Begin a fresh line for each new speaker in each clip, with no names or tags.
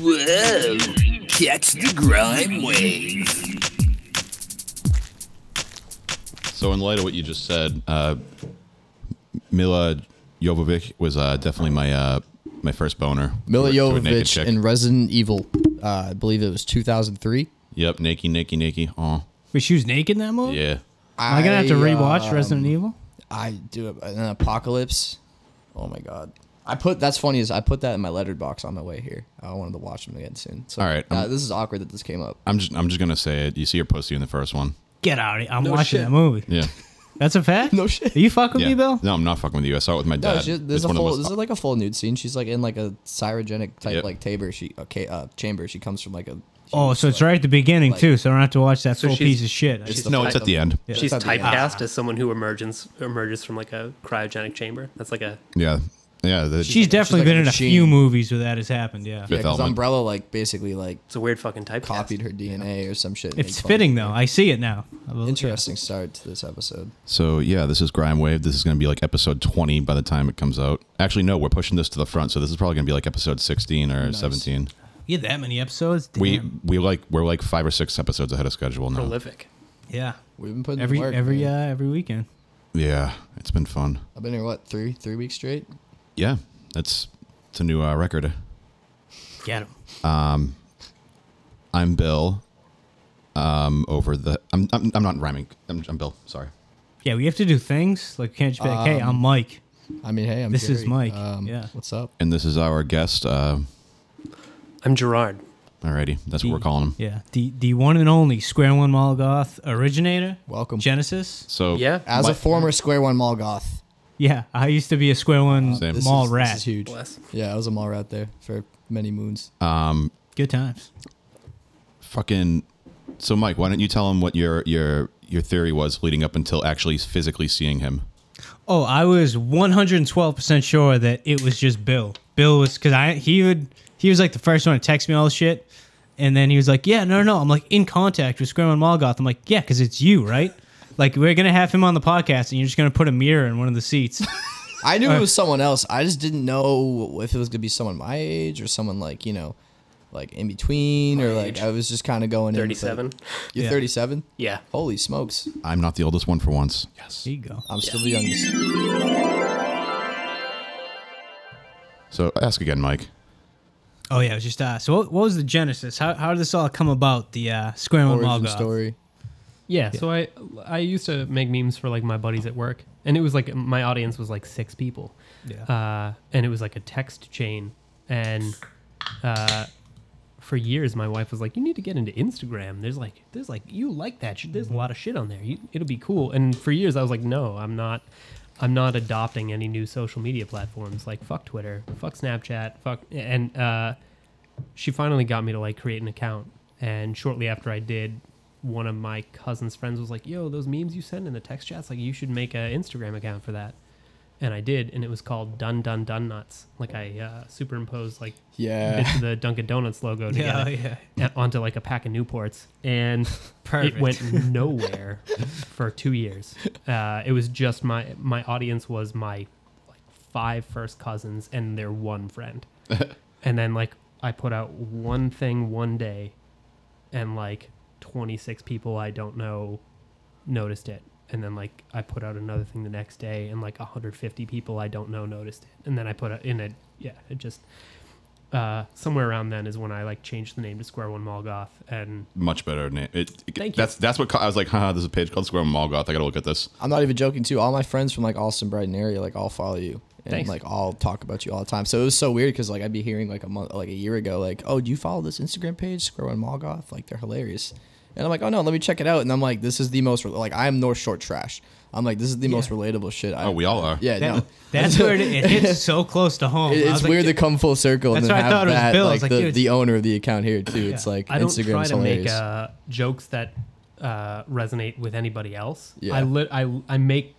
Whoa! Catch the grime wave.
So, in light of what you just said, uh, Mila Jovovich was uh, definitely my uh, my first boner.
Mila
To a- to a naked
Jovovich
chick.
in Resident Evil. Uh, I believe it was 2003.
Yep, naked, naked, naked. Oh,
Wait, she was naked in that movie?
yeah.
I,
Am I gonna have to rewatch
uh,
Resident Evil?
I do it- an apocalypse. Oh my god. I put that's funny is I put that in my letterbox on my way here. I wanted to watch them again soon. So
All right,
uh,
I'm-
this is awkward that this came up.
I'm just I'm just gonna say it. You see her pussy in the first one.
Get out of here. I'm watching
shit.
that movie.
Yeah.
That's a fact?
No shit.
Are you fucking with
yeah.
me, Bill?
No, I'm not fucking with you. I saw it with my
No,
dad.
she, there's
It's
a
one of the
full.
most-
This is like a full nude scene. She's like in like a cyrogenic type
Yep.
like tabor. She okay uh, chamber. She comes from like a.
Oh, so it's right at the beginning, too, so I don't have to watch that full
she's-
piece of shit. I
she's
just-
no, it's at the end. Yeah,
She's
That's not the end.
typecast as someone who emerges emerges from like a cryogenic chamber. That's like a
yeah. the-
She's definitely
like a
been in a
machine.
few movies where that has happened, yeah.
Fifth
Because
Element.
umbrella like basically like
it's a weird fucking typecast.
copied her DNA or some shit. and
It's
made fun of
fitting,
it.
though. I see it now. I will- yeah.
Interesting start to this episode.
So yeah, this is Grime Wave. This is going to be like episode 20 by the time it comes out. Actually, no, we're pushing this to the front, so this is probably going to be like episode 16 or 17.
You had that many episodes? Damn.
We we like we're like five or six episodes ahead of schedule now.
Prolific.
yeah.
We've been putting in
Every
work,
every uh,
man.
every weekend.
Yeah, it's been fun.
I've been here what three three weeks straight.
Yeah, that's it's a new uh, record.
Get him.
I'm Bill. Um, over the I'm I'm, I'm not rhyming. I'm, I'm Bill. Sorry.
Yeah, we have to do things. Like, we can't just be like, hey,
Um,
I'm Mike.
I mean, hey, I'm
This is
Jerry. Um,
Mike. Yeah.
What's up?
And this is our guest. Uh,
I'm Gerard.
alrighty, that's what we're calling him.
Yeah, the the one and only Square One Molgoth originator.
Welcome.
Genesis.
So
Yeah.
As
My-
a former Square One Mall goth,
Yeah, I used to be a Square One
Same.
this
mall
is,
rat.
This is huge.
Bless. Uh,
Yeah, I was a mall rat there for many moons.
Good times.
fucking so mike why don't you tell him what your your your theory was leading up until actually physically seeing him
Oh, I was 112% sure that it was just Bill. Bill was cuz I he would he was like the first one to text me all this shit. And then he was like, "Yeah, no, no, no." I'm like in contact with Square One Molgoth. I'm like, "Yeah, cuz it's you, right?" Like we're going to have him on the podcast and you're just going to put a mirror in one of the seats.
I
uh,
knew it was someone else. I just didn't know if it was gonna be someone my age or someone like you know, like in between or like I was just kind of going in with, like-
37?
You're
Yeah.
37.
Yeah.
Holy smokes!
i'm not the oldest one for once yes
there you go.
I'm still the youngest.
so ask again mike
Oh yeah, it was just uh so what, what was the genesis? How, how did this all come about? The uh Square One
Origin
Molgoth.
story.
Yeah, so I I used to make memes for like my buddies at work, and it was like my audience was like six people,
Yeah.
uh, and it was like a text chain, and uh, for years my wife was like, "You need to get into Instagram. There's like there's like you like that. Shit. There's a lot of shit on there. You, it'll be cool." And for years I was like, "No, I'm not." I'm not adopting any new social media platforms like fuck Twitter, fuck Snapchat, fuck and uh, she finally got me to like create an account and shortly after i did one of my cousin's friends was like yo those memes you send in the text chats like you should make an instagram account for that and i did and it was called dun dun dun nuts like i uh, superimposed like
Yeah.
bits of the dunkin' donuts logo
Yeah,
together
yeah.
a- onto like a pack of newports and
Perfect.
it went nowhere for two years uh, it was just my my audience was my like five first cousins and their one friend and then like I put out one thing one day, and like 26 people I don't know noticed it. And then like I put out another thing the next day, and like 150 people I don't know noticed it. And then I put out in a yeah, it just uh, somewhere around then is when I like changed the name to Square One Molgoth, and
much better name it, it-
Thank you.
that's that's what ca- i was like haha there's a page called square molgoth i gotta look at this
I'm not even joking too. All my friends from like Austin, Brighton area, like all follow you and
Thanks.
like all talk about you all the time. So it was so weird because like I'd be hearing like a month, like a year ago, like, oh, do you follow this Instagram page, Square One Molgoth? Like they're hilarious. And I'm like, oh no, let me check it out. And I'm like, this is the most like I'm North Short trash. I'm like, this is the most relatable shit. I,
oh we all are
yeah,
That-
no,
That's where it, it hits so close to home.
It-
I
it's
was like,
weird to come full circle and
That's
then
why I
have
thought it was
that
Bill. I
like,
was like,
the,
dude,
the owner of the account here too. It's like
I don't
Instagram's
try to
hilarious.
make uh, jokes that uh, resonate with anybody else.
Yeah.
I lit I I make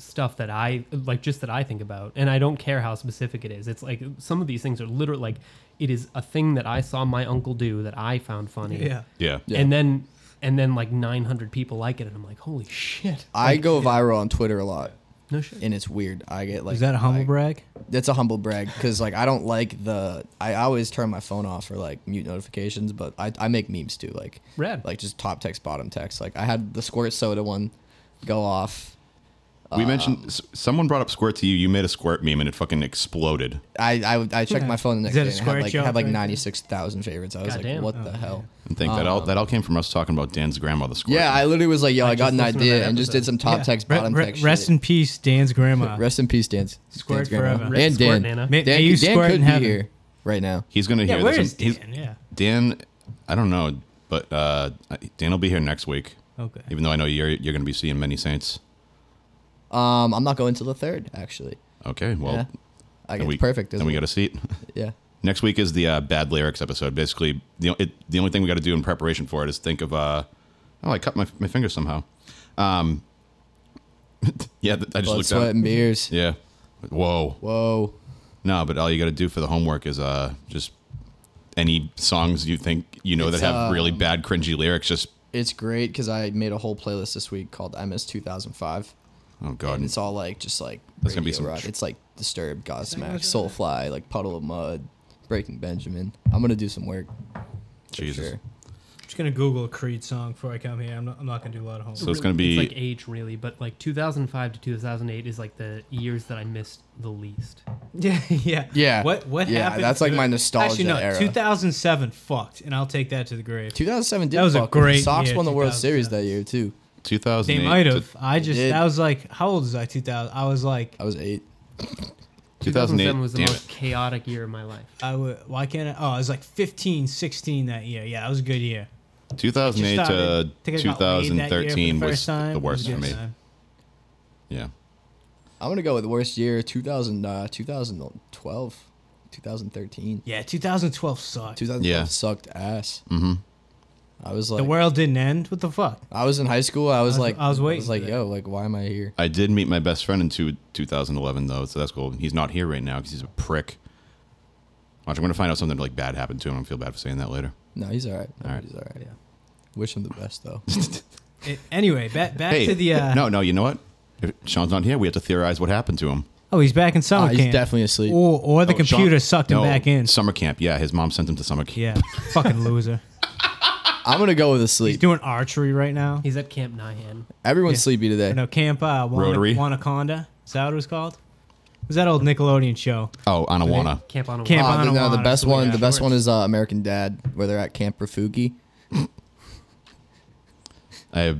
stuff that I like just that I think about and I don't care how specific it is. It's like some of these things are literally like it is a thing that I saw my uncle do that I found funny.
Yeah.
yeah
Yeah.
And then and then like 900 people like it and I'm like, "Holy shit."
I go viral on Twitter a lot.
No shit.
and it's weird. I get like
Is that a humble
I-
brag?
That's a humble brag because like I don't like the I always turn my phone off for like mute notifications, but I, I make memes too like
Rad.
like just top text bottom text. Like I had the squirt soda one go off. Uh,
We mentioned s- someone brought up squirt to you. You made a squirt meme and it fucking exploded.
I I, I checked my phone the next
that
day and
a
it
squirt
had like
joke
had like
right there? Oh,
ninety six thousand favorites. I was like,
Goddamn.
what the hell?
And think that all that all came from us talking about Dan's grandma the squirt.
Oh. Yeah, I literally was like, yo, I, got
just
an
listened to
idea
that
and just
episode.
did some top
Yeah.
text
Re-
bottom
re-
text.
Rest
shit.
in peace, Dan's grandma.
rest in peace, Dan's
Squirt
Dan's grandma.
forever.
and
Squirt
Dan.
Nana.
Dan,
May- may you
could- Dan
squirt in
could be
heaven.
here right now.
he's gonna
yeah,
hear
where
this.
is
and he's-
Dan? Yeah.
Dan, I don't know, but uh, Dan will be here next week.
Okay.
Even though I know you're you're gonna be seeing many saints.
Um, I'm not going till the third actually.
Okay, well,
Yeah.
then
I guess
we,
perfect.
Then
Isn't
we
it?
got a seat.
yeah.
Next week is the uh, bad lyrics episode. Basically, the it, the only thing we got to do in preparation for it is think of. Uh, oh, I cut my my finger somehow. Um, yeah, th- I just
Blood,
looked
sweat,
at.
and beers.
Yeah. Whoa.
Whoa.
No, but all you got to do for the homework is uh just any songs you think you know
It's,
that have
um,
really bad cringy lyrics. Just
It's great because I made a whole playlist this week called I Miss 2005.
oh god,
And it's all like, just like,
That's gonna be
radio
some
rock.
tr-
it's like Disturbed, Godsmack, Soulfly, like Puddle of Mud, Breaking Benjamin. I'm going to do some work. for
Jesus.
sure.
just gonna Google a Creed song before I come here. I'm not. I'm not gonna do a lot of homework.
So it's gonna be
like age really, but like 2005 to 2008 is like the years that I missed the least.
yeah, yeah,
Yeah.
What? What
Yeah,
happened?
that's like
to-
my nostalgia
Actually, no.
era.
2007 fucked, and I'll take that to the grave.
2007 did
That was a
fuck with-
great
The Sox
year,
won the World Series
2007.
that year, too.
They
2008.
might
to-
have. Uh, I just.
did.
I was like, how old was I? 2000. I was like,
I was eight.
2008.
was the
damn
most
it.
chaotic year of my life.
I would. Why can't I? Oh, I was like 15, 16 that year. Yeah, that was a good year.
2008 to
started- I think I got laid that year for
2013
first
was
time.
the
It was
worst
a
for
good
me.
time.
Yeah.
I'm going to go with worst year 2000, uh, 2012, 2013.
Yeah, 2012 sucked.
2012
Yeah. Mm-hmm.
sucked ass. Mm hmm. I was like,
the world didn't end. What the fuck?
I was in high school. I was,
was-
like,
I was waiting
I was like,
for that.
yo, like, why am I here?
I did meet my best friend in two, 2011 though, so that's cool. He's not here right now because he's a prick. Watch, I'm gonna find out something like bad happened to him. I feel bad for saying that later.
No, he's all right.
All right.
He's all right. Yeah. Wish him the best though.
It- anyway, back back
hey,
to the. Uh,
no, no, you know what? If Sean's not here, we have to theorize what happened to him.
Oh, he's back in summer
Ah, he's
camp.
definitely asleep.
Or, or the
Oh, Sean-
computer sucked him
no,
back in.
Summer camp. Yeah, his mom sent him to summer camp.
Yeah, fucking loser.
I'm gonna go with a
He's
sleep.
doing archery right now.
He's at Camp Nyan.
Everyone's
Yeah.
sleepy today.
No, Camp uh, Wana,
Rotary.
Wanaconda. Is that what it was called? It was that old Nickelodeon show?
Oh, Anawana.
Camp on a
Camp
Camp.
Ah, the, no, the
Bonawana,
best
so we
one.
got
The best
shorts.
one is uh, American Dad, where they're at Camp Rafugi.
I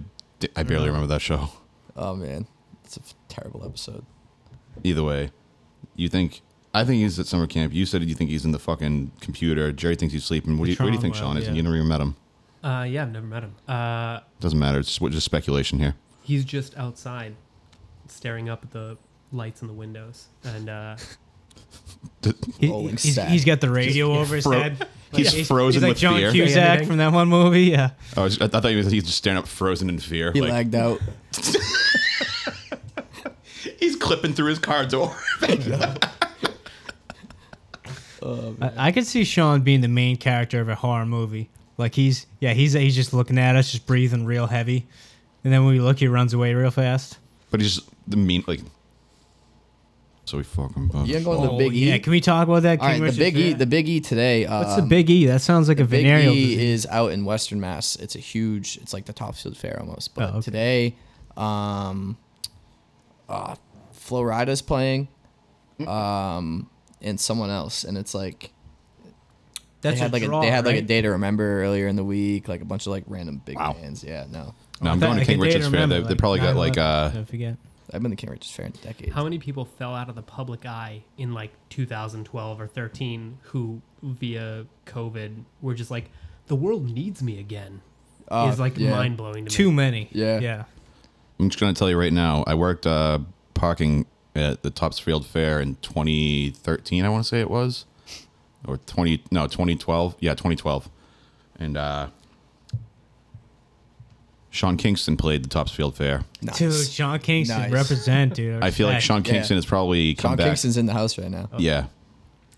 I barely remember that show.
Oh man, it's a f- terrible episode.
Either way, you think I think he's at summer camp. You said you think he's in the fucking computer. Jerry thinks he's sleeping. What do you, where do you think
Tron
Sean
world,
is?
yeah.
You never even met him.
Uh, yeah, I've never met him. Uh,
Doesn't matter. It's just, just speculation here.
he's just outside, staring up at the lights in the windows, and uh,
He,
Oh,
Rolling
he's,
sack.
he's got the radio over his
fro-
head.
he's frozen
he's like
with
John
fear.
Cusack
Anything?
from that one movie. Yeah,
I, was, I thought he was he's Oh, just staring up, frozen in fear.
He
like
lagged out.
he's clipping through his car door.
I, I could see Sean being the main character of a horror movie. Like he's yeah he's he's just looking at us, just breathing real heavy, and then when we look, he runs away real fast.
but he's just the mean like. So we fucking.
You ain't going to
Oh,
Big
yeah,
E.
can we talk about that?
All right,
King
the
Richard
Big E.
Fair?
The Big E today. Um,
What's the Big E? That sounds like a
Big
venereal
E
disease.
is out in Western Mass. It's a huge. It's like the Topsfield Fair almost. But
Oh, okay.
today, um, uh, Flo Rida's playing, um,
Mm.
and someone else, and it's like
That's
they had
a
like
draw,
a, they had like a
right?
day to remember earlier in the week, like a bunch of like random big
Wow.
bands. Yeah, no,
No, I'm going
I thought-
to
like,
King
a day
Richard's fair.
remember,
They, they probably got like
9/11,
uh,
I forget.
I've been to King Richard's Fair in decades.
how many people fell out of the public eye in like 2012 or 13 who, via COVID, were just like, "The world needs me again."
Uh,
is like
yeah.
mind blowing to me.
Too many.
Yeah.
Yeah.
I'm just gonna tell you right now. I worked uh, parking at the Topsfield Fair in 2013. I want to say it was, or 20 no 2012. Yeah, 2012. And uh, Sean Kingston played the Topsfield Fair.
Nice.
Dude, Sean Kingston
Nice.
represent, dude.
I feel like
Respect.
Sean Kingston has probably come
Sean
back.
Kingston's in the house right now.
Yeah,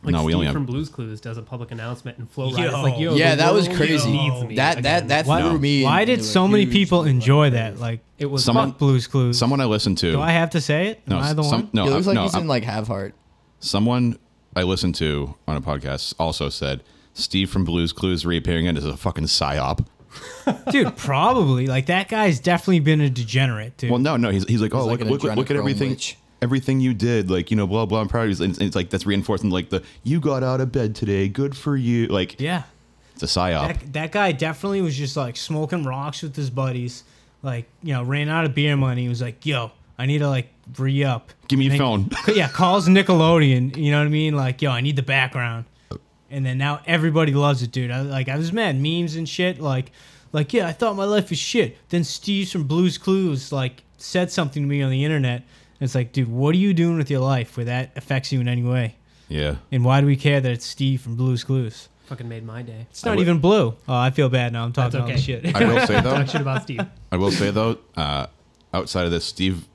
Like
No,
Steve
we only have-
from Blues Clues does a public announcement and Flo Rida is
Yo.
like, yo,
yeah,
the
that was
world
crazy.
needs me
That that
again.
that
Why-
threw me.
Why
into
did
a
so many
huge
people
fucking
enjoy
wave.
that? Like,
It was
Someone-
fuck Blues Clues.
Someone I listened to.
Do I have to say it?
no,
Am I the
some,
one?
no,
it looks
I-
like
no,
he's
I'm-
in like Have Heart.
Someone I listened to on a podcast also said Steve from Blues Clues reappearing in as a fucking psyop.
dude, probably. Like that guy's definitely been a degenerate, dude.
Well, no, no, he's, he's like, oh,
He's like
look,
an
look, look at
adrenochrome
everything,
witch.
everything you did, like you know, blah blah. I'm proud of you. And it's, and it's like that's reinforcing like the you got out of bed today, good for you. Like
yeah,
it's a psyop.
that, that guy definitely was just like smoking rocks with his buddies. Like, you know, ran out of beer money. He was like, yo, I need to like re up.
Give me your phone.
Then- yeah, calls Nickelodeon. You know what I mean? Like, yo, I need the background. And then now everybody loves it, dude. I, like, I was mad memes and shit. Like, like yeah, I thought my life was shit. Then Steve's from Blues Clues like said something to me on the internet. And it's like, dude, what are you doing with your life where that affects you in any way?
Yeah,
And why do we care that it's Steve from Blues Clues?
Fucking made my day.
It's not even blue. Oh, I feel bad now. I'm talking
That's
about
okay.
shit.
I will say though,
Talk shit about Steve.
I will say though, uh, outside of this, Steve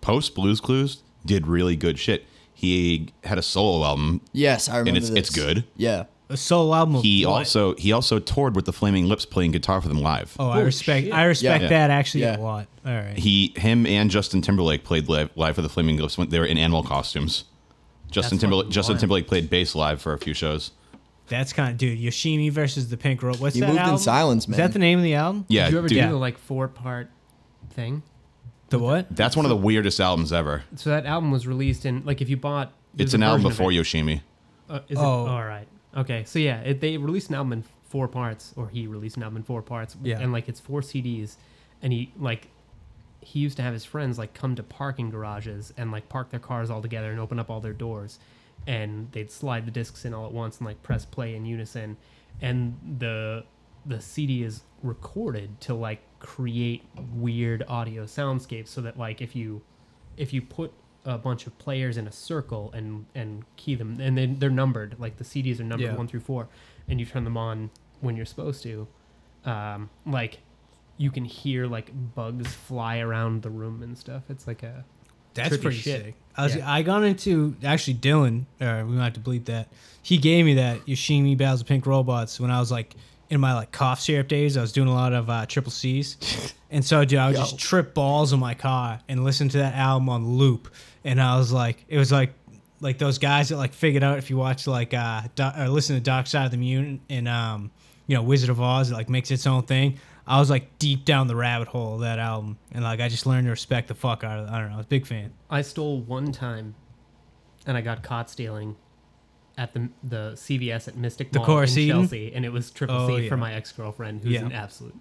post Blues Clues did really good shit. He had a solo album.
Yes, I remember.
it's- it's
this.
good.
Yeah,
A solo album. of
He
what?
also he also toured with the Flaming Lips playing guitar for them live.
Oh, I respect. I respect
Yeah.
that actually
Yeah.
a lot. All right.
He, him, and Justin Timberlake played live, live for the Flaming Lips. When they were in animal costumes. Justin
That's
Timberlake
fucking
Justin
wild.
Timberlake played bass live for a few shows.
That's kind of dude. Yoshimi versus the Pink Rope. What's
You
that
moved in
album?
silence,
Is
man.
that the name of the album?
Yeah,
Did you ever
dude,
do the like four part thing?
The what?
that's one of the weirdest albums ever.
So that album was released in like if you bought. there's
It's
a
an album
version of
before
it.
Yoshimi.
Uh, is
Oh.
it? All right. Okay. So yeah, it, they released an album in four parts, or he released an album in four parts.
Yeah.
And like it's four CDs, and he like he used to have his friends like come to parking garages and like park their cars all together and open up all their doors, and they'd slide the discs in all at once and like press play in unison, and the the CD is recorded to like create weird audio soundscapes so that like if you if you put a bunch of players in a circle and and key them and then they're numbered like the CDs are numbered
Yeah.
one through four and you turn them on when you're supposed to um like you can hear like bugs fly around the room and stuff it's like a
That's
trippy
pretty
shit.
sick. I, was,
Yeah.
I got into actually Dylan. Uh, we might have to bleep that. He gave me that Yoshimi Battles of Pink Robots when I was like in my like cough syrup days. I was doing a lot of uh, triple C's, and so dude, I would just trip balls in my car and listen to that album on loop. And I was like, it was like like those guys that like figured out if you watch like uh Do- or listen to Dark Side of the Moon and um you know Wizard of Oz it like makes its own thing. I was like deep down the rabbit hole of that album, and like I just learned to respect the fuck out of. I don't know, I was a big fan.
I stole one time, and I got caught stealing at the the CVS at Mystic Mall
Chorus
in
Eden?
Chelsea, and it was triple
Oh,
C for
yeah.
my ex girlfriend, who's
Yeah.
an absolute.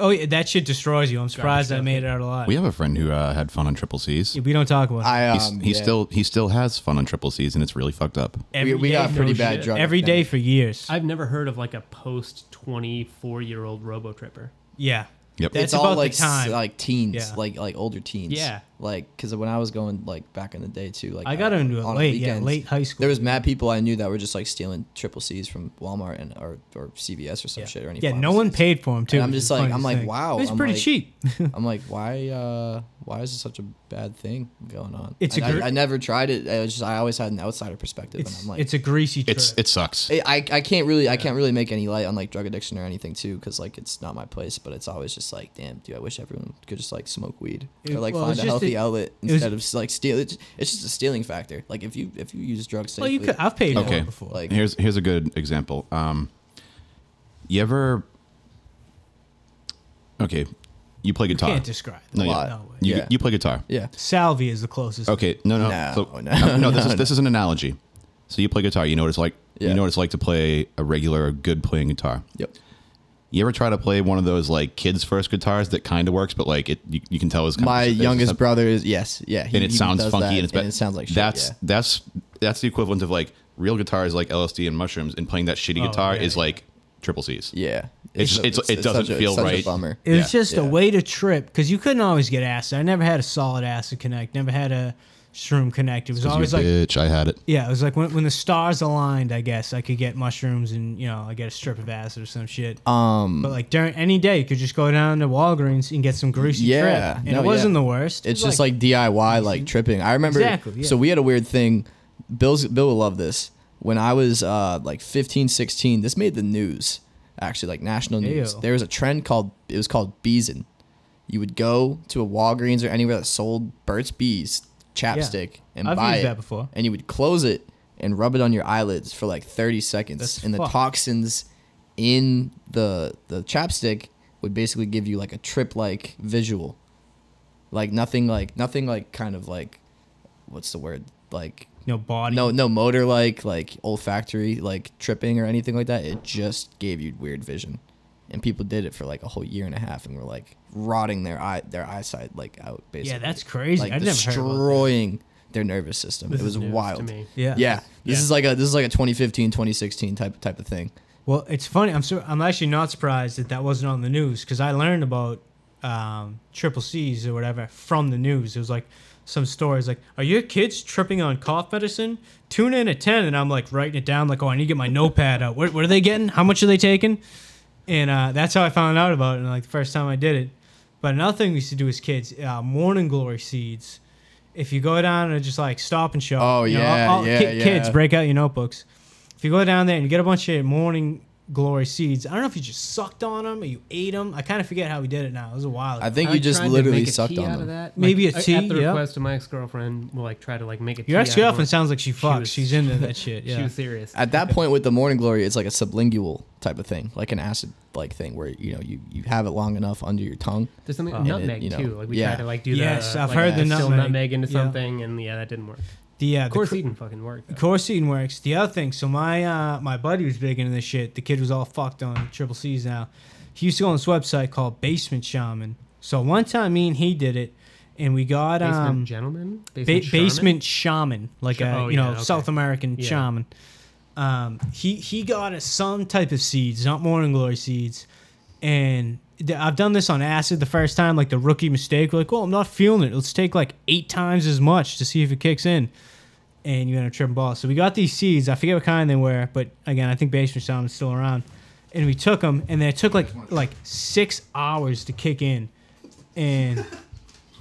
Oh yeah, that shit destroys you. I'm surprised I
Garbage
made it out alive.
We
We,
have a friend who uh, had fun on Triple C's.
we don't talk about
I
He's,
um,
he
yeah.
still he still has fun on Triple C's, and it's really fucked up.
it.
we,
Every
we
day-
got pretty
no
bad
shit.
drug
every day
epidemic.
for years.
I've never heard of like a post twenty four year old Robo Tripper.
yeah.
Yep.
That's
it's all
about
like
the
s-
time.
like teens,
Yeah.
like like older teens.
Yeah.
Like because when I was going like back in the day too, like uh,
I got into it
on
late, yeah,
weekends,
late high school.
There was mad people I knew that were just like stealing triple C's from Walmart and or, or CVS or some
yeah.
shit or any.
yeah, no one
pharmacies.
paid for him too.
And I'm
which
just
is
like-
funny
I'm
to
like,
think.
wow,
it's
I'm
pretty
like-
cheap.
I'm like, why? uh Why is this such a bad thing going on?
It's
And
a
I
gr-
I never tried it. I was just I always had an outsider perspective,
It's,
and I'm like,
it's a greasy. Trick.
It's it sucks.
I, I- I can't really I can't really make any light on like drug addiction or anything too because like it's not my place but it's always just like damn dude I wish everyone could just like smoke weed
It-
or like
well,
find
it's
a
just
healthy
a-
outlet
was-
instead of like steal it's, it's just a stealing factor like if you if you use drugs
well,
safely,
you could. I've paid for
Okay.
it before.
like
here's here's a good example. Um, you ever? Okay, you play guitar.
Can't describe.
No,
it.
you-
Lot.
no way.
you,
Yeah.
you play guitar.
yeah
Salvia is the closest.
Okay, no, no,
No,
so-
no,
uh, This
no,
is this is an analogy. So you play guitar. You know what it's like.
Yeah.
You know what it's like to play a regular, or good playing guitar.
yep
You ever try to play one of those like kids first guitars that kind of works, but like it, you, you can tell it's kind
my
of
youngest brother is yes yeah he,
and it
he
sounds
does
funky
that,
and it's bad.
it sounds like shit,
that's
yeah.
that's that's the equivalent of like real guitars like LSD and mushrooms, and playing that shitty
Oh,
guitar
yeah,
is
yeah.
like triple C's.
yeah
It's just- it's- it doesn't
such a,
feel
such
right.
a bummer
It was
Yeah.
just a
Yeah.
way to trip because you couldn't always get acid. I never had a solid acid connect. Never had a shroom connect. It was always like
bitch, I had it.
Yeah, it was like when, when the stars aligned, I guess I could get mushrooms and, you know, I get a strip of acid or some shit. Um, but like during any day, you could just go down to Walgreens and get some greasy
Yeah,
trip. And
no,
it wasn't
yeah.
the worst.
It's just like, DIY, like tripping. I remember.
Exactly, yeah.
So we had a weird thing. Bill's Bill will love this. when I was uh, like 15, 16, this made the news, actually, like national news.
Ew.
There was a trend called, it was called beesin. You would go to a Walgreens or anywhere that sold Burt's Bees chapstick and
I've
buy
used
it.
that before.
And you would close it and rub it on your eyelids for like 30 seconds.
That's
and the
fucked.
toxins in the the chapstick would basically give you like a trip like visual. Like nothing like nothing like kind of like what's the word? Like
No body.
no no motor like like olfactory like tripping or anything like that it just gave you weird vision and people did it for like a whole year and a half and were like rotting their eye their eyesight like out basically
that's crazy.
like
I've never heard about that.
destroying their nervous system
This
it
is
was
news to
wild
me.
Yeah.
yeah this is like a this is like a 2015 2016 type type of thing
Well, it's funny. I'm sur- I'm actually not surprised that that wasn't on the news because I learned about um, triple C's or whatever from the news. It was like some stories like, "Are your kids tripping on cough medicine? Tune in at 10." And I'm like writing it down, like, "Oh, I need to get my notepad out. What, what are they getting? How much are they taking?" And uh, that's how I found out about it. And like the first time I did it. But another thing we used to do as kids, uh, morning glory seeds. If you go down and just like stop and shop,
Oh,
you know,
yeah, yeah,
ki- kids
yeah.
break out your notebooks if you go down there and you get a bunch of morning glory seeds, I don't know if you just sucked on them or you ate them. I kind of forget how we did it now. It was a while.
i
ago.
think you just literally sucked on them
Maybe a
Like,
tea,
At the
yeah.
request of my ex girlfriend, we'll like try to like make a tea.
Your
out
ex
of
girlfriend
it.
sounds like she fucks.
was-
She's into that shit. Yeah.
She was serious.
at that point with the morning glory it's like a sublingual type of thing like an acid like thing where you know you you have it long enough under your tongue
There's something
Uh, and
nutmeg
it, you know,
too. Like we
yeah.
tried to like do
Yes,
the.
I've
like,
heard the
distill
nutmeg.
nutmeg into
Yeah.
something, and yeah, that didn't work.
the uh,
Of
the
course,
cr-
it didn't fucking work. though.
Corsein works. The other thing, so my uh, my buddy was big into this shit. The kid was all fucked on triple C's now. He used to go on this website called Basement Shaman. So one time, me and he did it, and we got
Basement
um,
gentleman.
ba-
shaman?
basement shaman, like
Sha-
a
oh,
you know
yeah, okay.
South American
Yeah.
shaman. Um, he he got us some type of seeds, not morning glory seeds, and th- I've done this on acid the first time, like the rookie mistake, like oh I'm not feeling it. Let's take like eight times as much to see if it kicks in, and you end up tripping balls. So we got these seeds. I forget what kind they were, but again I think basement shaman is still around, and we took them, and then it took like like six hours to kick in, and.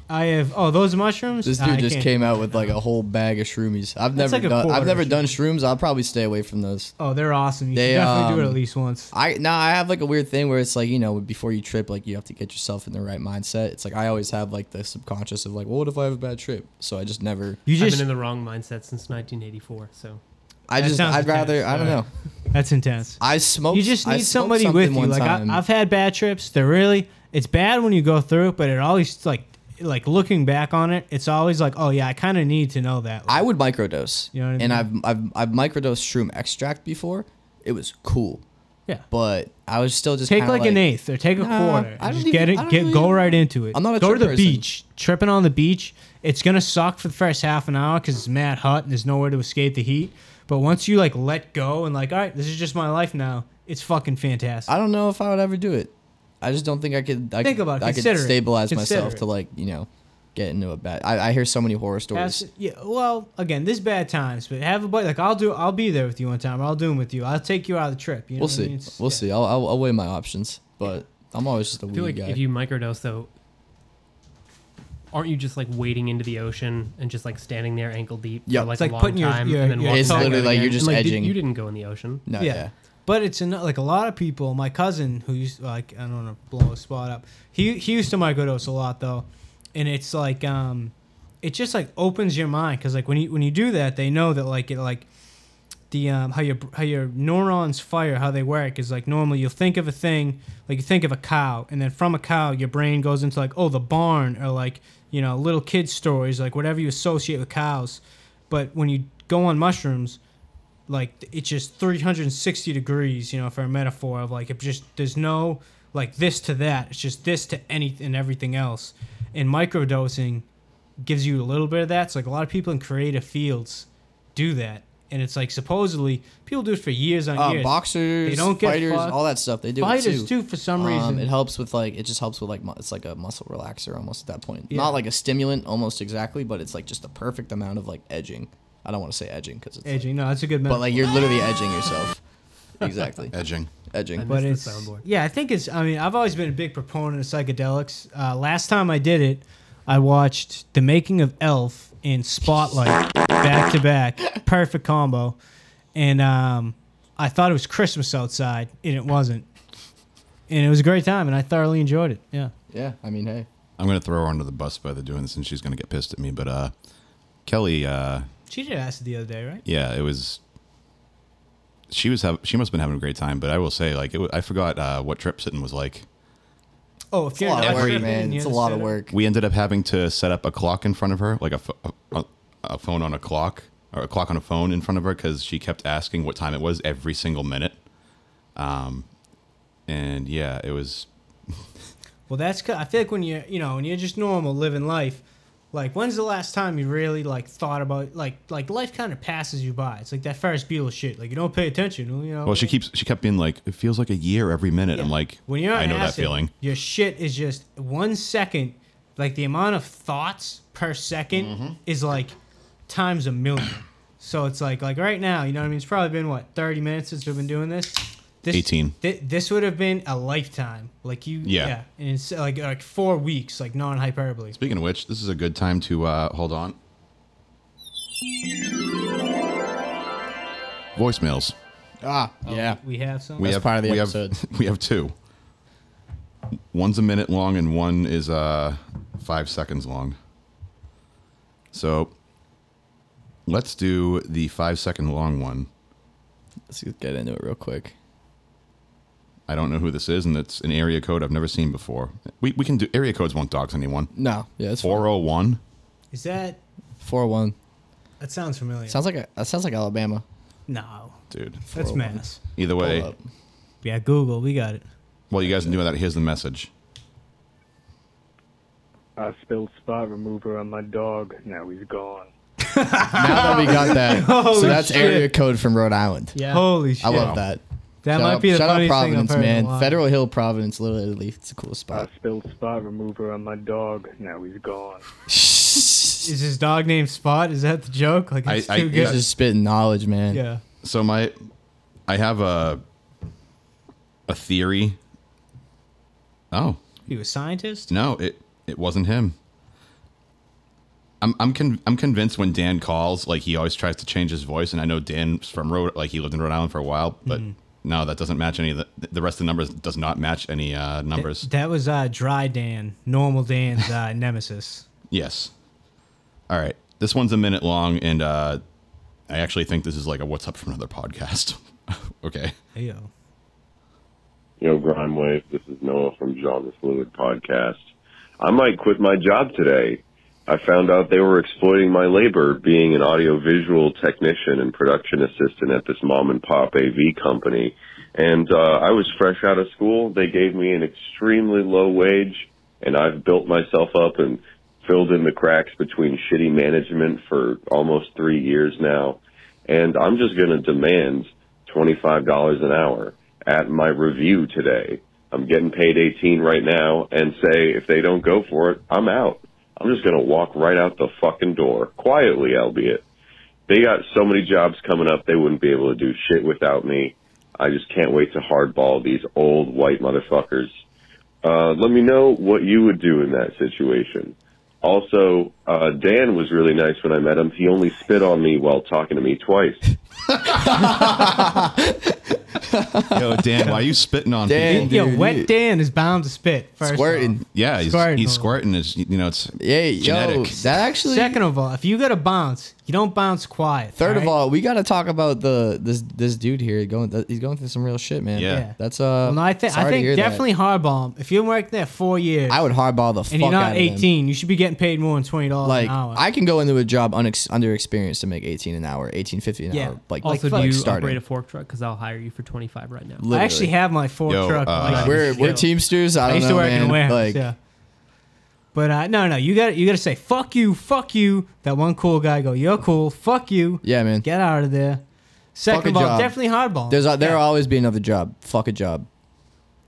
I have oh those mushrooms.
This
Nah,
dude
I
just
can't-
came out with like a whole bag of shroomies. I've
That's
never
like a
done.
quarter
I've
of
never done shrooms. I'll probably stay away from those.
Oh, they're awesome. You
They,
should definitely do it
um,
at least once.
I now I have like a weird thing where it's like you know before you trip like you have to get yourself in the right mindset. It's like I always have like the subconscious of like, well, what if I have a bad trip? So I just never.
You
I've
just
been in the wrong mindset since 1984. So
I
That
just
sounds
I'd rather I don't know.
intense. that's intense.
I smoked.
You just
I
need
smoked
somebody
something
with you.
one
Like I,
time.
I've had bad trips. They're really it's bad when you go through it, but it always like like looking back on it, it's always like oh yeah, I kind of need to know that.
I would microdose.
You know what I
and I've I've I've microdosed shroom extract before. It was cool,
yeah.
but I was still just
Take
kinda
like, an eighth or take a
Nah,
quarter.
I
and
don't
just get
even- I
it.
don't
Get
really-
go right into it.
I'm not a
go to
trip
the
person.
beach. Tripping on the beach, it's gonna suck for the first half an hour because it's mad hot and there's nowhere to escape the heat. But once you like let go and like all right, this is just my life now. It's fucking fantastic.
I don't know if I would ever do it. I just don't think I could. I
Think
could,
about it.
I
Consider
could
it.
stabilize
Consider
myself
it.
to like you know get into a bad. I, I hear so many horror stories.
Abs- yeah. Well, again, this bad times, but have a buddy. Like I'll do. I'll be there with you one time. I'll do them with you. I'll take you out of the trip. You know
we'll
what I
see.
mean? It's-
We'll
yeah.
see. I'll, I'll, I'll weigh my options, but I'm always just a
I
weird
feel like
guy.
if you microdose though, aren't you just like wading into the ocean and just like standing there ankle deep
Yeah.
for like
It's
a
like
long
putting your-
time
your-
and then
your
walking
It's
back
literally
out
like
again?
you're just
And, like, did-
edging.
you didn't go in the ocean.
no,
yeah.
yeah.
But it's an, like a lot of people. My cousin, who used like I don't want to blow a spot up. He he used to microdose a lot though, and it's like um, it just like opens your mind because like when you when you do that, they know that like it like the um, how your how your neurons fire, how they work is like normally you'll think of a thing, like you think of a cow, and then from a cow your brain goes into like oh the barn or like you know little kid stories like whatever you associate with cows, but when you go on mushrooms, like it's just 360 degrees, you know, for a metaphor of like it just there's no like this to that, it's just this to anything and everything else, and microdosing gives you a little bit of that. So like a lot of people in creative fields do that, and it's like supposedly people do it for years on
Uh,
years.
boxers,
They don't get
fighters,
fucked.
all that stuff they do it
Fighters
too.
too, for some
Um,
reason.
it helps with like it just helps with like mu- it's like a muscle relaxer almost at that point.
Yeah.
Not like a stimulant almost exactly, but it's like just the perfect amount of like edging. I don't want to say edging because it's like-
Aging, no, that's a good metaphor.
but like you're literally edging yourself. Exactly,
edging.
edging.
but
Missed
it's
the soundboard.
yeah i think it's i mean i've always been a big proponent of psychedelics uh, last time i did it i watched the making of elf and spotlight back to back perfect combo and um, I thought it was Christmas outside, and it wasn't. And it was a great time, and I thoroughly enjoyed it. Yeah.
Yeah, I mean, hey,
I'm gonna throw her under the bus by the doing this, and she's gonna get pissed at me. But uh, Kelly, uh,
She did ask it the other day, right?
yeah, it was. She was have she must have been having a great time, but I will say like it, wa- I forgot uh, what trip sitting was like.
Oh, if
it's a
you're
lot of
not
work,
tripping,
man.
you're
It's a
the
lot of
setup.
work.
We ended up having to set up a clock in front of her, like a, ph- a, a phone on a clock or a clock on a phone in front of her, because she kept asking what time it was every single minute. Um, and yeah, it was
Well, that's 'cause- I feel like when you're you know when you're just normal living life, like when's the last time you really like thought about like like life kind of passes you by. It's like that Ferris Bueller shit. Like you don't pay attention. You know.
well. She keeps she kept being like, it feels like a year every minute. I'm like,
when you're on
I know
acid,
that feeling.
Your shit is just one second. Like the amount of thoughts per 2nd
Mm-hmm.
is like times a million. So it's like like right now, you know what I mean? It's probably been what thirty minutes since we've been doing this. this
18.
thi- this would have been a lifetime. Like you,
Yeah.
yeah, and it's like like four weeks, like non hyperbole.
Speaking of which, this is a good time to uh, hold on. Voicemails.
Ah, yeah.
We have some.
We
That's
have
part of the
we
episode.
Have, we have two. One's a minute long and one is uh, five seconds long. So let's do the five second long one.
Let's get into it real quick.
I don't know who this is, and it's an area code I've never seen before. We, we can do area codes won't dox anyone.
No, yeah, it's four
401.
Is that
four one.
that sounds familiar?
Sounds like a, that sounds like Alabama.
no,
Dude.
that's
401.
mass.
Either way,
Pull up.
Yeah, Google, we got it.
while you guys are doing that, here's the message.
I spilled spot remover on my dog. Now he's gone.
Now that we got that, so
Holy
that's
shit.
area code from Rhode Island.
Yeah.
Holy shit!
I love that.
That
Shout
might
out-
be the
shout out
funniest thing I've
Providence,
heard in a
man.
while.
Federal Hill, Providence, literally, it's a cool
I
spot.
spilled spot remover on my dog. Now he's gone.
Is his dog named Spot? Is that the joke? Like it's
I- I-
too
yeah.
good.
He's just spitting knowledge, man.
yeah.
so my I have a a theory. Oh,
He was a scientist.
no, it it wasn't him. I'm I'm con- I'm convinced when Dan calls, like he always tries to change his voice and I know Dan's from Rhode like he lived in Rhode Island for a while, but
Mm-hmm.
no, that doesn't match any of the the rest of the numbers does not match any uh numbers.
That was uh, Dry Dan, normal Dan's uh, nemesis.
Yes. All right. This one's a minute long, and uh, I actually think this is like a "What's Up" from another podcast. okay.
Hey, yo.
Yo, Grimewave, this is Noah from Genre Fluid Podcast. I might quit my job today. I found out they were exploiting my labor being an audiovisual technician and production assistant at this mom and pop AV company. And uh, I was fresh out of school. They gave me an extremely low wage, and I've built myself up and filled in the cracks between shitty management for almost three years now. And I'm just going to demand $25 an hour at my review today. I'm getting paid 18 right now and say if they don't go for it, I'm out. I'm just going to walk right out the fucking door, quietly albeit. They got so many jobs coming up, they wouldn't be able to do shit without me. I just can't wait to hardball these old white motherfuckers. Uh, let me know what you would do in that situation. Also, uh, Dan was really nice when I met him. He only spit on me while talking to me twice.
Yo, Dan, why are you spitting on
Dan,
people?
dude,
Yo, wet
you-
Dan is bound to spit. First Of
squirting.
Yeah, he's
Squirting.
he's squirting. It's you know it's
Yeah, yo,
Genetic.
that
all.
actually.
Second of all, if you got to bounce, you don't bounce quiet.
third of
right?
all, we got to talk about the this this dude here going. th- He's going through some real shit, man.
Yeah.
Yeah.
that's uh.
well, no, I think
sorry
I
to
think
hear that.
definitely hardball him. If you worked there four years
I would hardball the
and
fuck
you're not
out of him.
18, you should be getting paid more than twenty dollars
Like
an hour.
I can go into a job unex- under experience to make eighteen an hour, eighteen fifty an
Yeah.
hour. Like
Also,
like,
do
like
you
starting.
operate a fork truck? Because I'll hire you for 25 right now.
I
Literally.
actually have my Ford
Yo,
truck.
uh,
like,
we're we're
still.
teamsters. I don't
I used
know,
to work
man.
in a warehouse.
like,
yeah. But uh, no, no, you got you got to say fuck you, fuck you. That one cool guy go, you're cool, fuck you.
Yeah, man.
Get out of there. Second
a
ball,
job.
definitely hardball.
There's a,
yeah.
there'll always be another job. Fuck a job.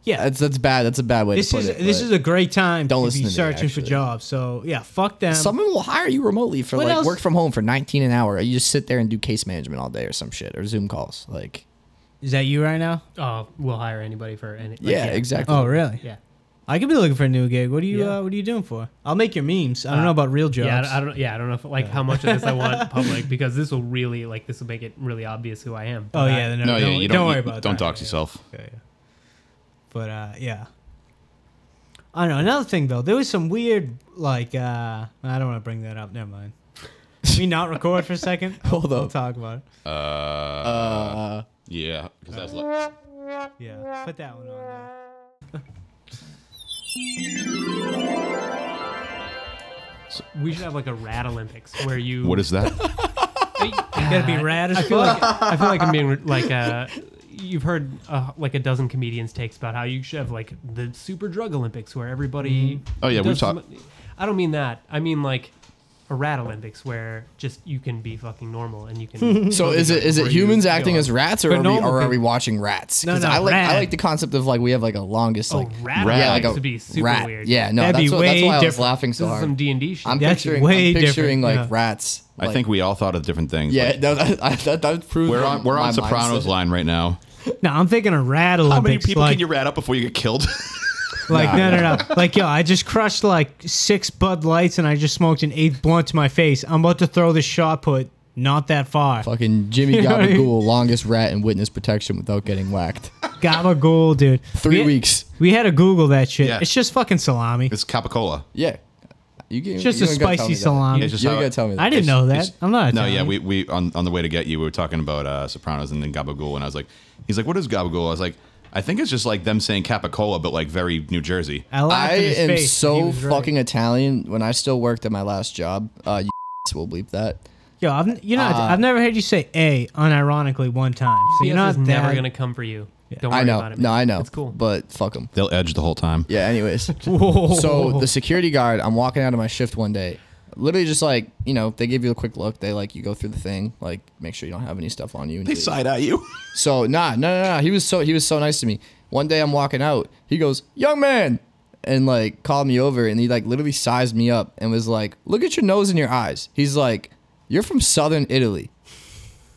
yeah.
That's that's bad. That's a bad way
this
to put
is
it.
this
but
is a great time
Don't
to
listen
be
to me,
searching for
actually.
jobs. So yeah, fuck them.
Someone will hire you remotely for
um, What
like
else-
work from home for 19 an hour. You just sit there and do case management all day or some shit or Zoom calls. Like,
is that you right now?
Uh, we'll Oh, hire anybody for any. like,
yeah, exactly.
Oh really?
Yeah.
I could be looking for a new gig. What are you?
Yeah.
Uh, what are you doing for? I'll make your memes.
Uh,
I don't know about real jobs.
Yeah, I don't- I don't. Yeah, I don't know if, like how much of this I want public because this will really like this will make it really obvious who I am.
oh
But
yeah,
I-
then
No, yeah, you don't,
worry
you-
about
Don't
that.
dox
Yeah.
yourself.
Yeah, yeah. But uh, yeah. I don't know. Another thing though, there was some weird like uh I don't want to bring that up. Never mind. Can we not record for a second?
Hold
We'll
up.
talk about it.
Uh, yeah, because that's
Uh,
like,
Yeah. Put that one on there.
we should have like a rat Olympics where you.
what is that?
You gotta be rad as
I feel
fuck.
like I feel like I'm being re- like uh, you've heard uh, like a dozen comedians takes about how you should have like the super drug Olympics where everybody.
Mm-hmm.
Oh, yeah,
does
we've
some-
talked-
I don't mean that. I mean like a rat Olympics where just you can be fucking normal and you can.
So is it is it
Before you
humans
go
acting
on.
as rats, or are,
But
we,
normal
or are we
people-
watching rats?
No,
'Cause
no, Oh,
I like
rat.
I like the concept of like we have like a longest like
rat
yeah like
Olympics
a
would be super
rat
weird.
yeah no
That'd be
that's, what, that's
way
why I was
different.
laughing so
This is
hard.
some D and D shit.
I'm
That's
picturing
way
I'm picturing
different,
like
yeah.
rats.
I
like-
think we all thought of different things.
yeah
but
no, that, I, that that proves
we're on we're
my
on
mindset.
Sopranos line right now.
No, I'm thinking a rat Olympics.
How many people
like,
can you rat up before you get killed?
Like no, no, no. Like yo, I just crushed like six Bud Lights and I just smoked an eighth blunt to my face. I'm about to throw this shot put not that far.
Fucking Jimmy
know what I mean?
Gabagool, longest rat in witness protection without getting whacked.
Gabagool, dude.
Three
We-
weeks.
We had to Google that shit.
Yeah.
It's just fucking salami.
it's Coca Cola.
Yeah. You can,
It's just
you
a
ain't gotta tell
spicy
me that.
salami.
You,
It's just
you
how-
ain't gotta tell me that.
I didn't know that. I'm not.
No,
Italian.
yeah, we, we on, on the way to get you, we were talking about uh, Sopranos and then Gabagool, and I was like, he's like, what is Gabagool? I was like, I think it's just like them saying Capicola, but like very New Jersey.
I, laughed
I
in his
am
face. He
so
was right.
fucking Italian. When I still worked at my last job, uh, you will bleep that.
Yo, I've, you know,
Ah.
I've never heard you say a unironically one time. So you're
You're
not that.
never gonna come for you. Don't worry
I know.
about it.
No,
man.
I know.
It's cool.
But fuck them.
They'll edge the whole time.
Yeah. Anyways.
Whoa.
So the security guard, I'm walking out of my shift one day. Literally, just like you know, they give you a quick look. They like you go through the thing, like make sure you don't have any stuff on you. and you leave.
Side eye you.
So nah, no, no, no. He was so he was so nice to me. One day I'm walking out. He goes, "Young man," and like called me over, and he like literally sized me up and was like, "Look at your nose and your eyes." He's like, "You're from Southern Italy."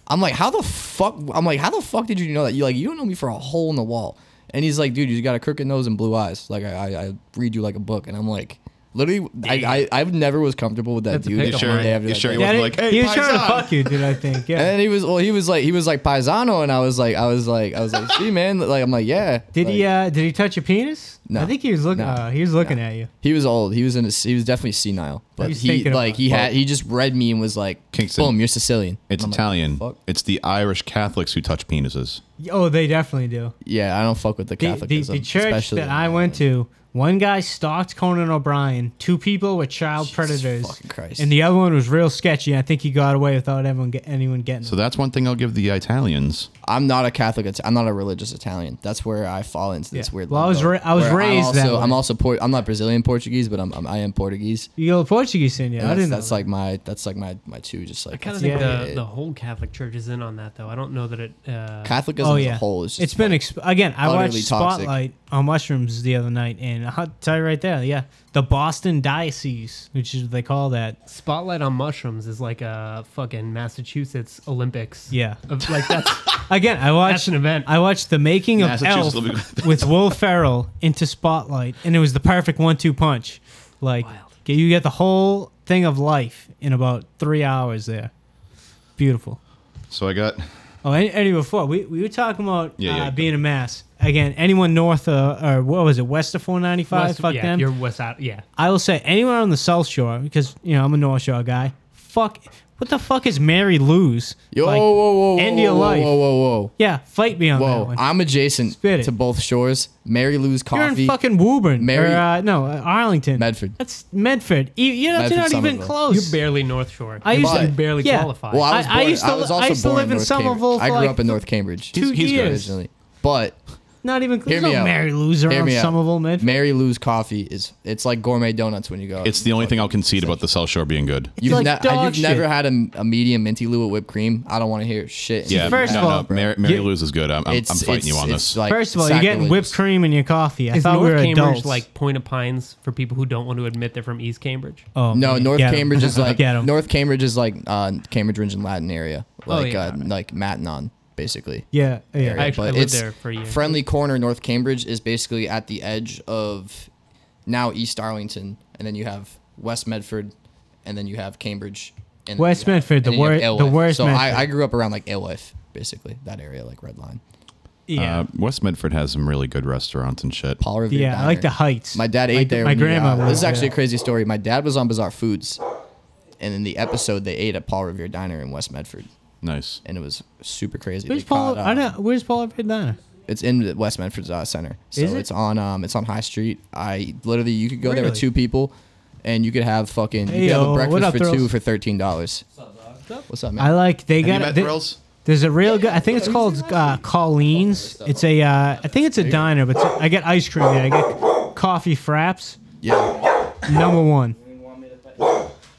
I'm like, "How the fuck?" I'm like, "How the fuck did you know that?" You like, you don't know me for a hole in the wall. And he's like, "Dude, you got a crooked nose and blue eyes. Like I, I, I read you like a book." And I'm like, literally, I, I, I never was comfortable with that
That's a
dude.
pickup
until the
line.
day after
You
that
sure
day.
you
That
wasn't
is-
like, hey,
he was trying
paisan."
to fuck you, dude. I think. Yeah.
And then he was well, he was like he was like paisano, and I was like I was like I was like, see man, like I'm like yeah.
Did
like,
he? Uh, did he touch your penis?
No.
I think he was looking.
No.
uh, he was looking at you.
He was old. He was in. His, he was definitely senile. But
He's
he
thinking
like
about
he
it.
had he just read me and was like,
Kingston.
boom, you're Sicilian.
It's
I'm like,
Italian.
fuck.
it's the Irish Catholics who touch penises.
Oh, they definitely do.
yeah, I don't fuck with the
The,
Catholic.
the, the church that I went to, one guy stalked Conan O'Brien. Two people were child predators,
fucking Christ.
and the other one was real sketchy. I think he got away without everyone get, anyone getting.
So
him.
that's one thing I'll give the Italians.
I'm not a Catholic. Ita- I'm not a religious Italian. That's where I fall into this
Yeah.
weird.
Well, I was
limbo,
ra- I was
where I'm
raised
also,
that way.
I'm also Port- I'm not Brazilian Portuguese, but I'm, I'm I am Portuguese.
you go Portuguese in you. I
that's,
didn't.
that's
know.
like my that's like my my two just
I
like
kind of
that's
think
Yeah.
the,
it.
the whole Catholic Church is in on that though. I don't know that it. Uh,
Catholicism
Oh
as
yeah,
a whole is just
it's been exp- again. I
utterly
watched
toxic.
Spotlight on mushrooms the other night, and I'll tell you right there, yeah, the Boston Diocese, which is what they call that.
Spotlight on mushrooms is like a fucking Massachusetts Olympics.
Yeah,
Of, like that's
Again, I watched
an event.
I watched the making of
Massachusetts
Elf
will be-
with Will Ferrell into Spotlight, and it was the perfect one-two punch. Like get- you get the whole thing of life in about three hours there. Beautiful.
So I got
Oh, any, anyway, before we, we were talking about
Yeah,
uh,
yeah.
being a mass again. Anyone north uh, or what was it, west of 495?
West-
Fuck
yeah,
them.
You're West out. Yeah.
I will say anyone on the South Shore because you know I'm a North Shore guy. Fuck, what the fuck is Mary Lou's?
Yo,
Like,
whoa, whoa, whoa,
end
whoa,
of your
whoa,
life.
whoa, whoa, whoa.
Yeah, fight me on that
Whoa,
one.
I'm adjacent
Spit it.
to both shores. Mary Lou's coffee.
You're in fucking Woburn.
Mary-
or, uh, no, uh, Arlington.
Medford.
That's Medford. E, You, you're, not- you're
Medford,
not even
Somerville.
close.
You're barely North Shore.
Oh, I used
But-
you
to
barely
yeah.
qualify.
well, I was,
I- I
born, I,
used to
was
li-
also
I used to
born
live in
North Cambridge.
Somerville for
I grew
like
up in North Cambridge
two
he's good.
years.
originally, but
Not even close.
hear
There's
me
no
out.
Mary Lou's
hear
around
me out.
Somerville, Medford.
Mary Lou's coffee is it's like gourmet donuts when you go. out.
it's the only thing I'll concede about the South Shore being good.
you've,
like
ne-
dog
you've
shit.
never had a, a medium minty Lou with whipped cream. I don't want to hear shit.
Yeah,
First
no,
of all-
no, Mary, Mary
Yeah.
Lou's is good. I'm, I'm, I'm fighting you on
it's
this.
like
First of all, you're getting whipped
sacrilegious.
cream in your coffee. I
is
thought
North
we were
Cambridge
adults.
like Point of Pines for people who don't want to admit they're from East Cambridge?
oh,
No,
man,
North
get 'em.
Cambridge is like
Get 'em.
North Cambridge is like uh, Cambridge Ridge and Latin area,
Oh,
like
yeah,
uh,
alright.
like Matinon, basically.
yeah, yeah.
area,
I actually-
but
I lived
it's
there for a year.
Friendly Corner, North Cambridge, is basically at the edge of now East Arlington, and then you have West Medford, and then you have Cambridge. And then
West
you have-
Medford, the
and then you have
wor- the
Alewife.
worst
So
Medford.
I, I grew up around like Alewife, basically that area, like Red Line,
Yeah.
Uh, West Medford has some really good restaurants and shit.
Paul Revere.
yeah, I
Diner.
like the heights.
My dad ate
Like,
there.
My
when he,
grandma.
uh,
was
this is actually a
there.
crazy story. My dad was on Bizarre Foods, and in the episode they ate at Paul Revere Diner in West Medford,
Nice.
and it was super crazy.
Where's
They
Paul?
caught, uh,
I know. Where's Paul Revere Diner?
It's in the West Medford's uh, center. So
Is it?
it's on um it's on High Street. I literally you could go there with
Really?
two people and you could have fucking you could have
Heyo,
a
what
breakfast
up,
for
Thurls?
two for thirteen dollars. What's up, man?
I like they
Have you
got.
met
they-
Thrills?
There's a real good. I think it's called uh, Colleen's. It's a. Uh, I think it's a diner, but it's- I get ice cream there. I get coffee fraps.
yeah.
Number one.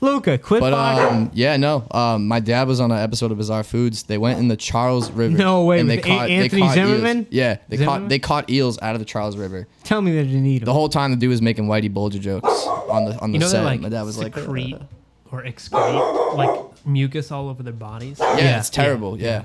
Luca, quit
But
bargaining.
um yeah, no. Um my dad was on an episode of Bizarre Foods. They went in the Charles River.
No way,
And they
with A-
caught
Anthony
they caught
Zimmerman?
Eels. Yeah. They
Zimmerman?
caught they caught eels out of the Charles River.
Tell me they didn't eat them.
The whole time the dude was making Whitey Bulger jokes on the on the
You know
set.
they like
my dad Oh, was like uh,
secrete or excrete like mucus all over their bodies.
yeah,
Yeah.
it's terrible. Yeah.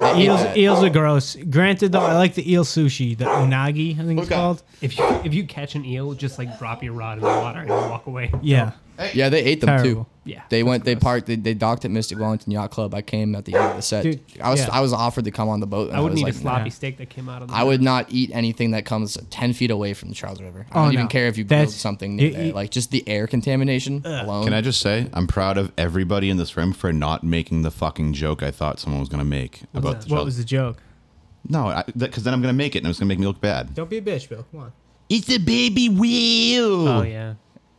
They ate
Eels,
that.
eels are gross. Granted, though, I like the eel sushi, the unagi, I think it's
Luca.
called.
If you if you catch an eel, just like drop your rod in the water and walk away.
Yeah.
Yeah, they ate them
Terrible.
too.
Yeah,
they went. They parked. They, they docked at Mystic Wellington Yacht Club. I came at the end of the set.
Dude,
I was
yeah.
I was offered to come on the boat. And
I would
was
need
like,
a sloppy
nah.
steak that came out of. the
I would not eat anything that comes ten feet away from the Charles River. I
Oh,
don't even
no.
care if you build
That's-
something near
you-
there.
you-
Like just the air contamination alone.
Can I just say I'm proud of everybody in this room for not making the fucking joke I thought someone was gonna make about the
What was the joke?
No, because then I'm gonna make it and it's gonna make me look bad.
Don't be a bitch, Bill. Come on.
It's a baby wheel.
Oh yeah.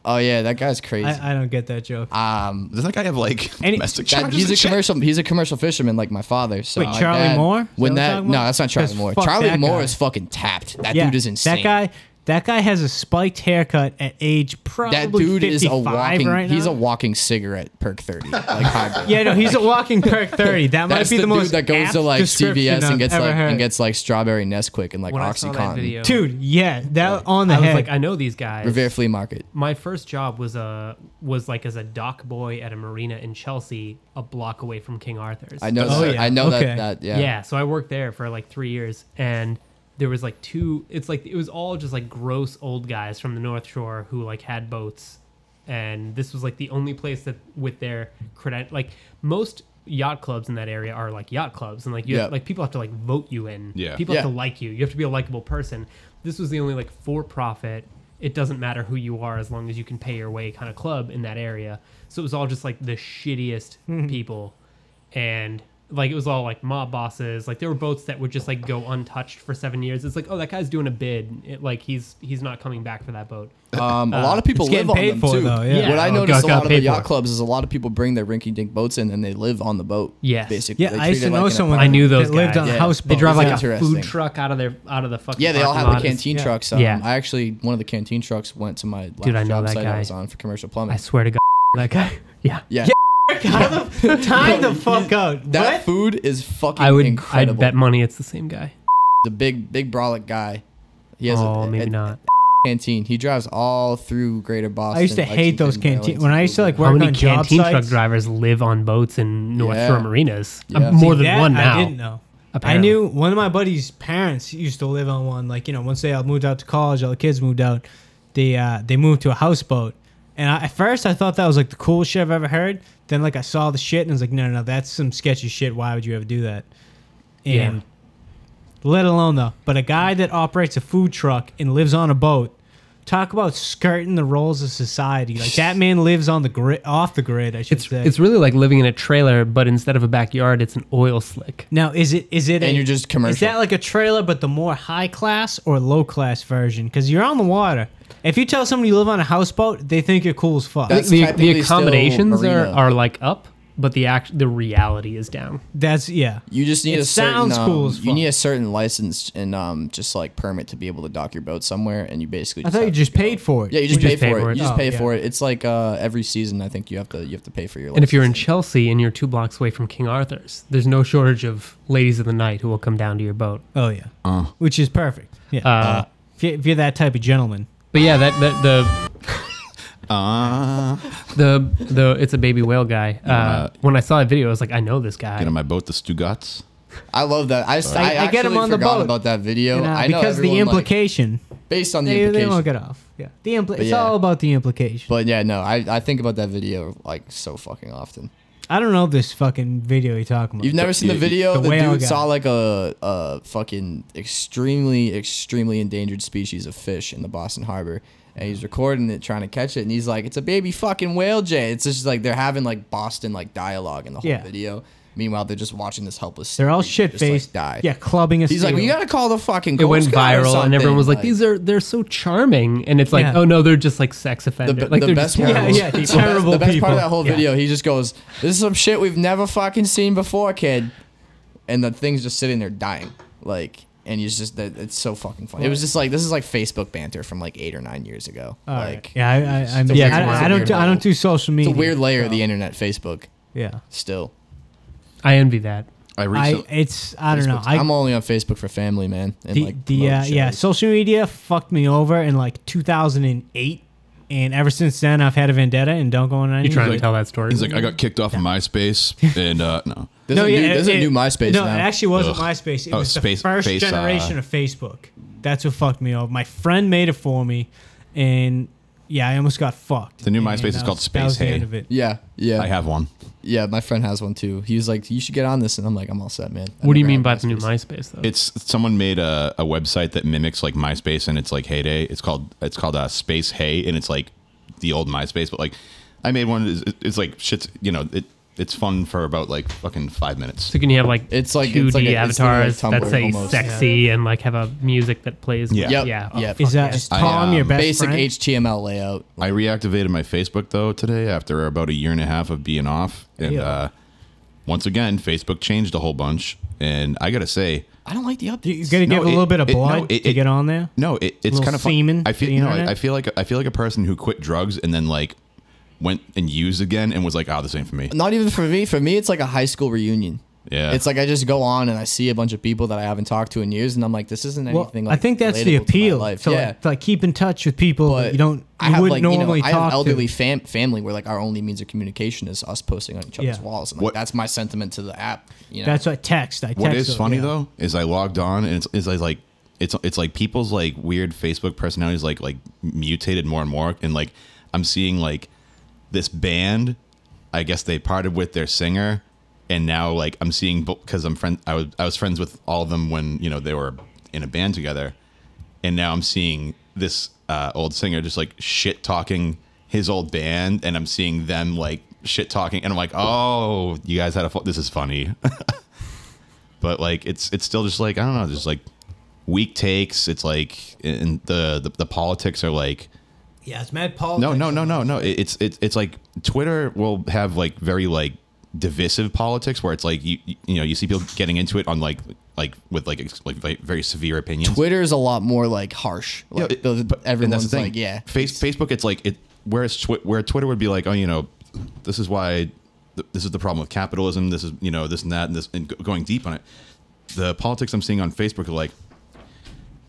oh yeah, that guy's crazy.
I, I don't get that joke.
um,
Doesn't that guy have like
Any-
domestic
that,
charges
he's
and
a
shit?
commercial. He's a commercial fisherman like my father. So
Wait,
my
Charlie
dad-
Moore? Is
When
that
that
what you're talking
no,
about?
that's not Charlie
'Cause
Moore.
fuck
Charlie
that
Moore
guy.
is fucking tapped. That
yeah,
dude is insane.
That guy, that guy has a spiked haircut at age probably
That dude is a
55
walking.
right
he's
now.
a walking cigarette perk thirty. Like hybrid.
yeah, no, he's a walking perk thirty. That might
That's
be
the,
the, most
dude that goes
apt
to like
description
CVS
I've
and gets
ever
like
heard.
and gets like strawberry Nesquik and like
When I saw that
OxyContin.
video,
dude. Yeah, that on the
I was
head.
like, I know these guys.
Revere Flea Market.
my first job was a was like as a dock boy at a marina in Chelsea, a block away from King Arthur's.
I know
Oh,
that.
yeah.
I know
Okay.
that. That yeah.
Yeah. so I worked there for like three years, and there was like two. It's like it was all just like gross old guys from the North Shore who like had boats, and this was like the only place that with their credit. Like most yacht clubs in that area are like yacht clubs, and like you have,
Yeah.
like people have to like vote you in.
Yeah.
people have
Yeah.
to like you. You have to be a likable person. This was the only like for profit. It doesn't matter who you are as long as you can pay your way kind of club in that area. So it was all just like the shittiest
Mm-hmm.
people and like it was all like mob bosses like there were boats that would just like go untouched for seven years it's like oh that guy's doing a bid it, like he's he's not coming back for that boat
Um, a lot of people
Uh, it's getting
live on
paid
them
for,
too.
though, yeah.
What I
Yeah.
noticed
Got-
a
got
lot of the
paid
yacht
for.
clubs is a lot of people bring their rinky-dink boats in and they live on the boat.
Yes.
Basically.
yeah,
They
I
treat
used
it
to
like
know
an
someone
I knew those
that lived
guys.
on
Yeah.
a houseboat.
they drive like
That's
a
interesting.
food truck out of their out of the fucking
Yeah, they all
parking
have the
lot. It's-
canteen trucks. Um,
Yeah.
I actually one of the canteen trucks went to my last
Dude, I know
job
that
site
guy.
I was on for commercial plumbing.
i swear to god that guy yeah
yeah.
Time the fuck out.
That
What?
food is fucking
i would
incredible.
i'd bet money it's the same guy
the big big brolic guy. He has
oh
a,
maybe
a-
not
canteen. He drives all through Greater Boston.
I used to hate those canteen. When I used to like
how
work
many
on job
canteen truck
sites-
drivers live on boats in north
Yeah.
shore marinas Uh,
Yeah.
more
See,
than
that
one now
I didn't know.
apparently.
I knew one of my buddy's parents used to live on one. Like you know, once they all moved out to college, all the kids moved out. They uh, they moved to a houseboat, and I, at first I thought that was like the coolest shit I've ever heard. Then like I saw the shit and I was like, no, no, no, that's some sketchy shit. Why would you ever do that? And
Yeah.
let alone though, but a guy that operates a food truck and lives on a boat. Talk about skirting the roles of society. Like that man lives on the grid, off the grid. I should
it's,
say.
it's really like living in a trailer but instead of a backyard it's an oil slick
Now, is it is it
And
a-
you're just commercial.
Is that like a trailer, but the more high class or low class version? Because you're on the water. If you tell somebody you live on a houseboat, they think you're cool as fuck.
That's-
the, the
technically still
accommodations are,
marina.
are like up, but the act the reality is down.
That's yeah.
You just need
It
a certain.
sounds cool
um,
as
You
fuck.
need a certain license and um, just like permit to be able to dock your boat somewhere, and you basically.
I thought you
have-
just paid for it.
Yeah, you just, pay,
We
for, it. You just
Oh,
pay
yeah.
for it. It's like uh, every season. I think you have to you have to pay for your. License.
And if you're in Chelsea and you're two blocks away from King Arthur's, there's no shortage of ladies of the night who will come down to your boat.
Oh yeah.
Uh.
Which is perfect. Yeah. Uh, if, you, if you're that type of gentleman,
But yeah, that, that the
Ah.
the the it's a baby whale guy. Uh, when I saw that video, I was like, I know this guy.
Get on my boat, the Stugats.
I love that. I, I,
I- I
get him on the boat. about that video.
You know,
I know
because the
everyone, like-
implication.
based on the
They, they
implications.
won't get off. Yeah, the impl- it's
yeah.
all about the implication.
But yeah, no, I, I think about that video like so fucking often.
I don't know this fucking video you're talking about.
You've never seen the
you-
video
the
of the
whale
dude
guy.
saw like a a fucking extremely extremely endangered species of fish in the Boston Harbor, and he's recording it trying to catch it, and he's like, "It's a baby fucking whale, Jay." It's just like they're having like Boston like dialogue in the whole
Yeah.
video. Meanwhile, they're just watching this helpless.
They're all
sea creature
shit
just, like,
faced.
die.
Yeah, clubbing a
He's like,
seal.
"We gotta call the fucking."
It went
Coast Guard or
viral, and everyone was like,
something."
"These are they're so charming," and it's like,
Yeah.
"Oh no, they're just like sex offender."
the,
like
the
they're
best
just,
part
yeah,
was-
yeah,
the best-
terrible
the best part
people.
of that whole
Yeah.
video he just goes this is some shit we've never fucking seen before kid and the thing's just sitting there dying like and he's just that it's so fucking funny it was just like this is like facebook banter from like eight or nine years ago
All right.
like
yeah, I, I, I, mean,
weird
I- I,
level.
don't, do, I don't do social
it's
media.
a weird layer of the internet facebook
Yeah,
still
I envy that.
I
I,
recently,
it's, I don't know.
Facebook's-
I,
i'm only on facebook for family man and
the,
like
the uh,
promote
yeah,
shows.
social media fucked me over in like 2008, and ever since then I've had a vendetta and don't go on any.
You trying
like-
to tell that story?
he's like, I got kicked off of MySpace, and uh, no,
there's, a, new, there's a new myspace
No,
now
it actually wasn't
Ugh.
MySpace. It
Oh,
was
space-
the first
face, uh,
generation of Facebook. That's what fucked me over. My friend made it for me, and yeah, I almost got fucked.
The new
And
MySpace is
that
called
was-
Space
That was
Hay.
the end of it.
yeah yeah
I have one.
yeah my friend has one too he was like you should get on this and i'm like i'm all set man I
what do you
never
mean
had
by the new MySpace though?
It's someone made a, a website that mimics like MySpace and it's like heyday. It's called it's called uh, Space Hay and it's like the old MySpace, but like I made one. It's, it's like shit's you know it it's fun for about like fucking five minutes.
so can you have like
It's like-
2D
it's like a- it's literally
avatars
like Tumblr
that say
almost.
sexy and like have a music that plays?
Yeah.
Yep.
yeah.
Yep.
Is that is
I,
Tom your
um,
best
basic
friend?
HTML layout.
I reactivated my Facebook though today after about a year and a half of being off, and
Yeah.
uh, once again Facebook changed a whole bunch. And I gotta say,
I don't like the updates.
You gotta
No,
give a
it-
little bit of
it- no,
blood
it-
to
it-
get on there.
No, it, it's
Little
kind of
semen
I
for
feel
the
you know, I,
internet?
I feel like I feel like a person who quit drugs and then like went and used again and was like, "Oh, this ain't for me."
Not even for me. For me, it's like a high school reunion.
Yeah,
It's like I just go on and I see a bunch of people that I haven't talked to in years, and I'm like, this isn't
Well,
anything.
I
Like,
think that's
relatable
the
to my
appeal.
life.
To,
yeah.
like, to like keep in touch with people that
But
you don't, you
I have
wouldn't
like
normally
you know, I
talk
have elderly
to.
fam- family where like our only means of communication is us posting on each other's
Yeah.
walls, and like
What-
that's my sentiment to the app. You know?
That's what text. I text.
what is
them,
funny
yeah.
though is I logged on and it's, it's like, like it's it's like people's like weird Facebook personalities like like mutated more and more and like I'm seeing like this band. I guess they parted with their singer, and now like I'm seeing because I'm friend I was I was friends with all of them when you know they were in a band together, and now I'm seeing this uh, old singer just like shit talking his old band, and I'm seeing them like shit talking, and I'm like, oh, you guys had a fu- this is funny, but like it's it's still just like I don't know, just like weak takes. It's like and the the, the politics are like
Yeah, it's mad Paul.
no no no no no. It- It's it's it's like Twitter will have like very like divisive politics where it's like you you you know you see people getting into it on like like with like ex- like ve- very severe opinions.
Twitter is a lot more like harsh. Like,
it- but-
those-
and that's the
everyone's
thing.
like, yeah,
Face, Facebook, it's like it. Whereas Twi- where Twitter would be like, oh, you know, this is why, th- this is the problem with capitalism. This is you know this and that and this and go- going deep on it. The politics I'm seeing on Facebook are like,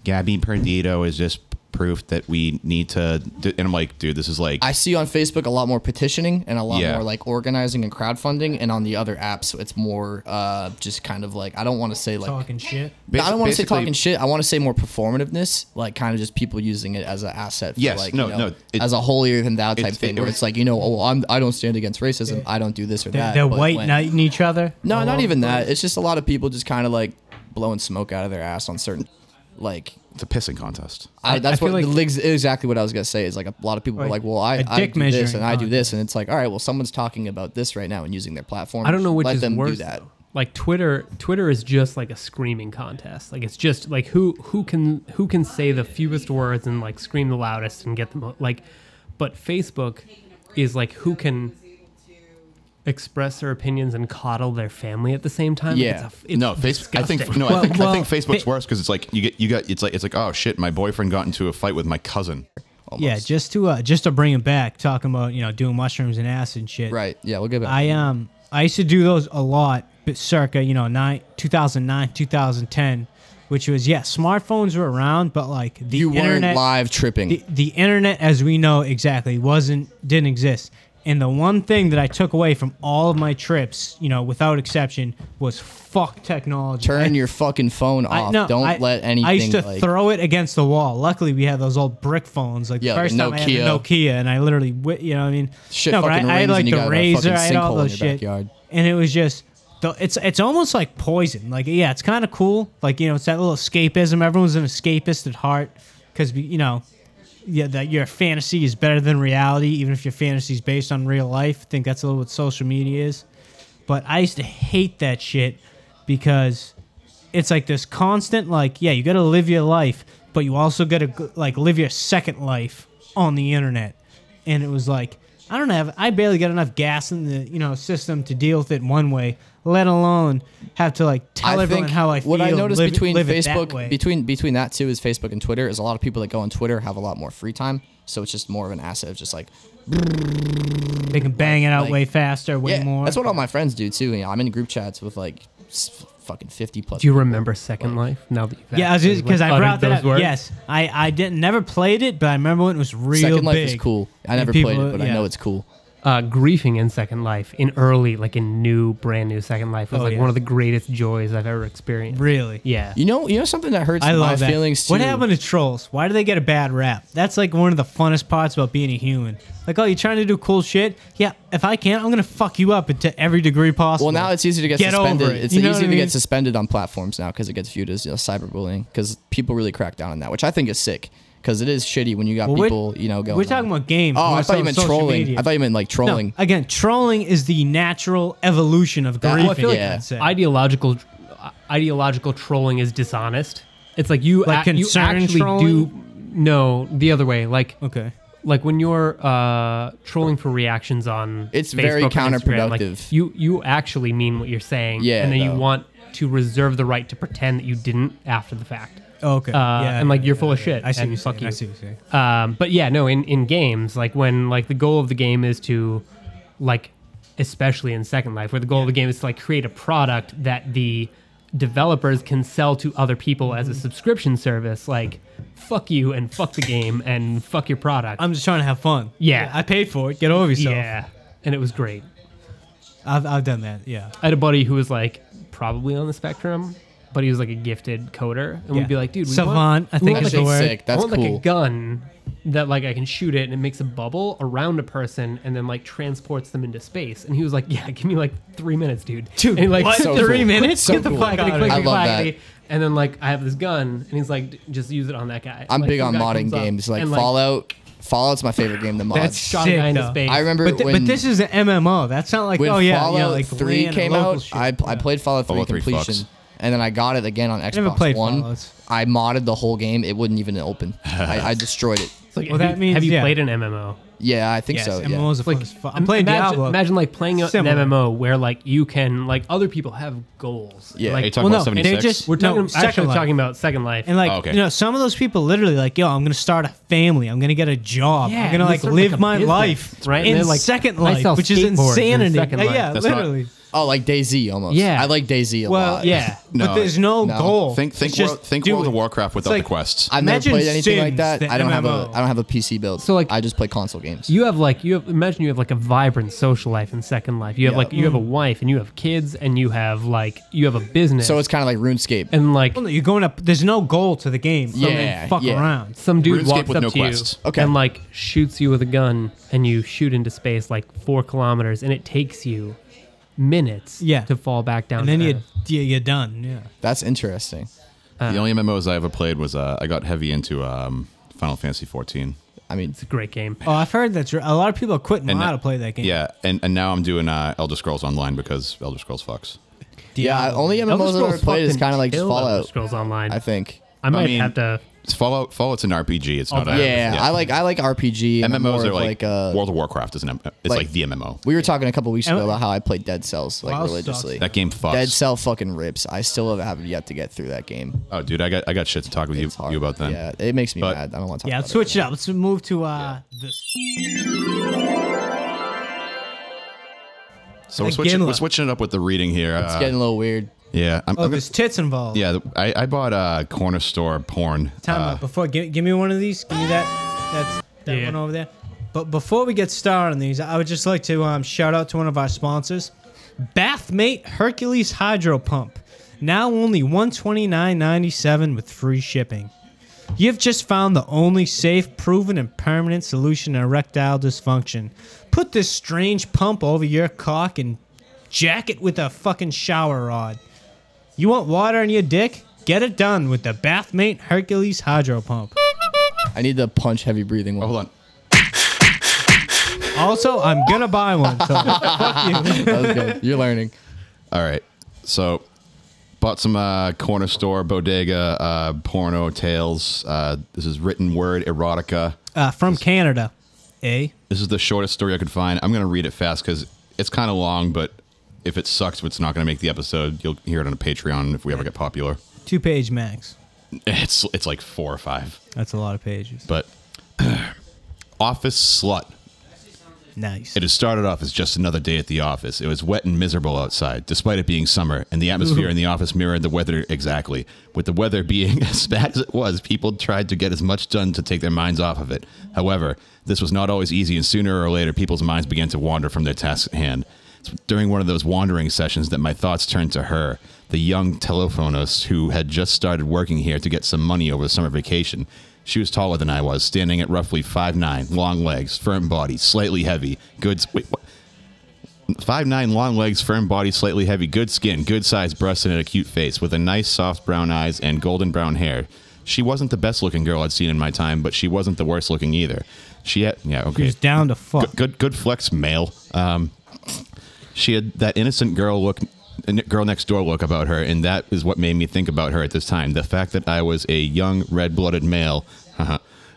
Gabby Perdido is just proof that we need to. Do, and I'm like, dude, this is like
I see on Facebook a lot more petitioning and a lot
Yeah.
more like organizing and crowdfunding, and on the other apps, it's more uh, just kind of like I don't want to say like
talking shit.
basi-
I don't want to say
basically-
talking shit. I want to say more performativeness, like kind of just people using it as an asset. For
Yes,
like,
no,
you know,
no, it-
as a holier than thou type
it-
thing,
it
where
was-
it's like you know, oh, I'm I don't stand against racism. I don't do this or
They're,
that.
they're
but
white
when-
knighting each other.
No,
all
not
over
even
the
that.
place.
It's just a lot of people just kind of like blowing smoke out of their ass on certain, like.
it's a pissing contest.
I, that's
I
what
feel like-
ex- exactly what I was gonna say is like a lot of people were like,
Like,
well, I,
a
I
dick
do this
measuring
and I do this, and it's like, all right, well, someone's talking about this right now and using their platform.
I don't know which
Let
is
them
worse.
do that.
though. Like Twitter, Twitter is just like a screaming contest. Like it's just like who who can who can say the fewest words and like scream the loudest and get the mo- like. But Facebook is like who can express their opinions and coddle their family at the same time. Like,
Yeah.
it's a- it's
no, Facebook. I think
disgusting.
no, I
Well,
think I
well,
think Facebook's
fa-
worse because it's like you get you got it's like it's like oh shit, my boyfriend got into a fight with my cousin.
Yeah, just to uh, just to bring it back, talking about you know doing mushrooms and acid and shit.
Right? Yeah, we'll get back.
I um I used to do those a lot, but circa you know nine, 2009, 2010, which was yeah, smartphones were around, but like the
you weren't
internet,
live tripping.
the, the internet as we know exactly wasn't didn't exist. And the one thing that I took away from all of my trips, you know, without exception, was fuck technology.
Turn
I-
your fucking phone
I-
off.
no,
Don't
I-
let anything.
I used to
like,
throw it against the wall. Luckily, we had those old brick phones. Like
Yeah,
the first
the
time I had a
Nokia.
Nokia, and I literally, wi- you know, what I mean,
Shit
no, but I,
fucking
I had
rings
like
and you
the
got a
razor,
fucking
I had all
sinkhole in
those
your
shit,
backyard.
and it was just. the- It's it's almost like poison. Like yeah, it's kind of cool. Like you know, it's that little escapism. Everyone's an escapist at heart, because you know, yeah, that your fantasy is better than reality, even if your fantasy is based on real life. I think that's a little what social media is. But I used to hate that shit because it's like this constant, like, yeah, you got to live your life, but you also got to like live your second life on the internet. And it was like, I don't have, I barely got enough gas in the you know system to deal with it one way, let alone have to like tell
I
everyone
think
how I feel.
what I noticed
live,
between
live it that
Facebook,
way.
between between that too, is Facebook and Twitter. Is a lot of people that go on Twitter have a lot more free time, so it's just more of an asset of just like
they can bang it out
like-
way faster, way
yeah,
more.
That's what all my friends do too. You know, I'm in group chats with like s- fucking fifty plus.
Do you remember Second Life now that you've
Yeah, I was
actually,
just because
like,
I
uttered
brought that
those
up.
words?
Yes, I I didn't never played it, but I remember when it was real
Second Life
big.
is cool. I
And
never
people-
played it, but I
yeah.
know it's cool.
uh, griefing in Second Life in early, like in new, brand new Second Life was
Oh,
like
yeah.
one of the greatest joys I've ever experienced.
Really,
Yeah.
You know, you know something that hurts
I
my
love that.
feelings too.
What happened to trolls? Why do they get a bad rap? That's like one of the funnest parts about being a human. Like, oh, you're trying to do cool shit. Yeah, if I can, I'm gonna fuck you up to every degree possible.
Well, now it's easy to get,
Get
suspended.
over it.
It's
You know
easy
what I
to
mean?
get suspended on platforms now because it gets viewed as you know, cyberbullying because people really crack down on that, which I think is sick because it is shitty when you got
Well, we're-
people, you know, going.
We're talking
on.
about games.
Oh,
more
I
so
thought you
than
meant
social
trolling.
media.
I thought you meant like
No,
trolling.
again, trolling is the natural evolution of
That-
griefing.
Well, I feel like
I'd say.
Ideological, ideological trolling is dishonest. It's like you,
Like
ac- you
concern
actually do. No, the other way. Like,
okay.
like when you're uh, trolling for reactions on
It's
Facebook
very
or Instagram, like,
counterproductive.
you you actually mean what you're saying,
Yeah,
and then you
no.
want to reserve the right to pretend that you didn't after the fact.
Okay.
Uh, and like you're full of shit.
I see.
and
what you're
fuck
saying.
you.
I see. What you're saying.
Um, but yeah, no, in, in games, like when like the goal of the game is to like especially in Second Life, where the goal of the game is to like create a product that the developers can sell to other people as a subscription service, like fuck you and fuck the game and fuck your product.
I'm just trying to have fun.
Yeah.
I paid for it. Get over yourself.
yeah. And it was great.
I've, I've done that. Yeah.
I had a buddy who was like probably on the spectrum, but he was like a gifted coder. And
Yeah.
we'd be like, dude, we
Savant,
want,
I
we
think
want,
is
like,
the word.
sick. That's
I want like
cool.
a gun that like I can shoot it and it makes a bubble around a person and then like transports them into space. And he was like, Yeah, give me like three minutes, dude.
Dude,
and, like
what?
So
Three
cool.
minutes?
So
Get the
cool.
fuck out of
I
here.
love that.
clickety-clackety. And then like I have this gun and he's like, "D- just use it on that guy.
I'm
Like,
big on
some guy
modding
comes up
games, like,
and,
Fallout. Fallout's my favorite game to mod.
That's shot a
sick,
guy into
though.
space.
I remember
But, th-
when
but this is an MMO. That's not like,
when
oh, yeah,
Fallout
yeah, like
3
land,
came
local
out,
shit.
I, I played Fallout 3
Fallout 3
completion,
fucks.
and then I got it again on Xbox
never played
One.
Fallouts.
I modded the whole game; it wouldn't even open. I, I destroyed it.
It's like,
Well,
have
that
you-
means-
have you
yeah.
played an MMO?
Yeah, I think
Yes,
so. Yeah.
MMOs are fun
Like,
as fuck. I'm playing
imagine,
Diablo.
Imagine like playing a-
Similar.
an MMO where like you can like other people have goals.
Yeah.
Are
like,
you talking
Well,
about
no, they
76?
just-
we're talking
No, Second
actually
Life.
talking about Second Life.
and like
Oh, okay.
you know, some of those people literally like, yo, I'm gonna start a family. I'm gonna get a job.
Yeah,
I'm gonna
and they
like
start, like,
live
a
my
business,
life
right? And
in
they're like,
Second
I
Life,
sell
which is
skateboards in
insanity.
Second
Yeah,
Life.
yeah,
That's not-
literally.
Oh, like DayZ almost.
Yeah.
I like DayZ a
well,
lot.
yeah,
No,
but there's no,
no.
goal.
think think
It's just
World, think
do
World of
it.
Warcraft without
like-
the quests.
I've
Imagine
never played anything like
Sims,
that.
the
I don't have a
MMO.
I don't have a PC build.
So, like-
I just play console games.
you have like you have imagine you have like a vibrant social life in Second Life. You have
Yeah.
like you have a
Mm.
wife and you have kids and you have like you have a business.
so it's kind of like RuneScape.
and like
Well, no, You're going up. There's no goal to the game. Yeah,
Yeah,
fuck
yeah.
around.
some dude
RuneScape
walks
with
up
no
to
quest.
you
Okay.
and like shoots you with a gun and you shoot into space like four kilometers and it takes you minutes
Yeah.
to fall back down.
And then
to
you
Earth.
you- you're done. Yeah.
That's interesting.
uh,
the only MMOs I ever played was uh, I got heavy into um, Final Fantasy 14.
I mean,
it's a great game.
Oh, I've heard that a lot of people are quitting
And
WoW
that-
to play that game.
Yeah, and, and now I'm doing uh, Elder Scrolls Online because Elder Scrolls fucks.
yeah, I- only
Elder
MMOs I've ever
Scrolls
played is
fucking
kind of like just
killed Elder
Fallout.
Scrolls Online.
I think.
I might
mean-
have to.
It's Fallout Fallout's an RPG. It's
Oh,
not a
Yeah, I like I like RPG. and I'm more
MMOs are
of
like,
uh,
World of Warcraft is an M- it's
like-
like, the MMO.
We were talking a couple weeks ago
And-
about how I played Dead Cells like
Wow, sucks.
religiously.
That game fucks.
Dead Cell fucking rips. I still haven't yet to get through that game.
Oh, dude, I got I got shit to talk with you,
It's hard.
you about that.
Yeah, it makes me
But-
mad. I don't want to talk
Yeah,
about
let's switch it up. Let's move to uh, this.
So we're
Like
switching,
Gimlet.
we're switching it up with the reading here.
It's
uh,
getting a little weird.
yeah, I'm,
Oh,
I'm
there's tits involved.
yeah. the- I, I bought uh, corner store porn.
Time
uh,
out. Before, give, give me one of these. Give me that. That's that
Yeah.
one over there. But before we get started on these, I would just like to um, shout out to one of our sponsors, Bathmate Hercules Hydro Pump. Now only $129.97 with free shipping. You've just found the only safe, proven, and permanent solution to erectile dysfunction. Put this strange pump over your cock and jack it with a fucking shower rod. You want water in your dick? Get it done with the Bathmate Hercules Hydro Pump.
I need to punch heavy breathing.
Oh,
One.
hold on.
Also, I'm gonna buy one. So fuck you.
That was good. You're learning.
All right. So bought some uh, corner store bodega uh, porno tales. Uh, this is written word erotica.
Uh, from Canada, eh?
This is the shortest story I could find. I'm gonna read it fast because it's kind of long, but if it sucks, it's not gonna make the episode. You'll hear it on a Patreon if we ever get popular.
Two page max.
It's it's like four or five,
That's a lot of pages.
but office slut.
Nice.
It has started off as just another day at the office. It was wet and miserable outside, despite it being summer, and the atmosphere in the office mirrored the weather exactly. With the weather being as bad as it was, people tried to get as much done to take their minds off of it. However, this was not always easy, and sooner or later, people's minds began to wander from their tasks at hand. It's during one of those wandering sessions that my thoughts turned to her, the young telephonist who had just started working here to get some money over the summer vacation. She was taller than I was, standing at roughly 5'9, long legs, firm body, slightly heavy, good. Wait, what? 5'9, long legs, firm body, slightly heavy, good skin, good sized breasts, and a cute face, with a nice, soft brown eyes and golden brown hair. She wasn't the best looking girl I'd seen in my time, but she wasn't the worst looking either. She had, yeah, okay.
He's down to fuck.
Good, good, good flex, male. Um, she had that innocent girl look, girl next door look about her, and that is what made me think about her at this time. The fact that I was a young, red-blooded male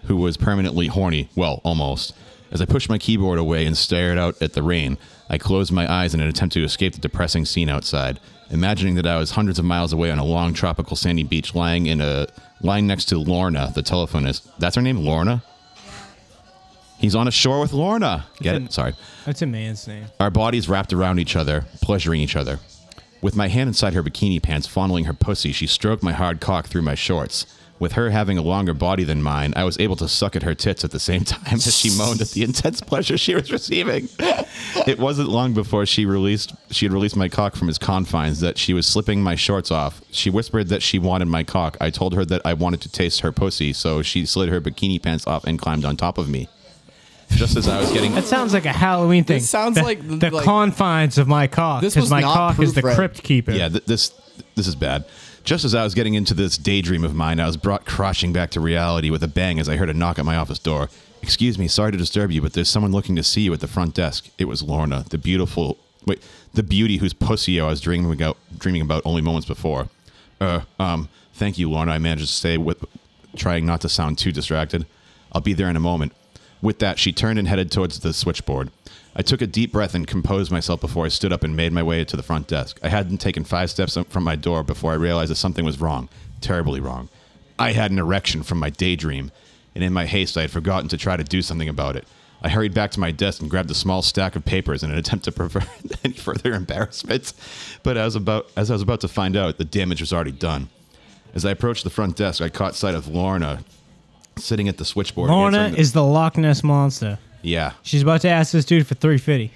who was permanently horny. Well, almost. As I pushed my keyboard away and stared out at the rain, I closed my eyes in an attempt to escape the depressing scene outside, imagining that I was hundreds of miles away on a long tropical sandy beach, lying in a lying next to Lorna, the telephonist. That's her name, Lorna. He's on a shore with Lorna. Get
an-
it? Sorry.
That's a man's name.
Our bodies wrapped around each other, pleasuring each other. With my hand inside her bikini pants, fondling her pussy, she stroked my hard cock through my shorts. With her having a longer body than mine, I was able to suck at her tits at the same time as she moaned at the intense pleasure she was receiving. It wasn't long before she released she had released my cock from his confines that she was slipping my shorts off. She whispered that she wanted my cock. I told her that I wanted to taste her pussy, so she slid her bikini pants off and climbed on top of me. Just as I was getting
That sounds like a Halloween thing.
It sounds
the,
like-
the
like-
confines of my cock.
This
Because
was
my
not
cock is the
proofread.
crypt keeper.
Yeah, th- this this is bad. Just as I was getting into this daydream of mine, I was brought crashing back to reality with a bang as I heard a knock at my office door. Excuse me, sorry to disturb you, but there's someone looking to see you at the front desk. It was Lorna, the beautiful wait, the beauty whose pussy I was dreaming about, dreaming about only moments before. Uh, um, thank you, Lorna. I managed to stay with, trying not to sound too distracted. I'll be there in a moment. With that, she turned and headed towards the switchboard. I took a deep breath and composed myself before I stood up and made my way to the front desk. I hadn't taken five steps up from my door before I realized that something was wrong, terribly wrong. I had an erection from my daydream, and in my haste, I had forgotten to try to do something about it. I hurried back to my desk and grabbed a small stack of papers in an attempt to prevent any further embarrassments. But as about as I was about to find out, the damage was already done. As I approached the front desk, I caught sight of Lorna sitting at the switchboard.
Lorna
answering the-
is the Loch Ness monster.
yeah.
She's about to ask this dude for three fifty.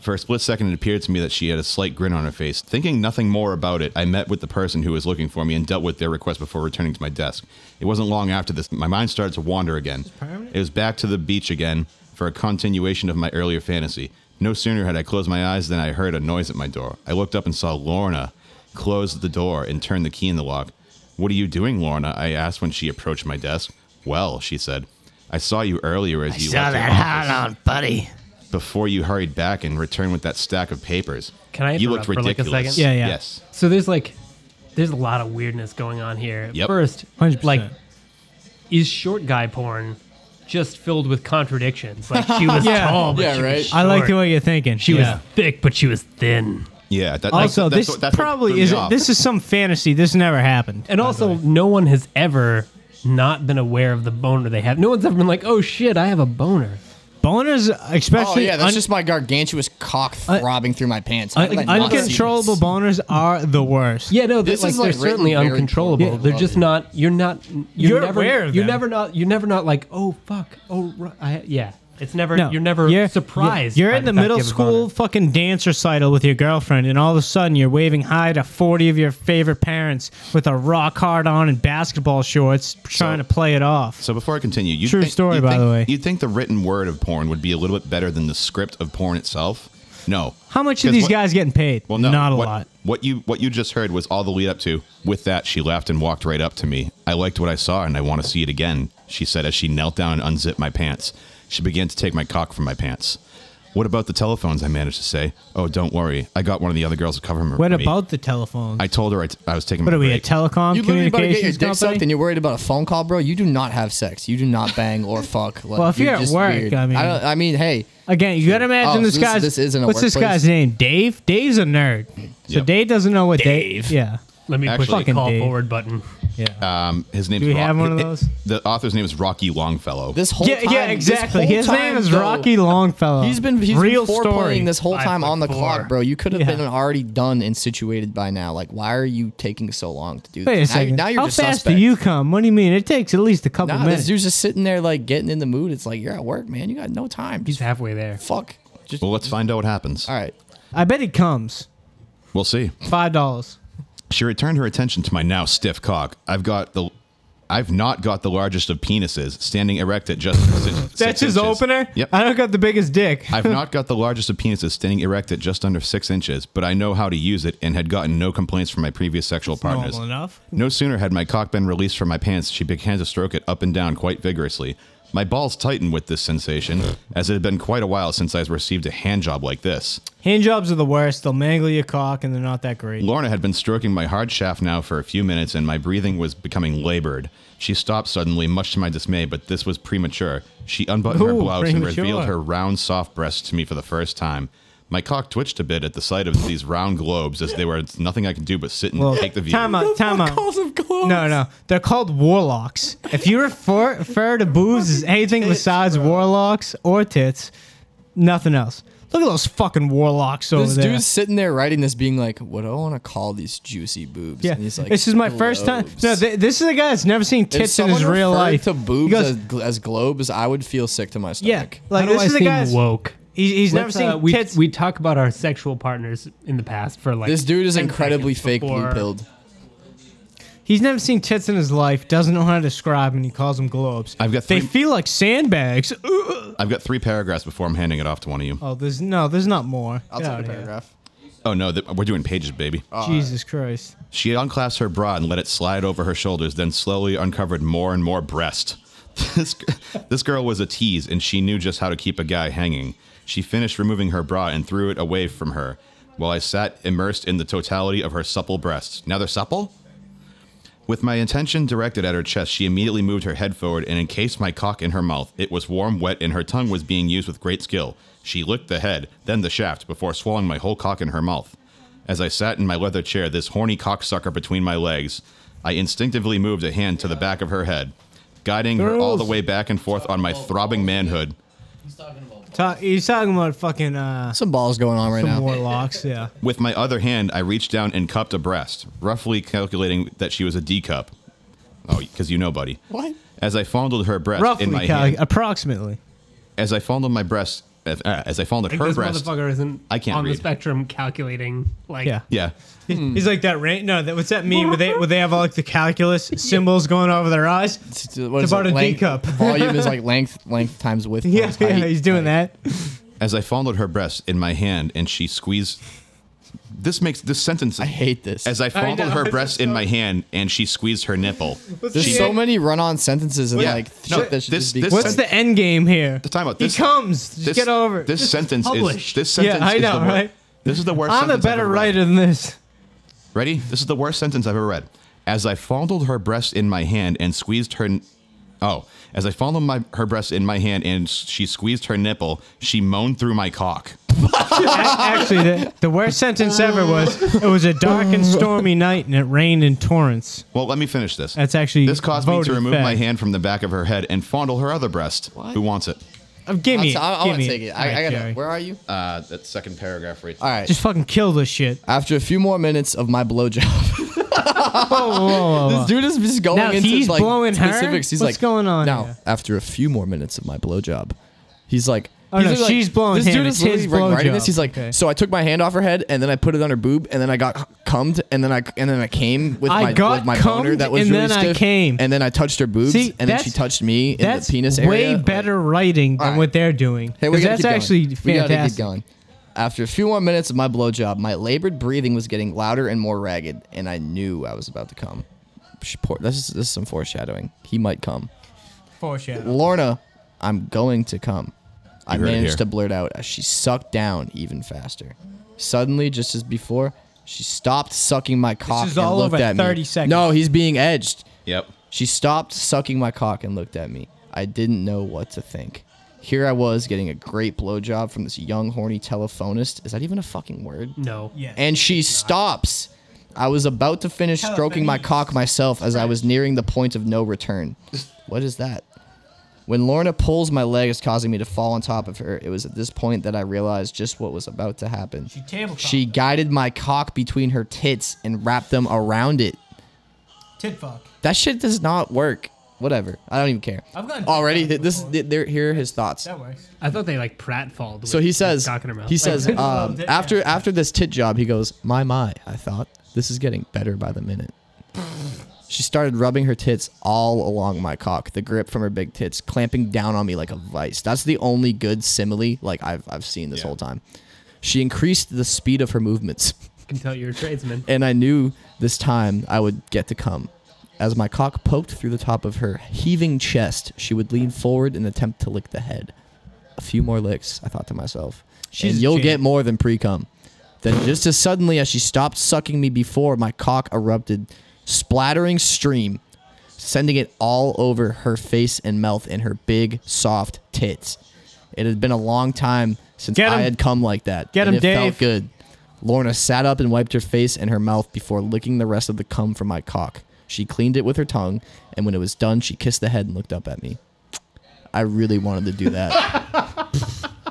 For a split second, it appeared to me that she had a slight grin on her face. Thinking nothing more about it, I met with the person who was looking for me and dealt with their request before returning to my desk. It wasn't long after this my mind started to wander again. It was back to the beach again for a continuation of my earlier fantasy. No sooner had I closed my eyes than I heard a noise at my door. I looked up and saw Lorna close the door and turn the key in the lock. What are you doing, Lorna? I asked when she approached my desk. Well, she said, I saw you earlier as you left your office
on, buddy.
before you hurried back and returned with that stack of papers.
Can I
You looked
interrupt for, like, a
ridiculous.
second?
Yeah, yeah.
Yes.
So there's like, there's a lot of weirdness going on here.
Yep.
First,
100%.
like, is short guy porn just filled with contradictions? Like she was
Yeah.
tall, but
Yeah,
she
right.
was
I like the
short.
way you're thinking.
she
yeah.
was thick, but she was thin.
Yeah. That,
Also,
that's-
this
that's what- that's what threw
probably
me
is
off.
this is some fantasy. This never happened.
And also, no one has ever not been aware of the boner they have. No one's ever been like, "Oh shit, I have a boner."
boners,
Oh
especially
yeah, that's
un-
just my gargantuous cock
I-
throbbing through my pants. How
un-
did I not see
uncontrollable
this?
boners are the worst.
Yeah, no,
This
this like,
is,
they're
like, written
certainly
very
uncontrollable.
poorly.
They're just not. You're not. You're,
You're
never,
aware of
You're
them.
never not. You're never not like. Oh fuck. Oh ri- I, yeah. It's never.
No,
you're never surprised.
You're
by
in the
fact
middle
you have a boner.
school fucking dance recital with your girlfriend, and all of a sudden you're waving hi to 40 of your favorite parents with a rock hard on and basketball shorts trying
So-
to play it off.
So before I continue, you
True
think,
story,
you
by
think-
the way.
You'd think the written word of porn would be a little bit better than the script of porn itself. No.
How much are
'Cause
these
what-
guys getting paid?
Well, no,
Not a
what-
lot.
What you what you just heard was all the lead up to. With that, she laughed and walked right up to me. I liked what I saw and I want to see it again. She said as she knelt down and unzipped my pants. She began to take my cock from my pants. What about the telephones? I managed to say. Oh, don't worry. I got one of the other girls to cover 'em for
What
me.
about the telephone?
I told her I, t- I was taking.
what
my
are we, a
break.
telecom
You literally about to get your
communications
dick sucked, and
company?
you're worried about a phone call, bro. You do not have sex. You do not bang or fuck. Like,
Well, if you're at
just
work,
weird.
I mean-
I, don't, I mean, hey,
Again, you gotta
Oh,
imagine this
so this-
guy's.
this isn't a
what's this
workplace?
guy's name? Dave. Dave's a nerd, so
Yep.
Dave doesn't know what Dave. yeah,
Let me
Actually-
push the
Fucking
call
Dave.
forward button.
yeah.
Um, his name.
Do we have one of those?
The author's name is Rocky Longfellow.
this whole
yeah,
time,
yeah,
this
exactly.
whole
His
time,
name is
though,
Rocky Longfellow.
He's been he's
real
been
story.
foreplaying this whole
Five
time
foot
on the
four.
clock, bro. You could have
Yeah.
been already done and situated by now. Like, why are you taking so long to do
Wait a
this? Now you-
second.
Now, you're
How
just
fast
suspect.
do you come? What do you mean? It takes at least a couple
Nah, this
minutes.
dude's just sitting there like getting in the mood. It's like you're at work, man. You got no time.
He's
Just
halfway there.
fuck. Just
Well, let's find out what happens.
all right.
I bet he comes.
We'll see.
Five dollars.
She returned her attention to my now stiff cock. I've got the. I've not got the largest of penises, standing erect at just. six-
That's
six
his
inches.
opener.
Yep.
I don't got the biggest dick.
I've not got the largest of penises standing erect at just under six inches, but I know how to use it and had gotten no complaints from my previous sexual partners.
Normal enough.
No sooner had my cock been released from my pants, she began to stroke it up and down quite vigorously. My balls tightened with this sensation, as it had been quite a while since I had received a hand job like this.
Hand jobs are the worst. They'll mangle your cock, and they're not that great.
Lorna had been stroking my hard shaft now for a few minutes, and my breathing was becoming labored. She stopped suddenly, much to my dismay, but this was premature. She unbuttoned her
Ooh,
blouse and
premature.
revealed her round, soft breasts to me for the first time. My cock twitched a bit at the sight of these round globes, as they were nothing I could do but sit and
Well,
take the view.
time out. Time out.
No,
No, no. They're called warlocks. If you refer, refer to boobs as anything besides warlocks or tits, nothing else. Look at those fucking warlocks over
This
there.
dude's sitting there writing this, being like, "What do I want to call these juicy boobs?"
yeah,
And he's like,
this is my first time. No,
"Globes."
th- this is a guy that's never seen
If
tits in his
someone
real
referred
life.
To boobs
he goes,
as, gl- as globes, I would feel sick to my
yeah,
stomach.
like
How do
this
I
is a
seem
guy. that's-
woke.
He's, he's never
Let's,
seen
uh, we,
tits.
We talk about our sexual partners in the past for like
This dude is
10
incredibly
seconds
fake blue
before-
pilled.
he's never seen tits in his life. Doesn't know how to describe, and he calls them globes.
I've got
They
three-
feel like sandbags. Ugh.
I've got three paragraphs before I'm handing it off to one of you.
Oh, there's no, there's not more.
I'll
Get
take a
out of here.
paragraph.
Oh no, th- we're doing pages, baby.
Jesus Christ.
She unclasped her bra and let it slide over her shoulders, then slowly uncovered more and more breast. This, this girl was a tease, and she knew just how to keep a guy hanging. She finished removing her bra and threw it away from her, while I sat immersed in the totality of her supple breasts. Now they're supple? With my attention directed at her chest, she immediately moved her head forward and encased my cock in her mouth. It was warm, wet, and her tongue was being used with great skill. She licked the head, then the shaft, before swallowing my whole cock in her mouth. As I sat in my leather chair, this horny cocksucker between my legs, I instinctively moved a hand to the back of her head, guiding her all the way back and forth on my throbbing manhood.
Talk, he's talking about fucking uh,
Some balls going on right
some
now.
warlocks. Yeah.
With my other hand, I reached down and cupped a breast, roughly calculating that she was a D cup. Oh, because you know, buddy.
What?
As I fondled her breast in my
Roughly, Cal-
hand,
approximately.
as I fondled my breast, uh, as I fondled
Like
her
this
breast.
motherfucker isn't
I can't
on
read.
the spectrum calculating like
Yeah.
Yeah. Hmm.
He's like that rain. No, that, what's that mean? Where they where they have like the calculus symbols going over their eyes?
It's, what
It's
is it?
about a D
Length-
cup.
Volume is like length, length times width.
Yeah,
times height.
yeah, he's doing that.
As I fondled her breast in my hand, and she squeezed. This makes this sentence.
I hate this.
As I fondled
know,
her
it's
breast in my hand, and she squeezed her nipple.
There's so many run-on sentences and
Yeah.
like
No,
shit that should
this-
just be.
this
What's
sen-
the end game here?
Time out.
He
This,
comes. Just
this-
get over it.
This, sentence is.
published.
This
Yeah,
sentence
I
is
know,
the wor-
right?
This is the worst.
I'm a
sentence I've
better
ever read.
writer than this.
Ready? This is the worst sentence I've ever read. As I fondled her breast in my hand and squeezed her. N- oh, as I fondled my her breast in my hand and s- she squeezed her nipple, she moaned through my cock.
A- Actually, the, the worst sentence ever was it was a dark and stormy night and it rained in torrents.
Well, let me finish this.
That's actually
this caused me to
voted
remove
fact.
my hand from the back of her head and fondle her other breast. Who wants it?
Um, give me.
I'll, i
give
want
me
to take it. I,
All
I
right,
gotta.
Joey.
Where are you?
Uh, that second paragraph right
All right.
Just fucking kill this shit.
After a few more minutes of my blowjob,
Whoa, whoa, whoa, whoa.
this dude is just going
Now
into
he's
like
blowing her?
specifics. He's
What's
like,
going on
Now,
here?
after a few more minutes of my blowjob, he's like,
Oh,
he's
no,
literally
she's
like,
blowing
This
him.
dude
It's
is literally
his
writing- writing this.
blowjob.
He's like,
Okay.
so I took my hand off her head and then I put it on her boob and then I got cummed and then I and then I came with
I
my
got
with my boner
cummed
that was
and
really
then I
stiff
came.
and then I touched her boobs
See,
and then
that's-
she touched me in the
that's
penis
way
area. Like-
better writing than
All right.
what they're doing.
Hey, we
'Cause
gotta
that's
keep going.
actually
We gotta keep
fantastic.
going. After a few more minutes of my blowjob, my labored breathing was getting louder and more ragged, and I knew I was about to come. She pour- This is, this is some foreshadowing. He might come.
Foreshadow.
Lorna, I'm going to come. I
You heard it
managed
here.
to blurt out as she sucked down even faster. Suddenly, just as before, she stopped sucking my cock
is
and
all
looked
over
at
30
me.
seconds.
No, he's being edged.
Yep.
She stopped sucking my cock and looked at me. I didn't know what to think. Here I was getting a great blowjob from this young, horny telephonist. Is that even a fucking word?
No.
Yeah.
And she stops. I was about to finish stroking my cock myself as I was nearing the point of no return. What is that? When Lorna pulls my legs, causing me to fall on top of her, it was at this point that I realized just what was about to happen. She,
tabletop.
guided my cock between her tits and wrapped them around it.
tit fuck.
That shit does not work. Whatever. I don't even care.
I've gotten
already.
tit-fucked
th- This th- there. Here are his thoughts.
works.
I thought they like pratfalled.
So he says.
cock in her mouth.
He says.
Like,
Um,
tit job.
after after this tit job, he goes. My my. I thought this is getting better by the minute. She started rubbing her tits all along my cock, the grip from her big tits clamping down on me like a vice. That's the only good simile like I've I've seen this
Yeah.
whole time. She increased the speed of her movements.
can tell you're a tradesman.
and I knew this time I would get to come. As my cock poked through the top of her heaving chest, she would lean forward and attempt to lick the head. A few more licks, I thought to myself.
She's
and
a
you'll
champ.
get more than pre cum. Then, just as suddenly as she stopped sucking me before, my cock erupted, splattering stream, sending it all over her face and mouth and her big, soft tits. It had been a long time since
Get
I
him.
had come like that.
Get
and
him,
it felt
Dave.
good. Lorna sat up and wiped her face and her mouth before licking the rest of the cum from my cock. She cleaned it with her tongue, and when it was done, she kissed the head and looked up at me. I really wanted to do that.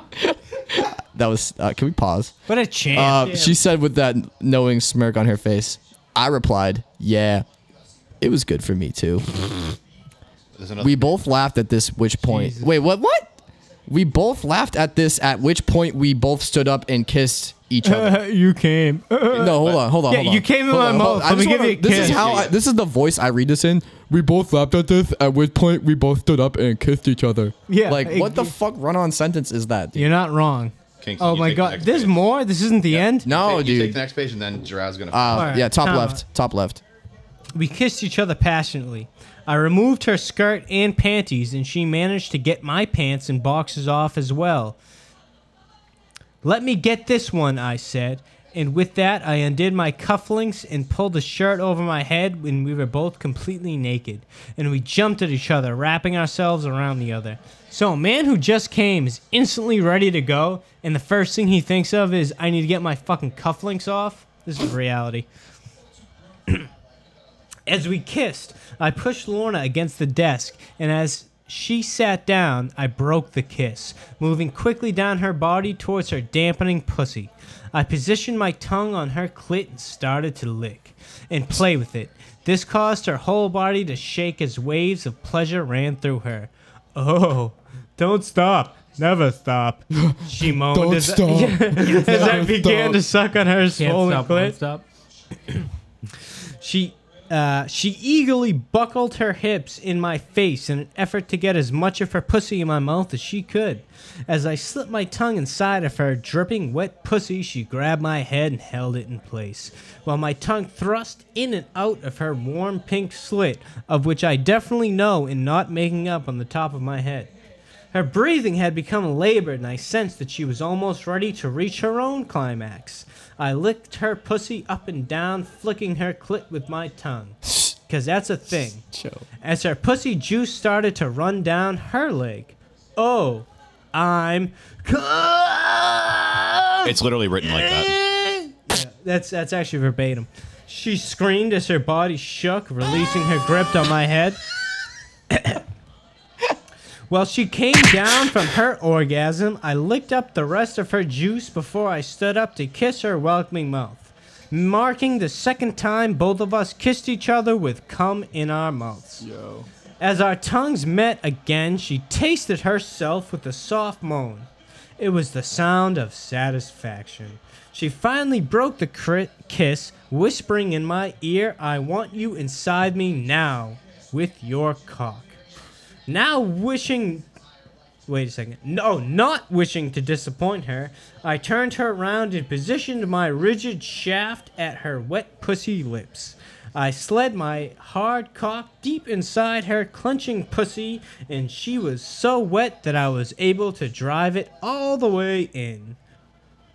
that was. Uh, can we pause?
What a chance.
Uh, She said with that knowing smirk on her face. I replied, "Yeah, it was good for me too."
There's another.
We both laughed at this. Which point? Wait, what? What? We both laughed at this. At which point we both stood up and kissed each other.
you came.
No, hold on, hold on.
Yeah,
hold on.
you came in
Hold
my
on, hold on.
mouth.
I
Let me
just
give
wanna-
you a
This is
kiss.
how I, this is the voice I read this in. We both laughed at this, at which point we both stood up and kissed each other.
Yeah,
like
it-
what the fuck run-on sentence is that? dude?
You're not wrong.
Kinks,
oh
you
my
take the
god.
next
There's
page.
more? This isn't the end?
No,
Take- you take
dude.
the next page and then Gerard's gonna.
Uh,
Alright,
Yeah, top
time
left, top left.
We kissed each other passionately. I removed her skirt and panties, and she managed to get my pants and boxes off as well. Let me get this one, I said, and with that, I undid my cufflinks and pulled the shirt over my head when we were both completely naked, and we jumped at each other, wrapping ourselves around the other. So, a man who just came is instantly ready to go, and the first thing he thinks of is, I need to get my fucking cufflinks off? This is reality. As we kissed, I pushed Lorna against the desk, and as she sat down, I broke the kiss, moving quickly down her body towards her dampening pussy. I positioned my tongue on her clit and started to lick and play with it. This caused her whole body to shake as waves of pleasure ran through her. Oh, don't stop. Never stop. She moaned
Don't
as,
stop.
as I began to suck on her swollen
stop,
clit.
won't stop.
She uh, she eagerly buckled her hips in my face in an effort to get as much of her pussy in my mouth as she could. As I slipped my tongue inside of her dripping wet pussy, she grabbed my head and held it in place, while my tongue thrust in and out of her warm pink slit, of which I definitely know and not making up on the top of my head. Her breathing had become labored, and I sensed that she was almost ready to reach her own climax. I licked her pussy up and down, flicking her clit with my tongue. Because that's a thing. As her pussy juice started to run down her leg. Oh, I'm.
It's literally written like that.
That's that's actually verbatim. She screamed as her body shook, releasing her grip on my head. Well, she came down from her orgasm. I licked up the rest of her juice before I stood up to kiss her welcoming mouth. Marking the second time both of us kissed each other with cum in our mouths.
Yo.
As our tongues met again, she tasted herself with a soft moan. It was the sound of satisfaction. She finally broke the cri- kiss, whispering in my ear, I want you inside me now with your cock. Now wishing. Wait a second. No, not wishing to disappoint her, I turned her around and positioned my rigid shaft at her wet pussy lips. I slid my hard cock deep inside her clenching pussy, and she was so wet that I was able to drive it all the way in.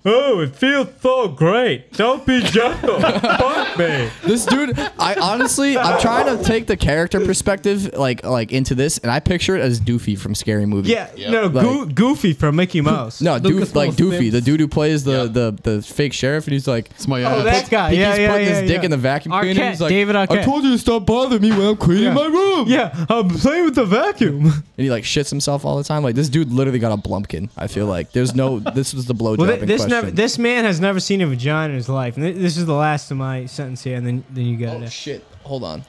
Oh, it feels so great. Don't be gentle. Fuck me.
This dude, I honestly, I'm trying to take the character perspective, like like into this, and I picture it as Doofy from Scary Movie.
Yeah, no, Goo- Goofy from Mickey Mouse.
No,
Lucas
Doof, like
Will
Doofy,
Smith.
the dude who plays the, the, the fake sheriff, and he's like,
It's my
Oh,
ass.
that guy.
he
yeah,
keeps
yeah,
putting
yeah,
his dick
yeah.
in the vacuum cleaner.
Arquette,
and he's like, "Oh,
David
I
Arquette.
told you to stop bothering me when I'm cleaning
Yeah.
my room.
Yeah, I'm playing with the vacuum.
and he like shits himself all the time. Like this dude literally got a blumpkin. I feel like there's no. This was the blowjob
Well,
in
th- this
question.
never, this man has never seen a vagina in his life. And th- this is the last of my sentence here, and then then you got
oh
it.
shit! Hold on.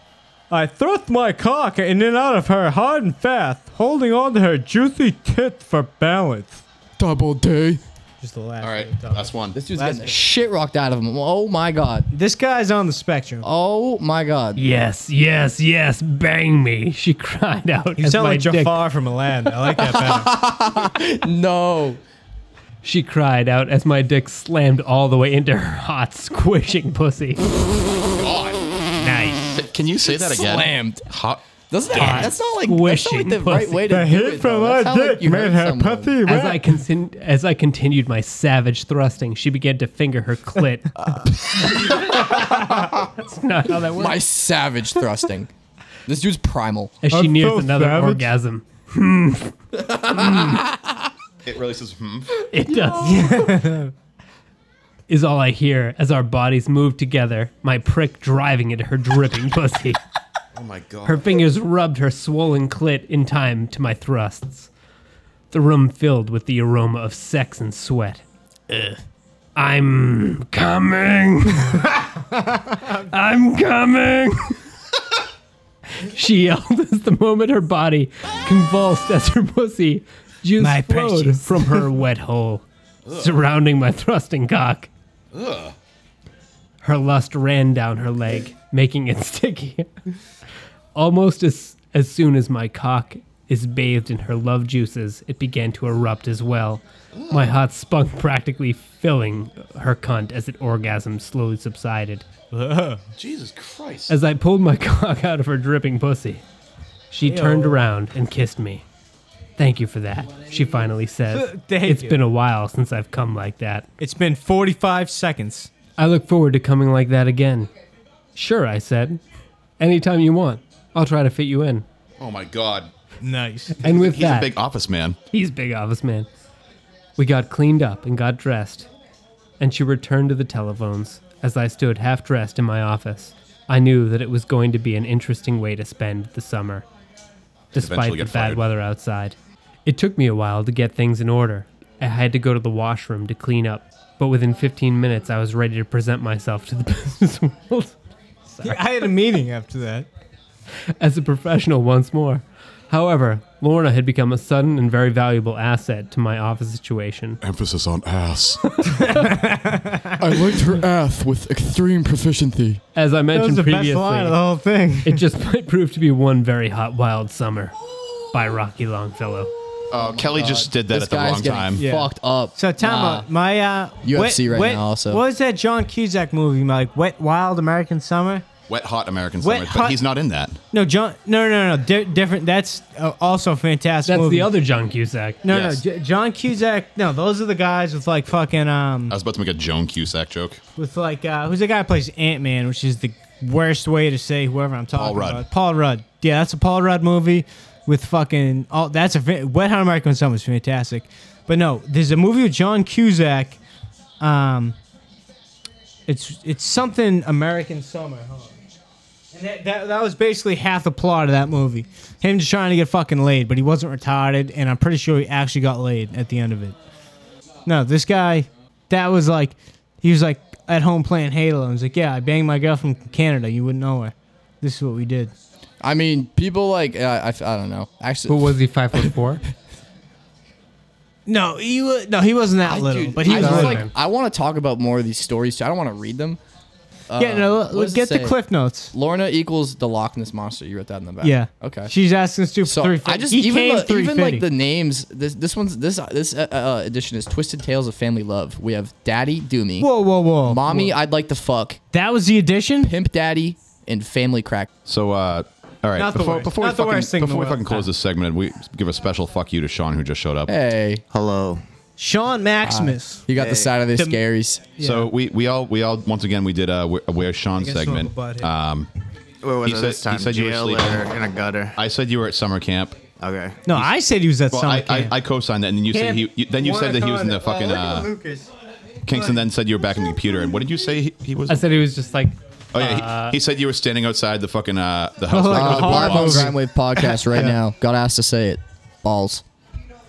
I thrust my cock in and out of her hard and fast, holding on to her juicy tits for balance.
Double D.
Just the last.
All right,
one.
that's one.
This dude's
Last
getting the shit rocked out of him. Oh my god.
This guy's on the spectrum.
Oh my god.
Yes, yes, yes, bang me. She cried out.
you
as
sound
my
like
dick-
Jafar from Aladdin. I like that better.
No.
She cried out as my dick slammed all the way into her hot, squishing pussy. Nice.
Can you say that again?
Slammed.
Hot.
Doesn't that, that's not like that's not like
Squishing
the right
pussy.
way to do it. though. That's not like you hurt someone.
As I, con- as I continued my savage thrusting, she began to finger her clit. That's not how that works.
My savage thrusting. This dude's primal.
As she
I'm
nears
so
another
savage.
orgasm,
It really says hmm.
it does. Is all I hear as our bodies move together, my prick driving into her dripping pussy.
Oh my god.
Her fingers rubbed her swollen clit in time to my thrusts. The room filled with the aroma of sex and sweat. I'm coming. I'm coming. she yelled as the moment her body convulsed as her pussy juice
My
flowed
precious.
from her wet hole, surrounding my thrusting cock. Her lust ran down her leg, making it sticky. Almost as as soon as my cock is bathed in her love juices, it began to erupt as well. My hot spunk practically filling her cunt as it orgasm slowly subsided.
Jesus Christ.
As I pulled my cock out of her dripping pussy, she turned around and kissed me. Thank you for that, she finally says.
uh, Thank
"It's
you.
been a while since I've come like that.
It's been 45 seconds.
I look forward to coming like that again. Sure, I said. Anytime you want. I'll try to fit you in.
oh my god.
Nice.
And with
He's
that,
a big office man.
He's big office man. We got cleaned up and got dressed, and she returned to the telephones. As I stood half dressed in my office, I knew that it was going to be an interesting way to spend the summer, despite
Eventually
the
get
bad
fired.
weather outside. It took me a while to get things in order. I had to go to the washroom to clean up, but within 15 minutes, I was ready to present myself to the business world
I had a meeting after that.
as a professional once more. However, Lorna had become a sudden and very valuable asset to my office situation.
Emphasis on ass.
I liked her ass with extreme proficiency.
As
That
I
was
mentioned
the best line of the
previously,
whole thing.
it just might prove to be one very hot, wild summer by Rocky Longfellow.
Oh, Kelly just did that
This
at the
guy's
wrong
getting
time.
fucked up.
So time
Nah.
out. My uh,
UFC
wet-
right
wet-
now also.
What was that John Cusack movie? Like Wet Wild American Summer?
Wet hot American
Wet
summer,
hot-
but he's not in that.
No, John. No, no, no. Di- different. That's uh, also a fantastic.
That's
movie.
the other John Cusack.
No,
Yes.
no. J- John Cusack. No, those are the guys with like fucking um
I was about to make a Joan Cusack joke.
with like uh who's the guy who plays Ant Man, which is the worst way to say whoever I'm talking
Paul Rudd.
about. Paul Rudd. Yeah, that's a Paul Rudd movie with fucking. Oh, that's a fa- Wet Hot American Summer is fantastic. But no, there's a movie with John Cusack. Um, it's it's something American Summer. Hold on. And that, that, that was basically half the plot of that movie. Him just trying to get fucking laid, but he wasn't retarded, and I'm pretty sure he actually got laid at the end of it. No, this guy, that was like, he was like at home playing Halo. And he's like, yeah, I banged my girl from Canada. You wouldn't know her. This is what we did.
I mean, people like uh, I, I don't know. Actually,
But was he five foot four?
No, he wa- no, he wasn't that
I-
little,
dude,
but he
I
was
just,
little.
like I want to talk about more of these stories. Too. I don't want to read them.
yeah,
Um,
no,
what
look,
does it
get the
say?
cliff notes.
Lorna equals the Loch Ness monster. You wrote that in the back.
Yeah.
Okay.
She's asking us to
So
three.
I just
he
even
came
the, even like
350.
the names. This this one's this uh, this uh, uh, edition is Twisted Tales of Family Love. We have Daddy Do Me,
Whoa, whoa, whoa!
Mommy I'd Like to Fuck,
that was the addition.
Pimp Daddy, and Family Crack.
So, uh, all right.
Not the
before
worst.
before,
Not
we,
the
fucking,
worst thing in the
before we
world.
fucking close this segment, we give a special fuck you to Sean who just showed up.
Hey,
Hello.
Sean Maximus.
you got the side of the
The-
scaries.
So we, we all we all once again we did a where, a where Sean
guess we'll
segment.
have a butthead.
Um,
Where was
He
I
said-
this
he
time?
said you were
Jail
sleeping.
or in a gutter?
I said you were at summer camp.
Okay.
no, I said he was at
Well,
summer
I, I,
camp.
I co-signed that, and then you said he. You, then you said that he was in the fucking
Oh,
uh, Kingston. Then said you were back in the computer. And what did you say he, he was?
I said he was just like
oh yeah, he- he, said you were standing outside the fucking uh, the house. like it was
Uh,
a black
live on
box.
Grindwave podcast right now. Got asked to say it. Balls.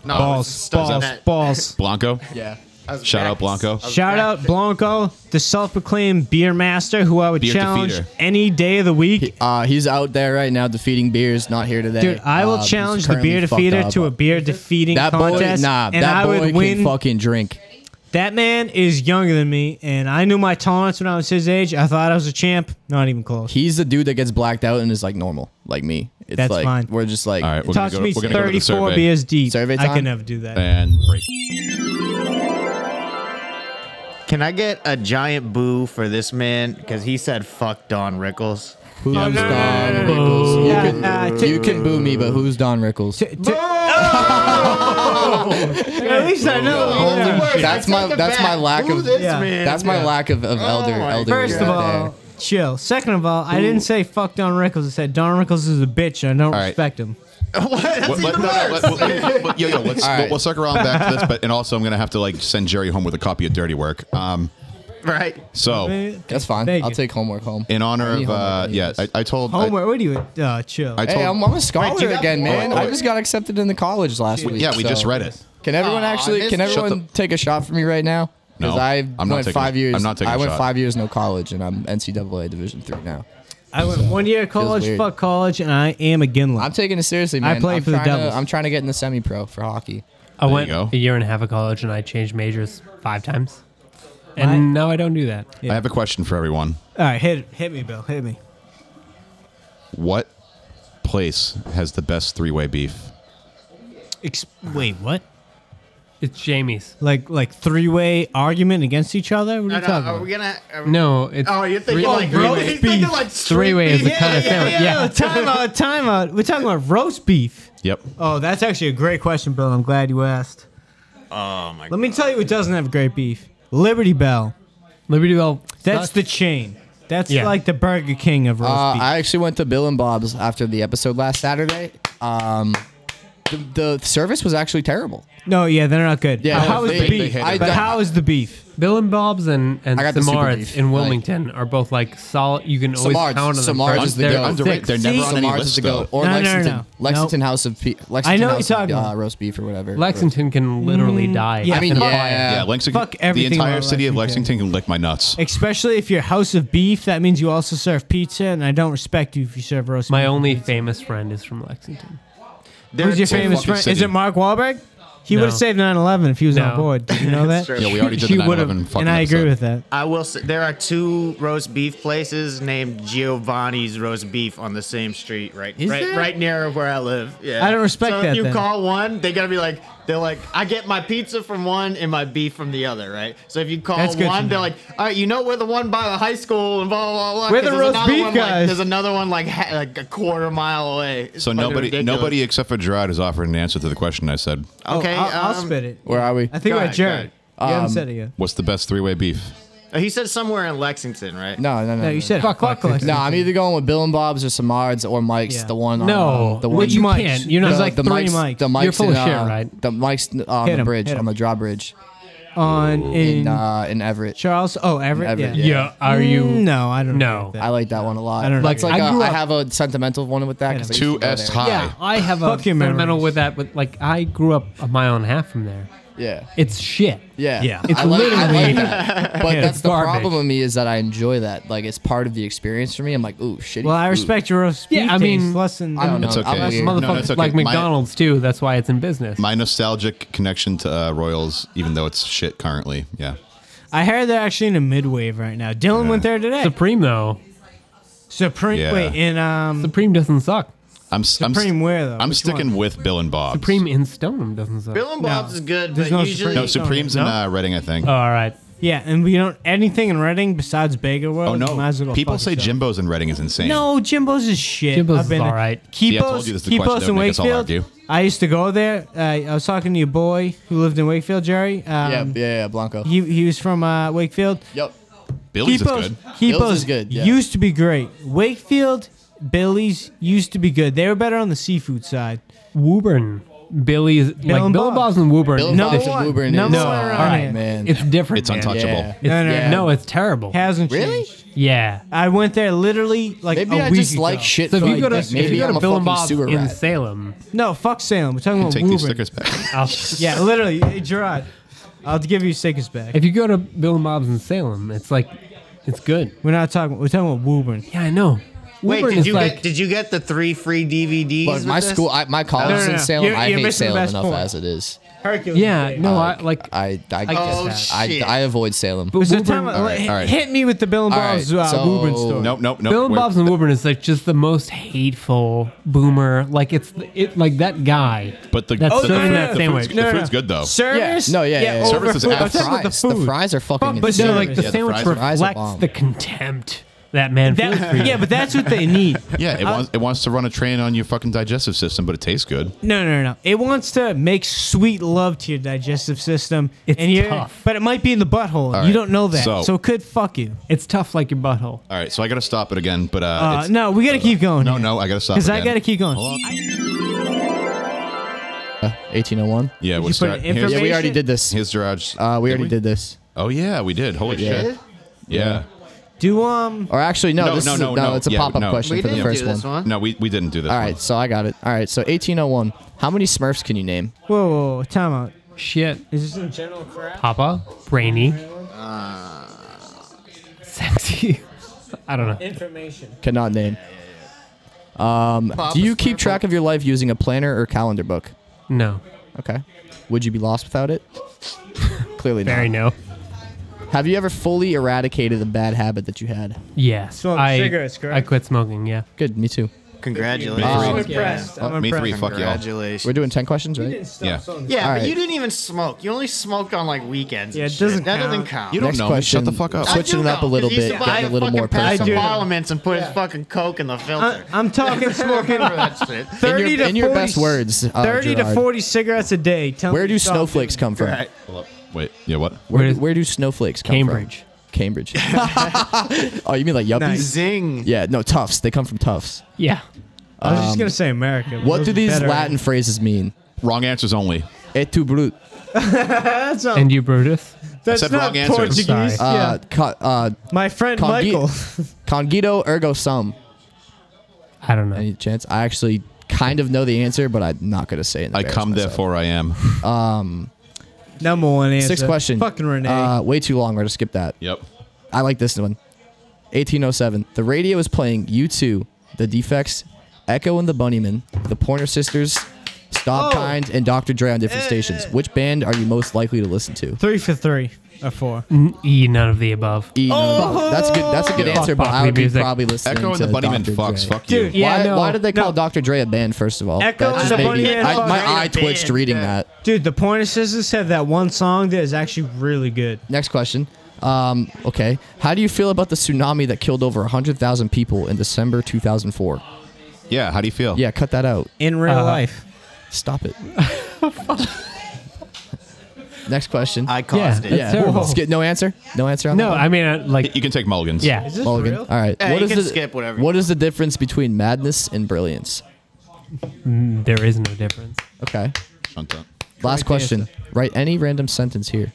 No,
balls, balls, balls.
Blanco.
Yeah.
Shout out Blanco.
Shout out Blanco, the self-proclaimed beer master, who I would
Beer
challenge
defeater.
any day of the week.
Uh, he's out there right now defeating beers. Not here today.
Dude, I will
Um, he's
challenge the beer
currently fucked
defeater
up.
to a beer defeating
that boy.
contest,
Nah,
and
that
I
boy
would
can
win.
fucking drink.
That man is younger than me, and I knew my tolerance when I was his age. I thought I was a champ. Not even close.
He's the dude that gets blacked out and is like normal, like me. It's
That's
like
mine.
we're just like
All right, we're gonna
Talk to
go.
me
we're gonna go to the
34
survey
beers deep.
Survey
I
time?
can never do that.
and break.
Can I get a giant boo for this man? Because he said fuck Don Rickles.
who's Don Rickles?
Yeah,
You, can,
uh, t-
you can boo me, but who's Don Rickles?
t- t- At least I know. Yeah.
That's my- that's my lack
Who
of-
this
Yeah.
man?
That's my lack of, of elder
my
elder.
First of
right
all,
there.
chill. Second of all, I didn't say fuck Don Rickles. I said Don Rickles is a bitch. and I don't
right.
respect him.
What- what- no, no, what- what- what- Yo, yo, let's
All right.
we'll, we'll circle around back to this, but and also I'm gonna have to like send Jerry home with a copy of Dirty Work. Um,
right.
so
Thank
that's fine.
you.
I'll take homework home.
in honor
need
of
homework,
uh,
I need
yeah,
this.
I, I told I-
Homework. What do you? Oh, chill.
I
Hey,
told-
I'm, I'm a scholar
Wait, you got
again,
more?
man.
Wait,
I
wait.
just got accepted into college last week.
Yeah, we just
so-
read it.
Can everyone
Aw, I
actually? Can
missed it.
Shut
everyone take a shot for me right now?
No,
I
I'm not
went
taking
five
a-
years.
I'm not taking
I
a
went
shot.
five years no college, and I'm NCAA Division three now.
I went one year of college.
weird.
Fuck college, and I am a Ginla.
I'm taking it seriously,
I
man.
play
I'm
for the
trying to-
Devils.
I'm trying to get in the semi-pro for hockey.
I
you
went
go.
a year and a half of college and I changed majors five times. And no, I don't do that.
I have a question for everyone.
All right, hit hit me, Bill. Hit me.
What place has the best three-way beef?
Ex- wait, what?
It's Jamie's.
Like like three way argument against each other? What are
No,
you
no,
talking
are
about?
we gonna? Are we,
No, it's
Oh, you're thinking like
bro,
He's thinking like
three way is the
beef.
kind of sandwich. Yeah,
time out, time out. We're talking about roast beef.
Yep.
Oh, that's actually a great question, Bill. I'm glad you asked.
Oh my
Let me tell you what doesn't have great beef. Liberty Bell.
Liberty Bell.
That's
sucks.
the chain. That's
Yeah.
like the Burger King of roast
Uh,
beef.
I actually went to Bill and Bob's after the episode last Saturday. Um, the, the service was actually terrible.
no, yeah, they're not good.
Yeah,
But how is
they-
the
they
beef?
hate it.
but how is the beef?
Bill and Bob's and and
I got the super
Samard's
beef.
in
Like-
Wilmington are both like solid. You can always
Samard's-
count on them.
Samard's
for-
is the
they're
goat.
I'm direct.
six.
They're never
See?
on any
Samars
list
is the goat,
though.
or
No, no,
Lexington,
no.
Lexington House of Pe- Lexington
I know what
House
you're
of,
talking
uh,
about.
roast beef or whatever.
Lexington can literally die.
yeah.
I mean,
in a
yeah,
fire.
Yeah, Lexington.
Fuck everything
the entire
about
city of
Lexington.
Lexington can lick my nuts.
Especially if you're house of beef, that means you also serve pizza, and I don't respect you if you serve roast
My
beef.
only famous friend is from Lexington.
Who's your famous
fucking
friend? Is
city.
it Mark Wahlberg? He
No.
would have saved 9/11 if he was on
No.
board. Did you know that?
Sure.
Yeah, we already did
He
the
would've-
9/11 fucking
and I agree
episode.
with that.
I will say there are two roast beef places named Giovanni's Roast Beef on the same street, right?
Is
right,
there?
right near where I live. Yeah.
I don't respect
so
that
If you
then.
call one, they gotta be like, they're like, I get my pizza from one and my beef from the other, right? So if you call
That's good to
one, they're
know.
like, all right, you know we're the one by the high school and blah blah blah.
We're
'cause
the
there's
roast
another
beef
one, Like,
guys.
there's another one like ha- like a quarter mile away. It's
So
fucking
nobody,
ridiculous.
nobody except for Gerard has offered an answer to the question I said.
Oh,
Okay,
I'll, I'll
um,
spit it.
Where are we?
I think
Go
we're at
ahead, go
Jared.
ahead.
You haven't
Um,
said it yet.
What's the best three-way beef?
He said somewhere in Lexington, right?
no, no, no.
No, you said fuck, fuck Lexington.
No, I'm either going with Bill and Bob's or Samard's or Mike's.
Yeah.
The one. on- um,
No,
the one.
you
Which mics?
can't. You're not
There's
the,
like
the
three
Mike's,
mics.
The Mike's
You're full
in,
of shit,
uh,
right?
The Mike's uh, on
Hit
the
him,
bridge
hit
on the
him.
drawbridge.
on in,
in uh, in Everett.
Charles. Oh, Everett.
Everett,
yeah.
yeah.
Yeah. Are you?
Mm, No, I don't.
No.
agree with that.
I like that one a lot.
I don't know.
Like, it's like
I
a-
grew
I
up-
have a sentimental one with that. 'cause I used to
Two
go
S
there.
high.
Yeah, I have a
Fucking sentimental
memories.
with that. With like, I grew up a mile and a half from there.
Yeah.
It's shit.
Yeah.
Yeah.
I like- I
It's
literally-
like that. But
Yeah,
that's the
garbage.
problem with me is that I enjoy that. Like it's part of the experience for me. I'm like, ooh, shitty.
Well, I
food.
respect your roast beef.
Yeah, I
taste, um,
mean,
less than
I don't know.
It's
I'm
okay.
weird.
No,
Motherfuckers
that's okay.
like
My-
McDonald's too. That's why it's in business.
My nostalgic connection to uh, Royals, even though it's shit currently. Yeah.
I heard they're actually in a midwave right now. Dylan went there today.
Supreme though.
Supreme.
Yeah.
Wait, in um.
Supreme doesn't suck.
I'm s- I'm,
Supreme
s-
where though?
I'm
Which
sticking
one?
with Bill and Bob.
Supreme in Stoneham doesn't suck.
Bill and Bob's is good,
There's
but
no
usually
No,
Supreme.
Supreme's in uh, Reading, I think.
Oh, all right.
Yeah, and we don't anything in Reading besides Bagel World.
oh
you might
no,
as well go
people
fuck
say
yourself.
Jimbo's in Reading is insane.
No, Jimbo's is shit.
Jimbo's
I've
is
been there.
alright.
Kipos,
See, I told you this is the
Kipos
question that
in
would make us all
Wakefield.
argue.
I used to go there. Uh, I was talking to your boy who lived in Wakefield, Jerry. Um,
Yeah, yeah, yeah, Blanco.
He, he was from uh, Wakefield.
Yep.
Billy's is
Kipos,
good.
Kipos
is good, yeah.
Used to be great. Wakefield, Billy's used to be good. They were better on the seafood side.
Woburn. Billy's like
and
Bill
Bob.
and Bob's and Woburn.
Bill
is
and
Number
Bob's
different.
one.
and Woburn
Number
is
one
uh,
around here.
man.
It's different.
It's
man.
untouchable.
yeah.
It's,
No, no,
yeah.
no.
no, it's terrible.
Hasn't
Really?
changed.
Yeah.
I went there literally like
Maybe
a
I
week
just
ago.
like shit.
So if
food.
you go to
Like,
if
maybe
you go
I'm
to
a
Bill and
fucking
Bob's
sewer
in
rat.
Salem,
No, fuck Salem. We're talking about
Take these
Woburn.
stickers back.
I'll,
Yeah, literally, hey, Gerard. I'll give you stickers back.
if you go to Bill and Bob's in Salem, it's like it's good.
We're not talking. We're talking about Woburn.
Yeah, I know.
Wait,
Woburn
did
is
you
like
get did you get the three free DVDs?
But
with
my
this?
school, I, my college
No, no,
is in
no.
Salem.
You're-
I
you're
hate
missing the
Salem
best
enough
point.
as it is.
Hercules.
yeah. No, I like
Uh, I I I,
Oh,
guess that. I,
shit.
I avoid Salem.
It was the time.
All right,
hit-
all right.
Hit me with the Bill and
All right,
Bob's uh,
so-
Woburn story.
Nope, nope, nope.
Bill and
We're-
Bob's and Woburn is like just the most hateful boomer. Like it's it like that guy.
But the,
Oh,
That's
the, the,
so good.
food- the,
Same
food's,
way.
the food's good though.
Service?
No, yeah, yeah, yeah.
over
Service is
food. I'm
absolute-
talking about
Fries. The fries are fucking.
But- but
insane.
no,
No, like the
Yeah, the
sandwich
fries are-
Fries are
reflects
bomb.
the contempt that man feels for you.
That, yeah, but that's what they need.
Yeah, it wants it wants to run a train on your fucking digestive system, but it tastes good.
No, no, no. It wants to make sweet love to your digestive system.
It's
and you're-
tough.
But it might be in the
All
butthole. You
right,
don't know that. So,
so-
it could fuck you.
it's tough like your butthole.
All right, so I got to stop it again, but uh,
Uh,
it's-
no, we got to keep going.
no,
here.
no, I got to stop.
Because I
again.
got to keep going.
Hold on.
1801.
Yeah, we'll
put
start.
an
Here's,
Yeah, we already
Information-
did this.
here's Gerard's.
Uh, we already
we?
did this.
Oh yeah, we did. Holy shit. Yeah.
Do, um.
Or actually, no,
No,
this
no,
is
no,
a, no,
no.
It's a
Yeah,
pop-up
no.
question
We
for the
didn't
first
do this
one.
one.
No, we, we didn't do this.
All
one.
right, so I got it. All right, so 1801. How many Smurfs can you name?
Whoa, whoa, whoa, time out.
Shit.
Is this in general crap?
Papa, brainy, sexy. I don't know.
Information.
Cannot name. Um, do you keep track of your life using a planner or calendar book?
No,
Okay. Would you be lost without it? Clearly
very
not.
no.
Have you ever fully eradicated a bad habit that you had?
Yes.
Smoke
I,
cigarettes, correct?
I quit smoking. Yeah.
Good, me too.
Congratulations.
I'm impressed. I'm
me
impressed.
three. Fuck y'all.
Congratulations.
We're doing 10 questions,
You
right?
didn't stop
Yeah.
something.
Yeah,
All
but
right.
you didn't even smoke. You only smoked on like weekends.
Yeah,
and
it doesn't
shit. That doesn't
count.
count.
You don't
Next
know.
question.
Shut the fuck up.
I
Switching
do
it up a
know,
little
'cause he
bit,
used to
getting
buy
a little
fucking
more
pack of
personal.
Parliaments and put his fucking coke in the filter.
I'm talking smoking.
Remember that shit.
30
your-
to
in your
40
best words, uh,
30 to
Gerard.
40 cigarettes a day. Tell me
Where do
you stop
snowflakes
doing
come from?
Right.
Wait. Yeah. What?
Where,
Where
do,
does-
where do snowflakes come
Cambridge.
from? Cambridge. Cambridge. oh, you mean like yuppies?
Zing.
Yeah, no, Tufts. They come from Tufts.
Yeah.
it. I was just going to say America. but
What
those
do
are
these
better.
Latin phrases mean?
Wrong answers only.
Et tu brut.
That's not,
And you, Brutus?
that's
said
not
wrong answer.
Portuguese.
Sorry.
Uh, co- uh,
My friend
congi-
Michael.
Congido ergo sum.
I don't know.
Any chance? I actually kind of know the answer, but I'm not going to say it. and
I
embarrass
come,
myself.
therefore I am.
Number one answer.
Sixth question.
Fucking Renee.
Uh, way too long. We're going to skip that.
Yep.
I like this one. 1807. The radio is playing U2, The Defects, Echo and the Bunnymen, The Pointer Sisters, Stop
Oh. Eh.
Kind, and Dr. Dre on different stations. Which band are you most likely to listen to?
three for three or four.
N- E, none of the above.
E, no, no,
Oh.
no. That's good. That's a good
Yeah.
answer,
Fuck
but I would be
music.
probably listening
Echo and
to
the Bunnymen.
Dr.
Fucks.
Dre.
Fuck you.
Dude, yeah.
why,
no.
why did they call
No.
Dr. Dre a band? First of all, That
Echo and
just
the
made
Bunny
me-
Man
I-
fucked
my
Dre
a
eye twitched
band,
reading
yeah.
that.
Dude, the Pointer Sisters have that one song that is actually really good.
Next question. Um, okay, how do you feel about the tsunami that killed over 100,000 people in December 2004?
Yeah. How do you feel?
Yeah, cut that out.
In real
Uh,
life.
Stop it. Next question.
I caused
Yeah.
it.
That's terrible.
Let's get no answer. No answer on
No,
that.
I mean, uh, like,
You can take mulligans.
yeah.
Is this
Mulligan.
real?
All right.
Yeah,
what
you
is
can
the,
skip whatever you
What is the difference between madness and brilliance?
There is no difference.
Okay.
Shut up.
Last question. Write any random sentence here.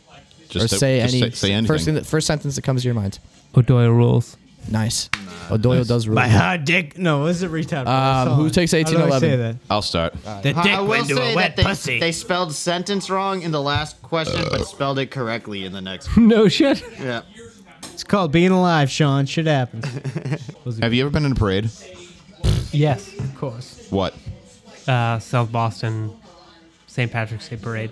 Just
or
to-
say
just
any
say- say anything.
first thing that first sentence that comes to your mind.
O'Doyle rules.
Nice. O'Doyle does rule.
My hard Uh, dick. No, this is a retard.
Um, who takes
How do I
1811?
say that?
I'll start.
The dick
I will
went to
say
a
that
wet
they,
pussy.
they spelled sentence wrong in the last question, but spelled it correctly in the next.
No shit.
Yeah.
it's called being alive, Sean. Shit happens.
Have you ever been in a parade?
Yes, of course.
What?
Uh, South Boston, St. Patrick's Day Parade.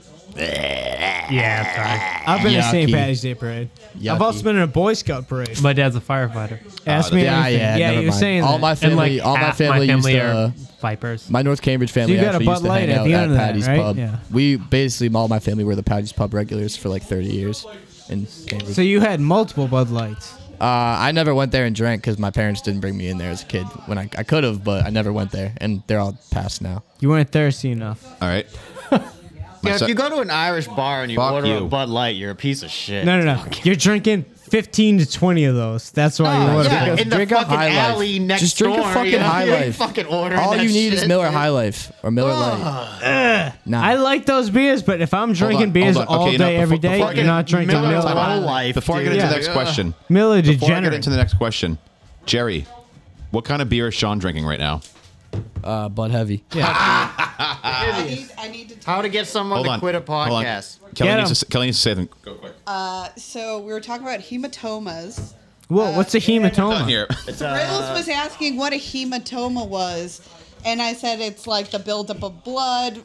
yeah, sorry.
I've been to St.
Yucky.
Patty's Day parade. I've
Yucky. Oh,
also been in a Boy Scout parade.
My dad's a firefighter.
Ask me
yeah,
anything.
yeah,
yeah
never
you were
mind.
saying
All
that.
my family,
and like
all my
half
family,
my family
used to. uh,
are vipers.
my North Cambridge family
got a
actually
Bud
used to
Light
hang
at
out
the
at
end of that,
Patty's
right?
Pub.
Yeah.
We basically, all my family were the Patty's Pub regulars for like 30 years. In Cambridge.
so you had multiple Bud Lights.
uh, I never went there and drank because my parents didn't bring me in there as a kid. When I, I could have, but I never went there, and they're all passed now.
You weren't thirsty enough.
All right. My
Yeah, if
se-
you go to an Irish bar and you
Fuck
order
you.
a Bud Light, you're a piece of shit.
No, no, no. You're drinking 15 to 20 of those. That's why you
Oh,
ordered
yeah,
them.
in the
Drink a
fucking
High Life.
alley next
Just drink a
door,
fucking
you know?
High
You ain't
Life.
fucking ordering
All
that
you need is
shit,
Miller
dude.
High Life or Miller Light. Nah.
I like those beers, but if I'm drinking
on,
beers
hold on.
all
Okay, now,
day, every
befo-
day,
before I
you're
get-
not drinking
Miller
Miller.
Lite.
Miller,
Whole life,
Before I get
dude.
into the
Yeah.
next question, before I get
degenerate.
into the next question, Jerry, what kind of beer is Sean drinking right now?
Uh, Bud Heavy.
I need, I need to
How
talk.
to get someone
Hold
to
on.
quit a
Hold on.
podcast.
Kelly needs,
Get
to,
him.
s- Kelly needs to say them. Go quick.
So we were talking about hematomas.
uh,
Whoa, what's a
Down
hematoma?
here.
Riddles
Uh,
was asking what a hematoma was, and I said it's like the buildup of blood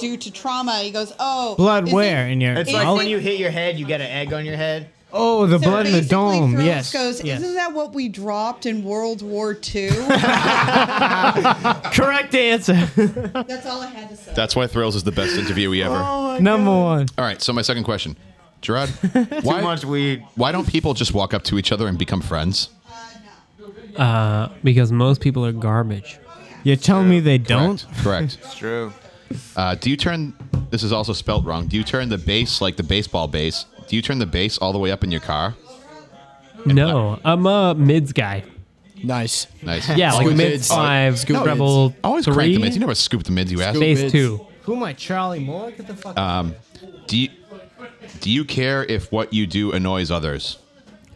due to trauma. He goes, "Oh,
Blood
is
where
it-
in your
It's
Is
like
it-
when you hit your head, you get an egg on your head.
Oh, the
So
blood in the
basically,
dome.
Thrones
Yes.
Goes,
yes.
Isn't that what we dropped in World War II?
Correct answer.
That's all I had to say.
That's why Thrills is the best interviewee ever. All
Number one.
right, so my second question, Gerard, why
Too much weed.
why don't people just walk up to each other and become friends?
Uh, because most people are garbage.
You're telling me they don't?
Correct. Correct.
It's true.
Uh, do you turn? This is also spelt wrong. Do you turn the bass like the baseball bass? Do you turn the bass all the way up in your car?
No, I'm a mids guy.
Nice.
Nice.
Yeah, like
Scoop
mid
mids.
five,
Scoop
scoop
mids.
rebel
I always crank the mids. You
three,
never scoop the mids, you ass.
Scoop.
phase
mids.
two.
Who am I, Charlie Moore? Get the fuck
Um, do you do you care if what you do annoys others?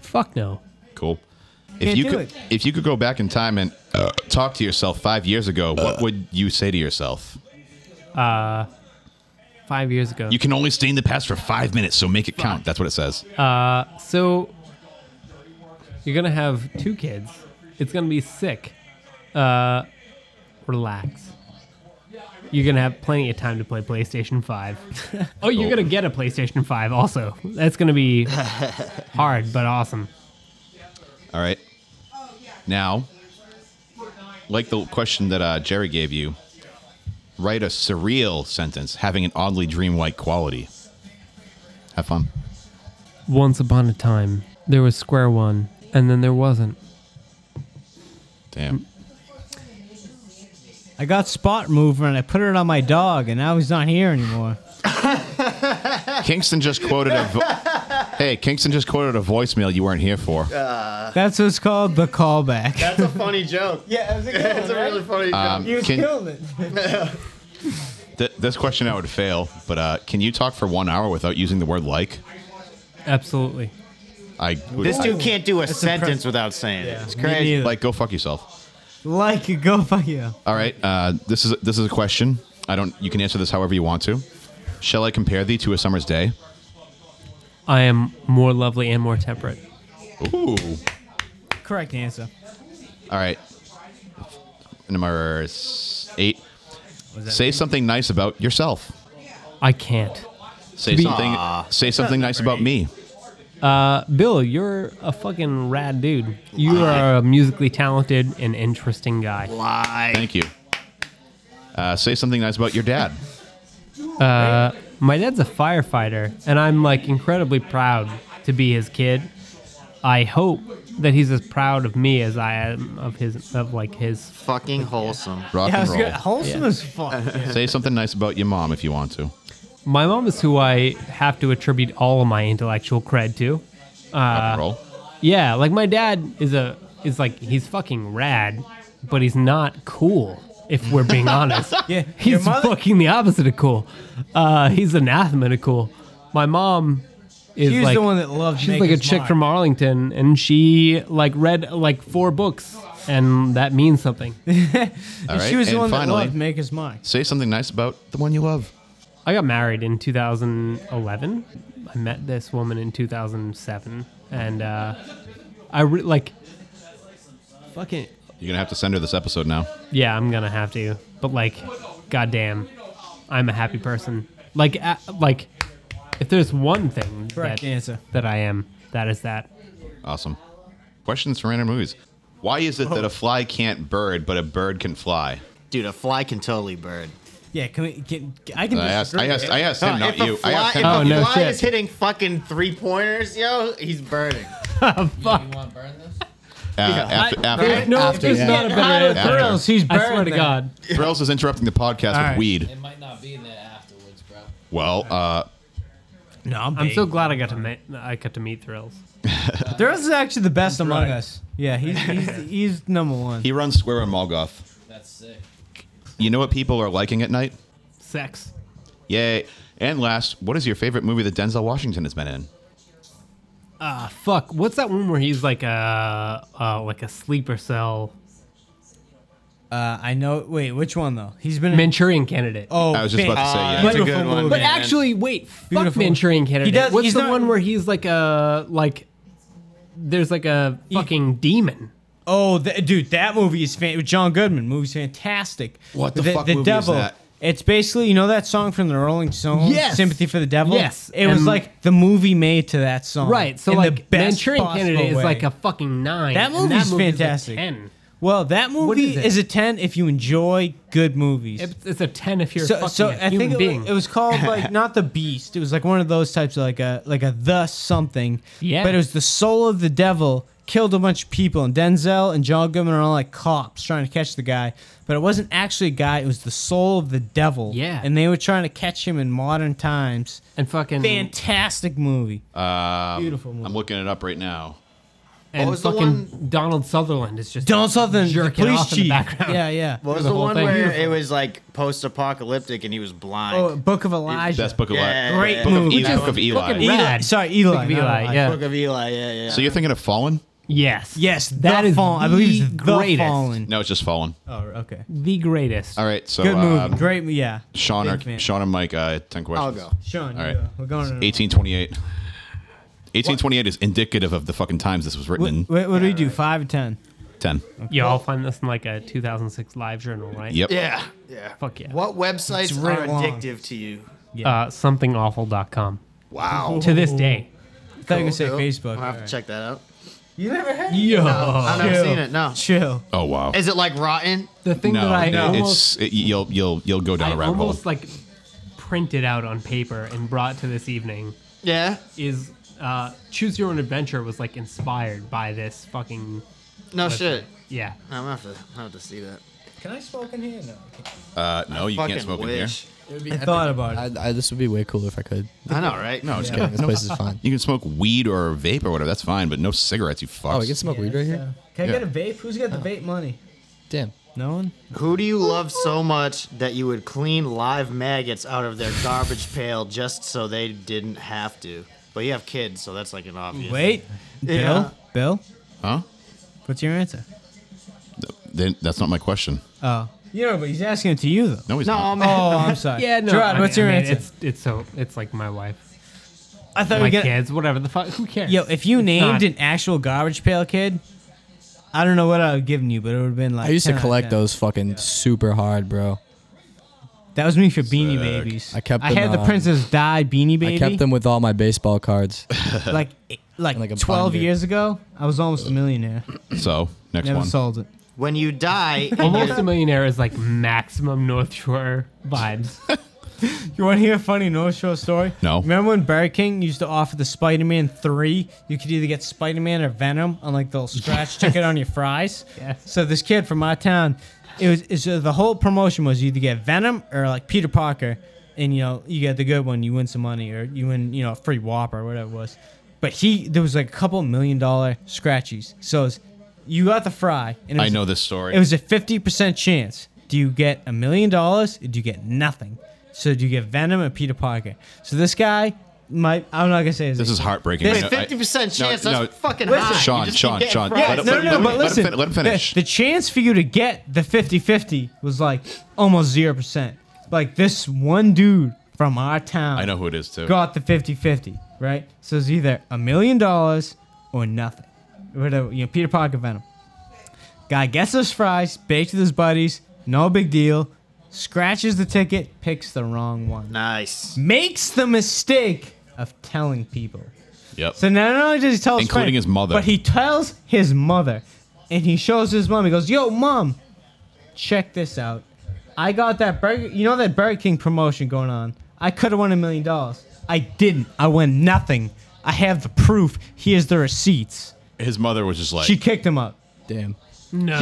Fuck no.
Cool. If
Can't
you
do
could,
it.
if you could go back in time and uh, talk to yourself five years ago, what would you say to yourself?
Five years ago.
You can only stay in the past for five minutes, so make it count. That's what it says.
So you're gonna have two kids. It's gonna be sick. Uh, relax. You're gonna have plenty of time to play PlayStation Five. oh, you're
Cool.
gonna get a PlayStation Five also. That's gonna be hard but awesome.
All right. Now, like the question that uh, Jerry gave you, write a surreal sentence having an oddly dreamlike quality. Have fun.
Once upon a time, there was Square One, and then there wasn't.
Damn.
I got spot remover and I put it on my dog, and now he's not here anymore.
Kingston just quoted a. Vo- hey, Kingston just quoted a voicemail you weren't here for.
That's what's called the callback.
That's a funny joke.
Yeah,
That's a really funny joke.
Um, can-
it.
th- this question I would fail, but uh, can you talk for one hour without using the word like?
Absolutely.
I would,
This dude
I-
can't do a sentence without saying it. It's crazy.
like go fuck yourself.
Like, you go fuck you.
All right. Uh, this is this is a question. I don't. You can answer this however you want to. Shall I compare thee to a summer's day?
I am more lovely and more temperate.
Ooh.
Correct answer.
All right. Number s- eight. Say something nice about yourself.
I can't.
Say something. Say something nice about me.
Bill, you're a fucking rad dude. You are a musically talented and interesting guy.
Lie.
Thank you. Uh, say something nice about your dad.
My dad's a firefighter, and I'm like incredibly proud to be his kid. I hope that he's as proud of me as I am of his of like his.
Fucking wholesome.
Rock
Yeah,
and
it's
roll.
good. Wholesome as fuck.
Say something nice about your mom if you want to.
My mom is who I have to attribute all of my intellectual cred to.
Rock and roll.
Yeah, like my dad is a is like he's fucking rad, but he's not cool. If we're being honest,
Yeah, your
he's
mother-
fucking the opposite of cool. Uh, he's anathema to cool. My mom is
She's
like
the one that loved
She's like a
Maker's
chick
Mark.
from Arlington, and she like read like four books, and that means something.
All right, she was the and one that finally- loved
Maker's Mark.
Say something nice about the one you love.
I got married in 2011. I met this woman in 2007, and uh, I re- like fucking
You're gonna have to send her this episode now.
Yeah, I'm gonna have to. But like, goddamn, I'm a happy person. Like, uh, like, if there's one thing
Correct
that,
answer.
that I am, that is that.
Awesome. Questions for random movies. Why is it that a fly can't bird, but a bird can fly?
Dude, a fly can totally bird.
Yeah, can we? Can, I can.
I asked-
disagree.
I asked- I asked him,
Uh,
not
if a
you. I
Fly,
asked him.
If
Oh,
a
no
fly
shit.
is hitting fucking three pointers, yo, he's birding.
Uh, after, after,
no,
after,
there's not a better answer.
After.
Thrills, he's
I swear
burned
to
then.
God.
Thrills is interrupting the podcast
All
with
right.
weed.
It might not be there afterwards, bro.
Well, uh,
No, I'm,
I'm
big.
so glad I got to meet. I got to meet Thrills.
Thrills is actually the best among
right.
us. Yeah, he's, he's he's number one.
he runs square on Molgoth.
That's sick.
You know what people are liking at night?
Sex.
Yay. And last, what is your favorite movie that Denzel Washington has been in?
Ah, fuck. What's that one where he's like a uh, like a sleeper cell
Uh, I know. Wait, which one though? He's been. in-
Manchurian candidate?
oh,
I was just
big-
about to say, yeah.
That's a
Beautiful
good one.
movie.
But
man.
actually, wait, fuck
Beautiful.
Manchurian Candidate.
He does-
What's
he's
the
not-
one where he's like a like? There's like a fucking demon.
Oh, th- dude, that movie is fan- John Goodman movie's fantastic.
What the fuck movie is that?
It's basically you know that song from the Rolling Stones,
Yes.
"Sympathy for the Devil."
Yes.
it was
And-
like the movie made to that song,
Right.
Oh.
So
in the
like
best
Manchurian
possible
Candidate
way.
is like a fucking nine.
that
and that
movie's
movie is a
fantastic.
10.
Well, that movie
is it?
is a ten if you enjoy good movies.
It's, it's a ten if you're a
so,
fucking
so
a
I
human
think it,
being.
wa- it was called like not the Beast. It was like one of those types of like a like a the something.
Yeah.
But it was the soul of the devil killed a bunch of people, and Denzel and John Goodman are all like cops trying to catch the guy. But it wasn't actually a guy. It was the soul of the devil.
Yeah.
And they were trying to catch him in modern times.
and fucking
Fantastic movie.
Um,
Beautiful movie.
I'm looking it up right now.
and
was the
fucking Donald Sutherland is just
Donald Sutherland, the
jerking
police
off
chief.
in the background.
Yeah, yeah.
What was
The
the,
whole
one
thing.
where
Beautiful.
it was like post-apocalyptic and he was blind?
Oh, Book of Elijah.
Best book of
Yeah,
Eli.
Great
book
movie.
Of Eli, book of Eli.
fucking
Eli,
Rad.
Sorry, Eli. not
Think of Eli,
Elijah.
yeah.
Book of Eli, yeah, yeah.
So you're thinking of Fallen?
Yes.
Yes,
That
the
is
fallen. I believe it's
the
the
greatest.
fallen.
No, it's just Fallen.
Oh, okay.
The greatest.
Uh,
All right, so
Good movie.
um,
Great. mo- Yeah.
Sean,
Big
or,
fan.
Sean and Mike, uh, 10
I'll
questions.
go.
Sean,
All
you
right.
go. we're going. in a-
1828. 1828 is indicative of the fucking times this was written
What, what, what do we do? Five or ten?
in. 10.
Yeah, I'll find this in like a 2006 live journal, right?
Yep.
Yeah, yeah.
Fuck yeah.
What websites
right
are
along.
addictive to you?
Uh, somethingawful.com.
Wow.
To this day.
I thought you were
Cool.
gonna say
I'll
Facebook.
have to check that out.
You never had?
Yo.
I've never seen it. No.
Chill.
Oh, wow.
Is it like rotten?
The thing
no,
that I
no,
almost,
it's, it, you'll, you'll, you'll go down
I
a rabbit hole.
almost like printed out on paper and brought to this evening
Yeah.
is uh, Choose Your Own Adventure was like inspired by this fucking.
No shit.
Yeah.
I'm gonna have to, I'm gonna have to see that.
Can I smoke in here? No.
Uh, no, you
Fucking
can't smoke in here.
wish.
I thought about it.
I, I, this would be way cooler if I could.
I know, right?
No, it's
Just kidding. This place is fine.
You can smoke weed or vape or whatever. That's fine, but no cigarettes, you fucks.
Oh, we can smoke weed right here.
uh, Can I
Yeah.
get a vape? Who's got the vape money?
Damn.
No one.
Who do you love so much that you would clean live maggots out of their garbage pail just so they didn't have to? But you have kids, so that's like an obvious.
Wait.
Yeah.
Bill. Bill.
Huh?
What's your answer?
Then, that's not my question.
Oh. You know, but he's asking it to you though.
No, he's
No,
not.
I'm
Oh, I'm sorry.
Yeah, no.
Gerard,
I
what's
mean-
your
I mean,
answer?
It's, it's so. It's like my wife,
I thought
my
we were gonna.
kids, whatever the fuck. Who cares?
Yo, if you
It's
named
not-
an actual garbage pail kid, I don't know what I would have given you, but it would have been like.
I used to
10 out of
collect
10.
those fucking super hard, bro.
That was me for Beanie Babies.
I kept
I had
them,
the
um,
Princess Di Beanie Baby.
I kept them with all my baseball cards.
like i- like,
Like a
12
binder.
years ago. I was almost a millionaire.
So, next
Never
one.
sold it.
When you die,
Almost a Millionaire is like maximum North Shore vibes.
You want to hear a funny North Shore story?
No.
Remember when Burger King used to offer the Spider-Man 3? You could either get Spider-Man or Venom on like the little scratch ticket on your fries.
Yes.
So this kid from my town, it was it's, uh, the whole promotion was you either get Venom or like Peter Parker, and you know you get the good one, you win some money or you win you know a free Whopper or whatever it was. But he there was like a couple million dollar scratchies. So it was, you got the fry. And it
I
was-
know this story.
it was a 50% chance. Do you get a million dollars? Or do you get nothing? So do you get Venom or Peter Parker? So this guy my I'm not gonna say his
This
name.
is heartbreaking.
There's
I- I-
50% chance, that's fucking
Listen,
high. You
Sean,
just
Sean,
can't
Sean.
get
Yeah,
let him-
no, no,
let
no,
him-
but
let him
listen,
fin- Let him
the-
finish.
The, chance for you to get the 50-50 was like almost zero percent. Like this one dude from our town,
I know who it is, too.
got the 50-50, right? So it's either a million dollars or nothing. Whatever, you know, Peter Parker Venom. Guy gets his fries, bakes with his buddies, no big deal. Scratches the ticket, picks the wrong one.
Nice.
Makes the mistake of telling people.
Yep.
So not only does he tell his
Including
friend,
his mother.
but he tells his mother, and he shows his mom. He goes, "Yo, mom, check this out. I got that burger. You know that Burger King promotion going on. I could have won a million dollars. I didn't. I won nothing. I have the proof. Here's the receipts."
His mother was just like,
she kicked him out.
Damn.
She
Oh,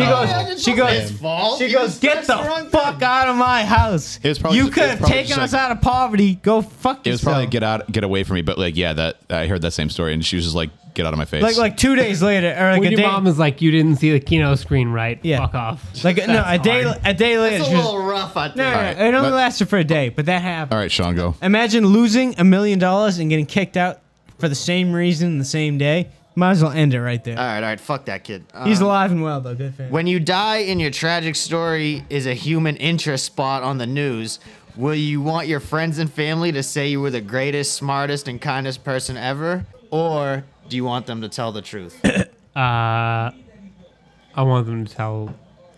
goes. She goes. She goes. Get the fuck out of my house.
It was probably-
you
it
could
was
have
probably
taken
just
us
like-
out of poverty. Go fuck
it was
yourself.
probably get out, get away from me. But like, yeah, that I heard that same story, and she was just like, get out of my face.
like like two days later, or like
when
a
your
day.
mom is like, you didn't see the Kino screen right. Yeah. Fuck off.
Like no, a
That's
day
hard.
a day later.
It's a
she was-
little rough, I think.
No, no, no, it only lasted for a day, but that happened.
All right, Sean, go.
Imagine losing a million dollars and getting kicked out for the same reason the same day. Might as well end it right there.
All right, all right. Fuck that kid.
He's
uh,
Um,
alive and well though. Good for him.
When you die in your tragic story is a human interest spot on the news, will you want your friends and family to say you were the greatest, smartest, and kindest person ever? Or do you want them to tell the truth?
Uh, I want them to tell.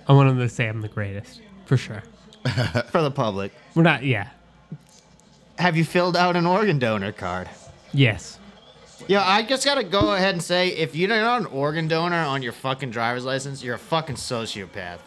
I want them to say I'm the greatest for sure.
For the public.
We're not. Yeah.
Have you filled out an organ donor card?
Yes.
Yeah, I just gotta go ahead and say if you're not an organ donor on your fucking driver's license, you're a fucking sociopath.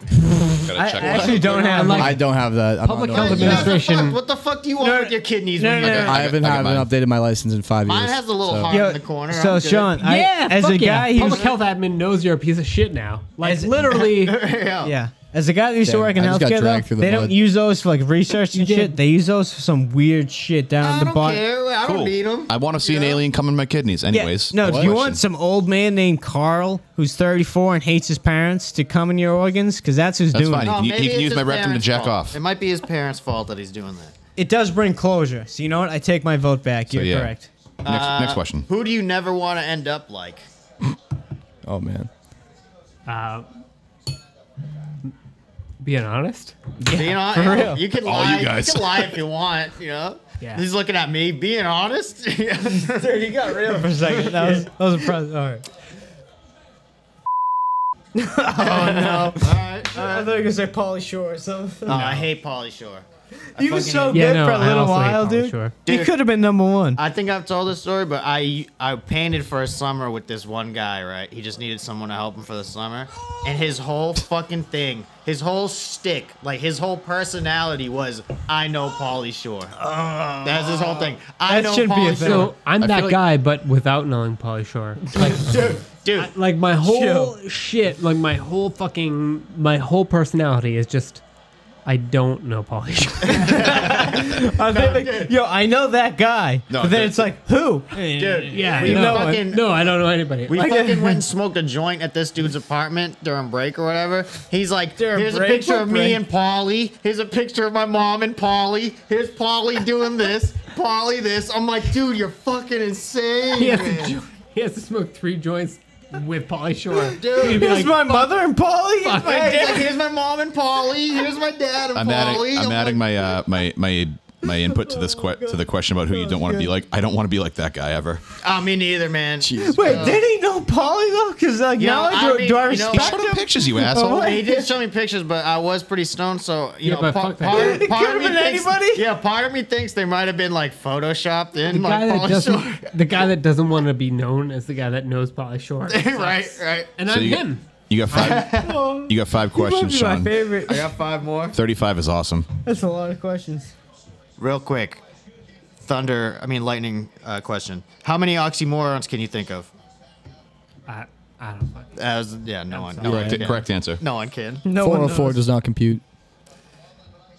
Gotta
I, I
check that.
actually don't have like
I don't have that. I'm
Public
not
health
doing that.
administration- Administration-
What the fuck do you want with your kidneys?
no,
when
no,
you
no,
die?
no.
I haven't,
I got
haven't
mine.
updated my license in five
Mine
years.
has a little
so-
heart
Yo,
in the corner.
so
I'm good.
Sean, I,
yeah.
as
fuck
a
yeah.
guy who's
public health admin knows you're a piece of shit now. Like literally.
yeah.
yeah, as a guy that used to
Damn,
work in
I just got
healthcare,
dragged
though,
through the
they
mud.
don't use those for like research and shit. They use those for some weird shit down
I
in the
don't
bottom.
care. I don't need them.
I want to see an alien come in my kidneys.
Yeah,
Anyways,
no,
next
do you
question.
want some old man named Carl who's 34 and hates his parents to come in your organs? Because that's who's
That's
doing
fine.
it.
He can- he
maybe
can
it's
use
his
my rectum to
parents'
jack
fault.
off.
It might be his parents' fault that he's doing that.
It does bring closure. So you know what? I take my vote back. You're
yeah.
correct.
Next, next
Uh,
question.
Who do you never want to end up like?
Oh man.
Uh, being honest.
being honest,
for real.
you can
All
lie.
you guys.
can lie if you want. You know.
Yeah.
He's looking at me, being honest. Dude, you got real.
For a second, that was that was impressive. All right.
Oh, All right. all
I
right.
thought you were gonna say Polly Shore or something.
Oh, I hate Polly Shore. I
He was
fucking
so
hate-
Yeah,
good
no,
for a
I
little
also hate
while,
Pauly
dude.
Shore.
He
Dude.
could have been number one.
I think I've told this story, but I I painted for a summer with this one guy, right? He just needed someone to help him for the summer. And his whole fucking thing, his whole stick, like his whole personality was I know Pauly Shore. That's his whole thing. I
That
know
shouldn't be a
Pauly
thing.
Shore.
So I'm
I
that
feel like-
guy, but without knowing Polly Shore. Like,
Dude,
like my whole shit, like my whole fucking, my whole personality is just, I don't know Polly Shore.
I think, yo, I know that guy.
No,
but then
dude.
it's like, who?
dude,
yeah,
we
no, I,
fucking
no, I don't know anybody.
We
Like,
fucking went and smoked a joint at this dude's apartment during break or whatever. He's like,
During
here's
break?
a picture
What
of
break?
me and Polly. Here's a picture of my mom and Polly. Here's Polly doing this. Polly this. I'm like, dude, you're fucking insane.
he, has
man."
to, jo- he has to smoke three joints with Polly Shore.
Dude,
Here's my mother and Polly. Here's my
Hey,
dad.
here's- here's my mom and Polly. Here's my dad and
I'm
Polly.
adding, I'm adding my, uh, my, my, my input to this
Oh
que- to the question about who you don't want to be like. I don't want to be like that guy ever.
I mean, Ah, neither man.
Jesus.
Wait, did he know Polly though? Because like
You
now
know,
I do,
I mean,
do I
you know,
respect
He showed him pictures, you asshole.
He did show me pictures, but I was pretty stoned, so you
Yeah,
know,
but
pa-
fuck that.
part,
It
part of
could've
me
been
thinks,
anybody.
Yeah, part of me thinks they might have been like photoshopped in,
The guy,
like
that
Polly Shore.
doesn't, the guy that doesn't want to be known as the guy that knows Polly Shore.
right, right.
And
So
I'm
you, got-
him.
you got five. you got five questions,
Oh. Might be my
Sean.
favorite.
I got five more.
Thirty-five is awesome.
That's a lot of questions.
Real quick, thunder. I mean, lightning uh, question. How many oxymorons can you think of?
I, I don't fucking
As yeah, no one. No
Correct,
one can.
correct answer.
No one can.
No one knows.
404 does not compute.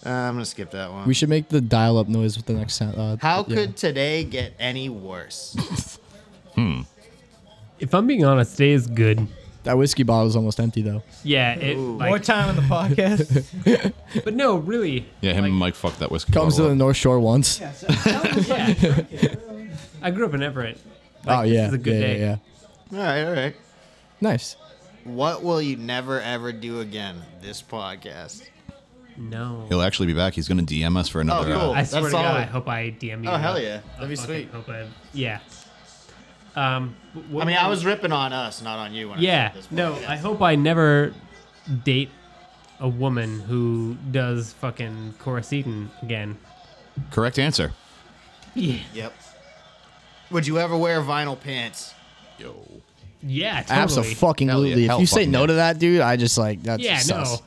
Uh, I'm gonna skip that one.
We should make the dial-up noise with the next sound. Uh,
How
yeah.
could today get any worse?
If I'm being honest, today is good.
that whiskey bottle is almost empty though?
Yeah, it,
More
like,
time on the podcast.
but no, really.
Oh,
Yeah, him and Mike fucked that whiskey.
Comes to
bottle
the
up.
North Shore once.
I grew up in Everett.
oh yeah,
This is a good
yeah,
day.
yeah, yeah.
All right, all right.
Nice.
What will you never ever do again? This podcast.
No.
He'll actually be back. He's going to DM us
Oh,
for another.
cool.
uh,
I swear
That's
to God,
all.
I hope I DM you.
Oh, hell
I-
yeah.
I
That'd be
fucking
sweet.
Hope I, yeah. Um, wh-
I
what-
mean, I was ripping on us, not on you. When
Yeah.
I said this
No,
podcast.
I hope I never date a woman who does fucking Coracetin again.
correct answer.
Yeah.
Yep. Would you ever wear vinyl pants?
Yo.
Yeah.
Absolutely.
Totally.
fucking
Hell yeah,
lutely. If
hell
you say
fucking
no
yeah.
to that, dude, I just like that's
yeah.
just
No.
sus.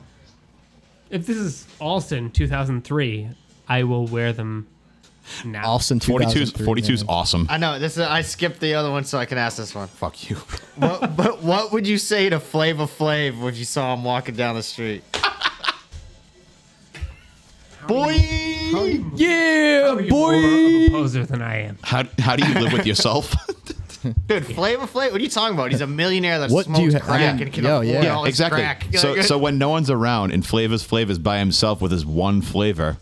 If this is Alston 2003, I will wear them now.
Austin
42's,
2003,
42's
man.
awesome.
I know this. Is, I skipped the other one so I can ask this one.
Fuck you.
what, but what would you say to Flava Flav if you saw him walking down the street? Boy,
Yeah,
More of
boy.
a poser than I am.
How, how do you live with yourself?
dude, Flava Flav. What are you talking about? He's a millionaire that
What do
smokes
you ha- I
crack
mean,
and can
yo,
afford
yeah.
all his
exactly.
crack.
So
Like,
so when no one's around and Flavors Flavors by himself with his one flavor,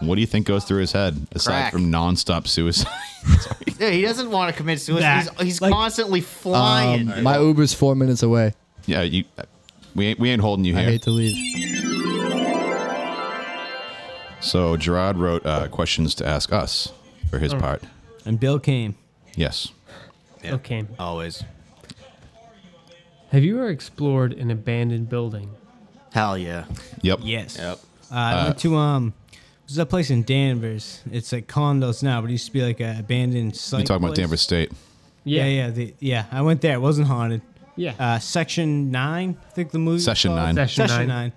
what do you think goes through his head aside
Crack.
from nonstop suicide?
yeah, he doesn't want to commit suicide.
That-
He's, he's
like-
constantly
Um,
flying.
my Uber's four minutes away.
yeah, you. We ain't, we ain't holding you
I
here.
hate to leave.
So Gerard wrote uh, questions to ask us for his part.
And Bill came.
Yes.
Okay.
Oh.
Always.
Have you ever explored an abandoned building?
Hell yeah.
Yep.
Yes.
Yep.
Uh, I went to um, there's that place in Danvers. It's like condos now, but it used to be like an abandoned site.
You talking about
place.
Danvers State?
Yeah, yeah, the, yeah. I went there. It wasn't haunted.
Yeah.
Uh, section nine, I think the movie.
Session nine.
Session
Session
nine.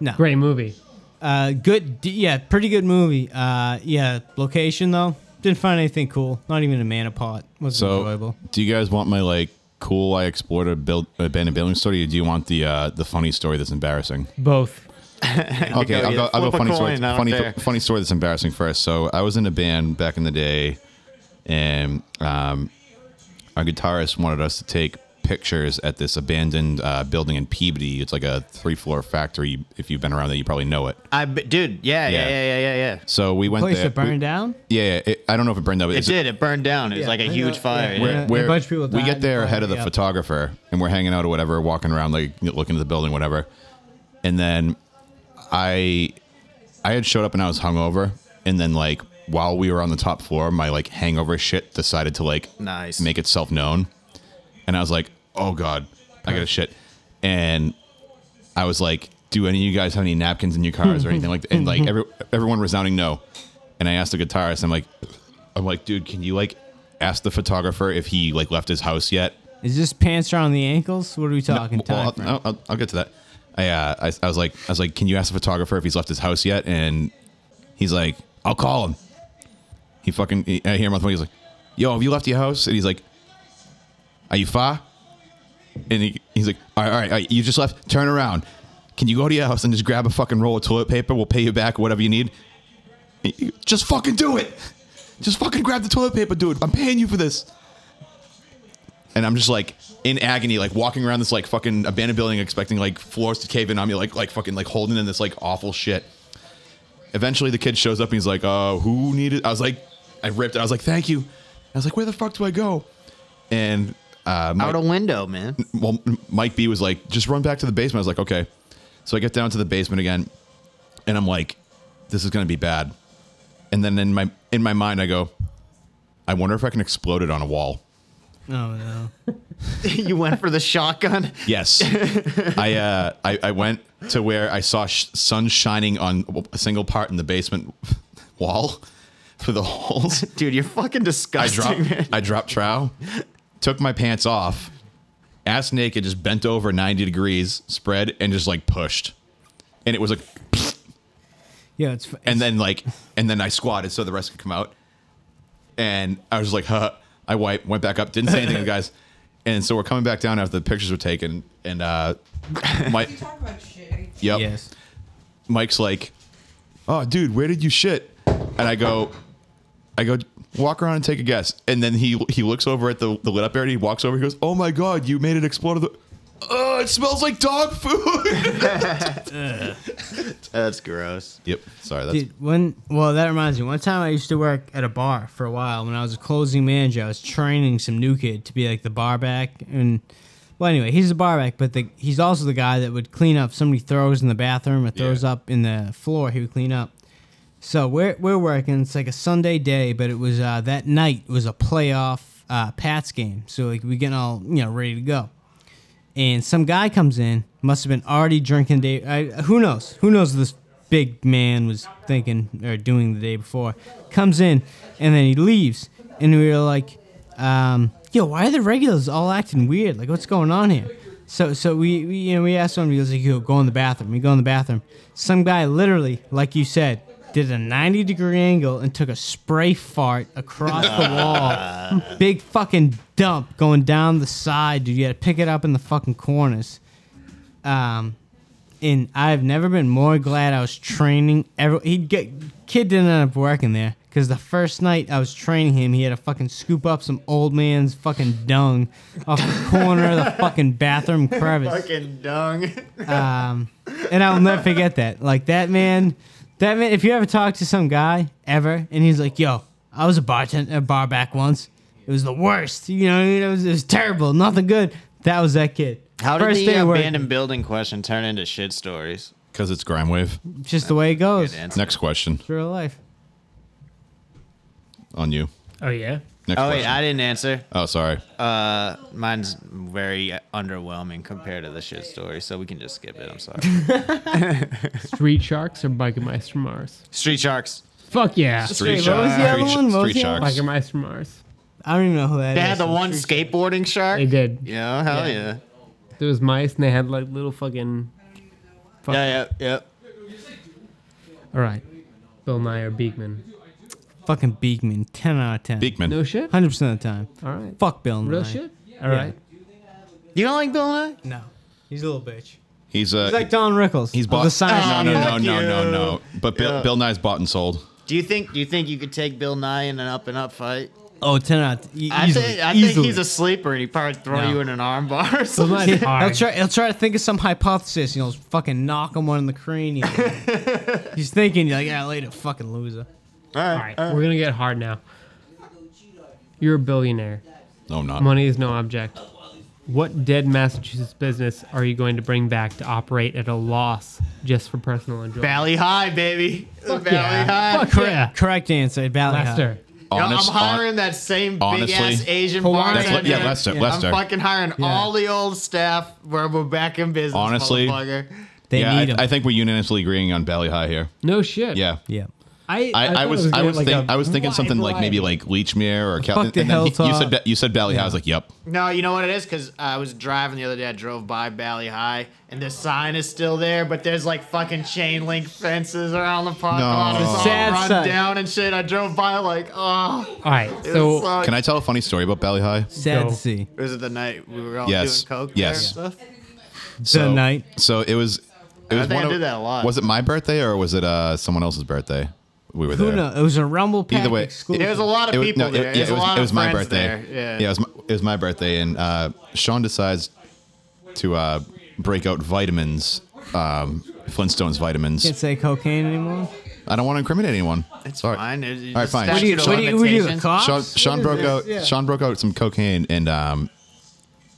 nine. No.
Great movie.
Uh, good. d- Yeah, pretty good movie. Uh, yeah. Location though, didn't find anything cool. Not even a manapot. Wasn't
So,
enjoyable.
do you guys want my like cool? I explored a build abandoned building story, or do you want the uh, the funny story that's embarrassing?
Both.
Okay,
go,
I'll
yeah.
go. I'll go
Flip a
funny
coin,
story.
I don't
Funny,
care.
funny story that's embarrassing first. So I was in a band back in the day, and um, our guitarist wanted us to take pictures at this abandoned uh, building in Peabody. It's like a three floor factory. If you've been around there, you probably know it.
I, be- dude, Ah, yeah, yeah, yeah,
Yeah.
yeah, yeah, yeah.
So we went
Place
there.
that burned
we-
down.
Yeah, yeah, it, I don't know if it burned up.
It did. It burned down. It was like a
I
huge
know,
fire.
yeah.
yeah.
We're, we're-
a bunch of people
we
died
get there
and
ahead of the
fire, yeah.
photographer, and we're hanging out or whatever, walking around, like looking at the building, whatever. And then I, I had showed up and I was hungover, and then like while we were on the top floor, my like hangover shit decided to like
Nice.
make itself known, and I was like, oh god, I got a shit, and I was like, do any of you guys have any napkins in your cars or anything like that? And like every, everyone resounding no, and I asked the guitarist, I'm like, I'm like, dude, can you like ask the photographer if he like left his house yet?
Is this pants around the ankles? What are we talking?
Well, uh,
time
I'll,
frame?
I'll, I'll, I'll get to that. I, uh, I I was like I was like, can you ask the photographer if he's left his house yet? And he's like, I'll call him. He fucking he, I hear him on the phone. He's like, Yo, have you left your house? And he's like, Are you far? And he, he's like, all right, all right, all right, you just left. Turn around. Can you go to your house and just grab a fucking roll of toilet paper? We'll pay you back whatever you need. Just fucking do it. Just fucking grab the toilet paper, dude. I'm paying you for this. And I'm just like in agony, like walking around this like fucking abandoned building, expecting like floors to cave in on me, like like fucking like holding in this like awful shit. Eventually, the kid shows up and he's like, "Uh, who needed?" I was like, I ripped. it. I was like, "Thank you." I was like, "Where the fuck do I go?" And uh, my-
Out a window, man.
well, Mike B was like, just run back to the basement. I was like, okay. So I get down to the basement again, and I'm like, this is gonna be bad. And then in my in my mind, I go, I wonder if I can explode it on a wall.
oh no.
you went for the shotgun.
Yes, I, uh, I I went to where I saw sh- sun shining on a single part in the basement wall for the holes.
Dude, you're fucking
I
disgusting, man.
dropped I dropped trow, took my pants off, ass naked, just bent over 90 degrees, spread, and just like pushed. And it was like
Yeah, it's. f-
and then like and then I squatted so the rest could come out. And I was like, huh. I wiped, went back up, didn't say anything to the guys. And so we're coming back down after the pictures were taken. And uh Mike
You talk about shitting.
Yep.
Yes.
Mike's like, "Oh, dude, where did you shit?" And I go, "I go walk around and take a guess." And then he he looks over at the, the lit up area. He walks over. He goes, "Oh my god, you made it explode!" The-. oh, it smells like dog
food. That's gross.
Yep. Sorry. That's
Dude, when well, that reminds me. One time I used to work at a bar for a while. When I was a closing manager, I was training some new kid to be like the bar back. And well, anyway, he's the bar back, but the, he's also the guy that would clean up. Somebody throws in the bathroom or throws up in the floor. He would clean up. So we're we're working. It's like a Sunday day, but it was uh, that night was a playoff uh, Pats game. So like we getting all you know ready to go and some guy comes in, must have been already drinking day. I, who knows? Who knows this big man was thinking or doing the day before? Comes in, and then he leaves, and we were like, um, "Yo, why are the regulars all acting weird? Like, what's going on here?" So, so we, we you know we asked him. He was like, "Yo, go in the bathroom." We go in the bathroom. Some guy literally, like you said. Did a 90 degree angle and took a spray fart across the wall big fucking dump going down the side, dude. You had to pick it up in the fucking corners. Um, and I've never been more glad I was training. Every he'd get kid didn't end up working there because the first night I was training him, he had to fucking scoop up some old man's fucking dung off the corner of the fucking bathroom crevice.
Fucking dung.
Um, and I'll never forget that. Like that man, that man. If you ever talk to some guy ever, and he's like, "Yo, I was a bartender, a bar back once. It was the worst. You know, it was, it was terrible. Nothing good." That was that kid.
How did
First
the uh,
day of work,
abandoned building question turn into shit stories?
because it's grime wave.
Just the way it goes.
Next question
It's real life.
on you.
Oh yeah.
Next
oh wait,
question.
I didn't answer.
oh, sorry.
Uh, mine's very uh, underwhelming compared to the shit story, so we can just skip it. I'm sorry.
Street sharks or biker mice from Mars?
Street sharks.
Fuck yeah.
Street Wait, what was the other Sharks. one? What was Street the other one? Sharks.
Biker mice from Mars.
I don't even know who that
They had the one skateboarding shark.
They did.
Yeah, hell yeah.
There was mice and they had like little fucking. Fuck.
Yeah, yeah,
All right. Bill Nye or Beekman.
Fucking Beekman, ten out of ten.
Beekman.
No shit?
Hundred percent of the time.
All right.
Fuck Bill.
Real
Nye.
shit? All right.
You don't like Bill Nye?
No, he's a little bitch.
He's uh,
He's like Don Rickles.
He's
of
bought.
the Science
no, no, no,
Community.
no, no, no.
you.
But Bill,
Oh, Yeah.
Bill Nye's bought and sold.
Do you think do you think you could take Bill Nye in an up and up fight?
Oh, 10 out. of- e-
I
easily,
think I think
easily.
he's a sleeper, and he probably throw
No.
you in an armbar. Or
He'll
something.
try. He'll try to think of some hypothesis. You know, fucking knock him one in the cranium. He's thinking, like, yeah, later, fucking loser.
All right. We're going to get hard now. You're a billionaire.
No, I'm not.
Money is no object. What dead Massachusetts business are you going to bring back to operate at a loss just for personal enjoyment?
Valley High, baby. Valley
yeah.
High.
Fuck yeah.
Correct answer, Valley High.
Lester.
Yo,
Honest-
I'm hiring that same big ass
honestly,
Asian
Hawaiian.
bartender.
That's what- yeah, Lester-
I'm
Lester.
fucking hiring all the old staff where we're back in business.
Honestly,
motherfucker.
yeah, I, I think we're unanimously agreeing on Valley High here.
No shit.
Yeah.
Yeah.
I,
I, I,
thought
was
it
I
gonna
was
like
think,
a
I was thinking
wide
something like maybe
variety.
like Leechmere or Cal-
fuck the
and then he- you
Hilltop.
said Ba- you said Valley High. I was like, yep.
No, you know what it is? Because I was driving the other day. I drove by Valley High, and the sign is still there, but there's like fucking chain link fences around the parking
No.
lot. It's all
Sad
run
sight.
down and shit. I drove by like, oh.
All right.
It
So
sucked.
Can I tell a funny story about Valley High?
Sad
Go.
to see.
Was it the night we were all
Yes.
doing coke
Yes.
there and stuff?
the night.
So it was. It
I
was
think
one
I
of-
did that a lot.
Was it my birthday or was it uh, someone else's birthday? We were
Who
there.
knows? It was a Rumble Pack
Either way,
exclusive.
There was a lot of
It was-
people
no, it-
there.
yeah,
There's
it
a
was,
lot
it
of
was my
friends
birthday.
There. Yeah.
it was my, it was my birthday, and uh, Sean decides to uh, break out vitamins, um, Flintstones
Can't
vitamins.
say cocaine anymore.
I don't want to incriminate anyone.
It's
Sorry.
fine. It- it-
All right,
the
fine.
statute
What do you-
of
what do you- what do you-
limitations-
cops?
Sean,
What
Sean
is
broke
this?
out.
Yeah.
Sean broke out some cocaine, and um,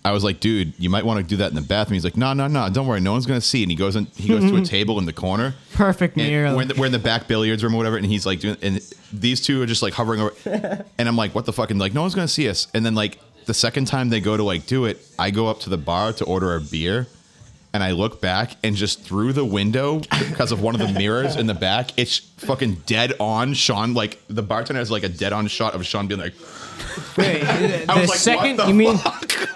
I was like, "Dude, you might want to do that in the bathroom." He's like, "No, no, no, don't worry, no one's gonna see." And he goes in, he goes to a table in the corner.
Perfect
And
mirror.
we're, in the, we're in the back billiards room or whatever, and he's like doing, and these two are just like hovering over, and I'm like, "What the fuck?" And like, no one's gonna see us. And then like the second time they go to like do it, I go up to the bar to order a beer, and I look back, and just through the window because of one of the mirrors in the back, it's fucking dead on Sean. Like the bartender has like a dead on shot of Sean being like,
Wait, the,
I was like, what
second?
the
you mean?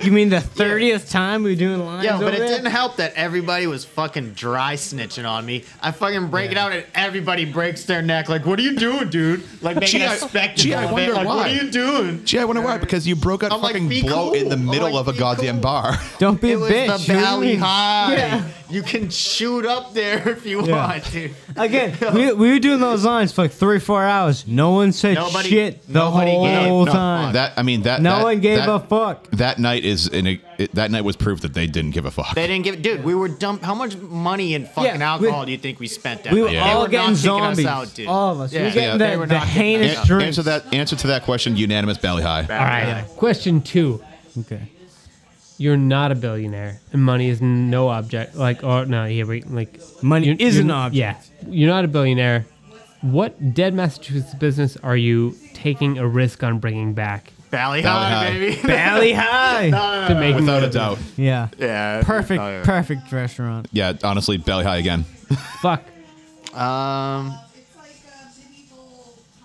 You mean the thirtieth time we were doing lines?
Yo, but
over
it
there?
didn't help that everybody was fucking dry snitching on me. I fucking break it out and everybody breaks their neck. Like, what are you doing, dude? Like making
Gee, I-
a spectacle.
gee, I
of it.
wonder
like, What
why.
are you doing?
"Gee, I wonder why." Because you broke out
I'm like,
fucking
"Be
blow in
cool."
the
I'm
middle
like,
of a
"Be
goddamn
cool."
bar.
Don't be
It
a
was
bitch.
the
What do you
Valley
mean?
High. sorry. You can shoot up there if you
Yeah.
want, dude.
Again, we, we were doing those lines for like three, four hours. No one said
Nobody-
shit the
nobody
whole
gave no
time.
That I mean that
No
that-
one gave
that-
a fuck.
That night is in a, it, that night was proof that they didn't give a fuck.
They didn't give, dude. We were dump. How much money and fucking
Yeah, we-
alcohol do you think we spent? That
we were
night?
all
they were
getting
not kicking
zombies.
Us out, dude.
All of us. We were
Yeah.
getting
They
the-
were
the
not kicking
heinous
us out.
drink.
Answer that answer to that question unanimous belly high.
All right. Question two.
Okay.
You're not a billionaire, and money is no object. Like, oh no, here we like
Money
you're-
is
you're-
an object.
Yeah, you're not a billionaire. What dead Massachusetts business are you taking a risk on bringing back?
Bally,
Bally
high,
high.
baby.
Bally high.
No, no,
To
no,
make
no.
Without a doubt.
Yeah.
Yeah.
Perfect,
no, no.
perfect restaurant.
Yeah, honestly, belly high again.
Fuck.
Um.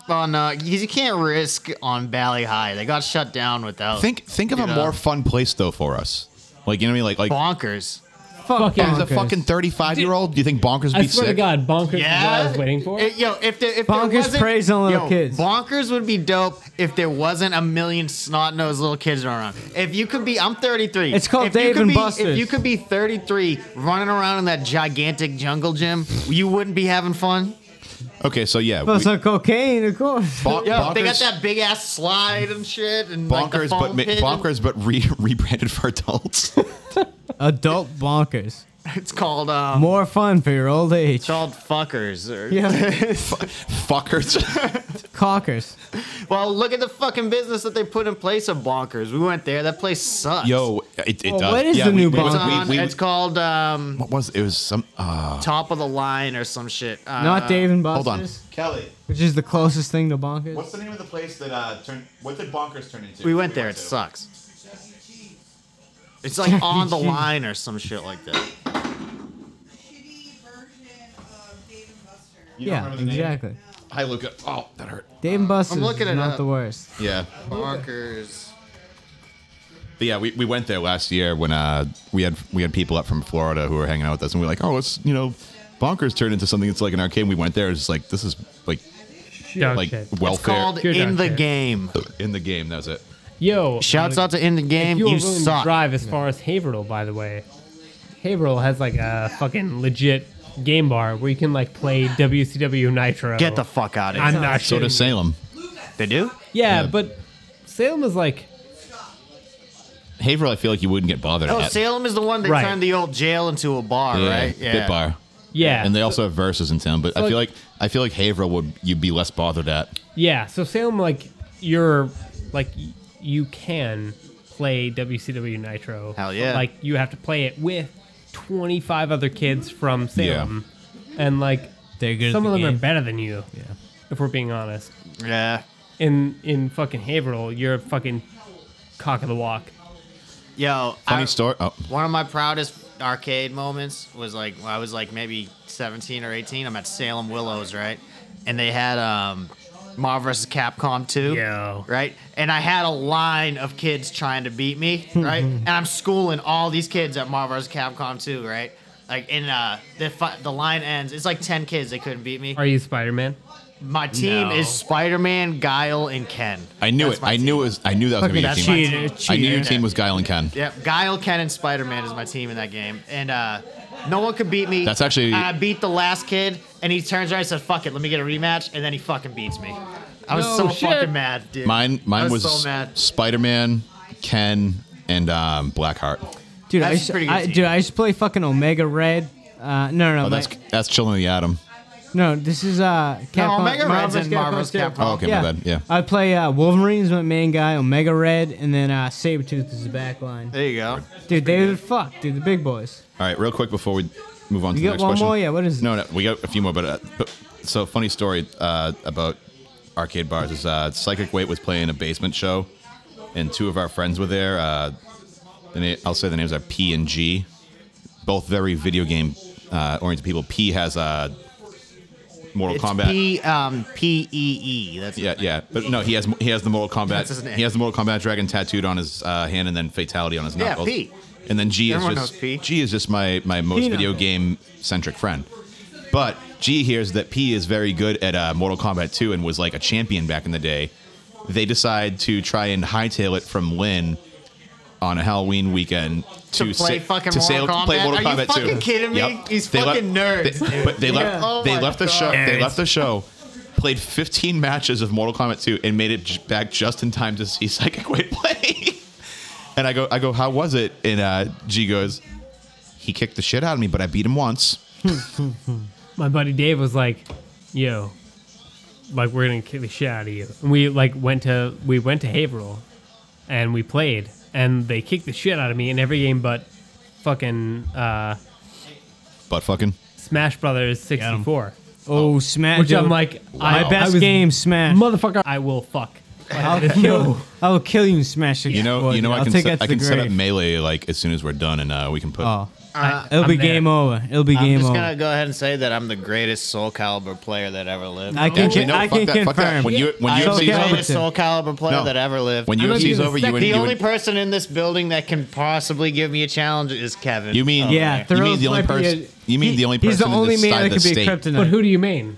Oh no, 'cause you can't risk on Bally High. They got shut down without.
Think think of
you
a
know,
more fun place though for us. Like you know what I mean? Like like
bonkers. Oh,
Fuck yeah.
as a fucking thirty five year old, do you think bonkers
I
be
swear to
sick?
God, bonkers is what I
Yeah.
was waiting for.
Eh, yo, if there, if there
Bonkers
wasn't,
preys on little
yo,
kids.
Bonkers would be dope if there wasn't a million snot nosed little kids running around. If you could be, I'm 33.
It's called
if you
Dave
could
and
be-
Buster's.
If you could be 33 running around in that gigantic jungle gym, you wouldn't be having fun.
Okay, so yeah,
Well,
we-
so cocaine, of course.
bon-
Yo, they got
bonkers-
that big ass slide and shit and like the
bonkers, but
foam
ma-
pit.
bonkers, but re- rebranded for adults.
Adult bonkers.
It's called um,
More fun for your old age.
it's called fuckers. Or,
Yeah.
Fuckers.
Cockers.
Well, look at the fucking business that they put in place of bonkers. We went there. That place sucks.
Yo, it, it
Well,
does.
what is
yeah,
the
we-
new
we-
It's,
bonkers?
on-
we- we-
it's called um,
What was it? It was some. Uh,
top of the line or some shit. Uh,
Not Dave and Buster's.
hold on.
Kelly. Which is the closest thing to bonkers.
the name of the place that uh, turned? What did Bonkers turn into?
We went there. It sucks. It's like on the line or some shit like that.
yeah, exactly.
Hi, Luca. Oh, that hurt.
Dave and Buster's
looking
is
it
not
up.
the worst.
Yeah,
Bonkers.
but yeah, we, we went there last year when uh we had we had people up from Florida who were hanging out with us, and we were like, oh, it's you know, Bonkers turned into something. It's like an arcade. We went there. It's just like this is like
Dog
like
shit.
It's
welfare
called
You're
In
not
the
there.
Game.
in the game. That's it.
Yo,
Shouts out to In the Game.
if you,
You,
were willing to
suck.
drive as far as Haverhill, by the way. Haverhill has like a fucking legit game bar where you can like play WCW Nitro.
Get the fuck out of here.
I'm not
So
sure.
does Salem.
They do?
yeah,
Yeah.
but Salem is like
Haverhill, I feel like you wouldn't get bothered.
Oh,
at.
Salem is the one that
Right.
turned the old jail into a bar,
yeah,
right?
Bit bar.
yeah,
and they also have verses in town. But I
So,
feel
like-
like I feel like Haverhill would you'd be less bothered at.
yeah. So Salem like you're like y- you can play WCW Nitro.
Hell yeah.
Like you have to play it with 25 other kids from Salem, and like
They're good.
some
at
of
the
them are
game.
better than you. Yeah. If we're being honest.
Yeah.
in in fucking Haverhill, you're a fucking cock of the walk.
Yo,
Funny
I-
story. Oh,
One of my proudest arcade moments was like when I was like maybe 17 or 18. I'm at Salem Willows, right? And they had um Marvel vs. Capcom 2.
Yo.
Right? And I had a line of kids trying to beat me, right? and I'm schooling all these kids at Marvel vs. Capcom 2, right? Like in uh the fi- the line ends. It's like 10 kids they couldn't beat me.
Are you Spider Man?
My team
No.
is Spider-Man, Guile, and Ken.
I knew
That's
it.
my
I
team.
knew it was. I knew that was gonna be your
That's
team.
my
cheater,
team.
I knew your
cheater.
team was Guile and Ken.
Yep, Guile, Ken, and Spider Man is my team in that game, and uh, no one could beat me.
That's actually-
And I beat the last kid, and he turns around and said, "Fuck it, let me get a rematch," and then he fucking beats me. I was
No
so
shit.
fucking mad, dude.
Mine
I
mine
was,
was,
so mad.
Spider Man, Ken, and um, Blackheart.
Dude, I
That's
used,
a pretty good
I,
team.
dude, I used to play fucking Omega Red. Uh, no, no, no,
Oh, that's
like-
that's Children of the Atom.
no. This is uh, Capcom.
Omega Red's in
Capcom
Marvel's
two.
Capcom.
Oh, okay, my bad. Yeah.
I play uh, Wolverine's my main guy, Omega Red, and then uh, Sabretooth is the back line.
There you go.
Dude, they would fuck, dude, the big boys.
All right, real quick before we move on to the
You got
next
one
question.
more? Yeah, what is it?
No, no, we got a few more. But, uh, but so funny story uh, about arcade bars is uh, Psychic Wait was playing a basement show, and two of our friends were there. Uh, the na- I'll say the names are P and G, both very video game uh, oriented people. P has uh, Mortal
It's
Kombat.
P um P E E. That's
Yeah, yeah, but no, he has he has the Mortal
That's his
Kombat.
name.
He has the Mortal Kombat dragon tattooed on his uh, hand, and then fatality on his
Yeah,
knuckles.
P.
And then G
Everyone
is just
knows P.
G is just my my most
P
video
knuckles.
game centric friend. But G hears that P is very good at uh, Mortal Kombat 2 and was like a champion back in the day. They decide to try and hightail it from Lynn on a Halloween weekend to,
play
sa-
fucking
to
Mortal
sail-
Kombat?
play Mortal
Are you
Kombat 2.
fucking kidding me? These fucking nerds,
they-
dude.
but they
Yeah.
left.
Oh
they
my
left the show.
God.
They left the show. Played 15 matches of Mortal Kombat 2 and made it j- back just in time to see Psychic Wade play. and I go, I go, how was it? And uh, G goes, he kicked the shit out of me, but I beat him once.
my buddy Dave was like, "Yo, like we're gonna kick the shit out of you." And we like went to we went to Haverhill, and we played, and they kicked the shit out of me in every game but fucking uh,
But fucking
Smash Brothers sixty four.
Oh, Smash!
Which I'm
dude.
like,
my
I-
best
I was-
game, Smash.
Motherfucker, I will fuck.
I'll kill. I will kill you in Smash.
You know, you know, I
I'll
can,
take
set-
that to
I can
the
set up
grave.
melee like as soon as we're done, and uh, we can put.
Oh. I- it'll be game over. It'll be
I'm
game
just
over.
gonna go ahead and say that I'm the greatest Soul Calibur player that ever lived.
I can- Actually, no, I fuck can that, fuck that. confirm.
When you- when
I'm
UFC
the
is over-
greatest Soul Calibur player
No.
that ever lived.
When I'm UFC is not even over, you second. would-
the
you would-
only person in this building that can possibly give me a challenge is Kevin. Oh,
You mean
over
yeah?
there.
You mean the only person? You mean the only person? in this side of the state.
But who do you mean?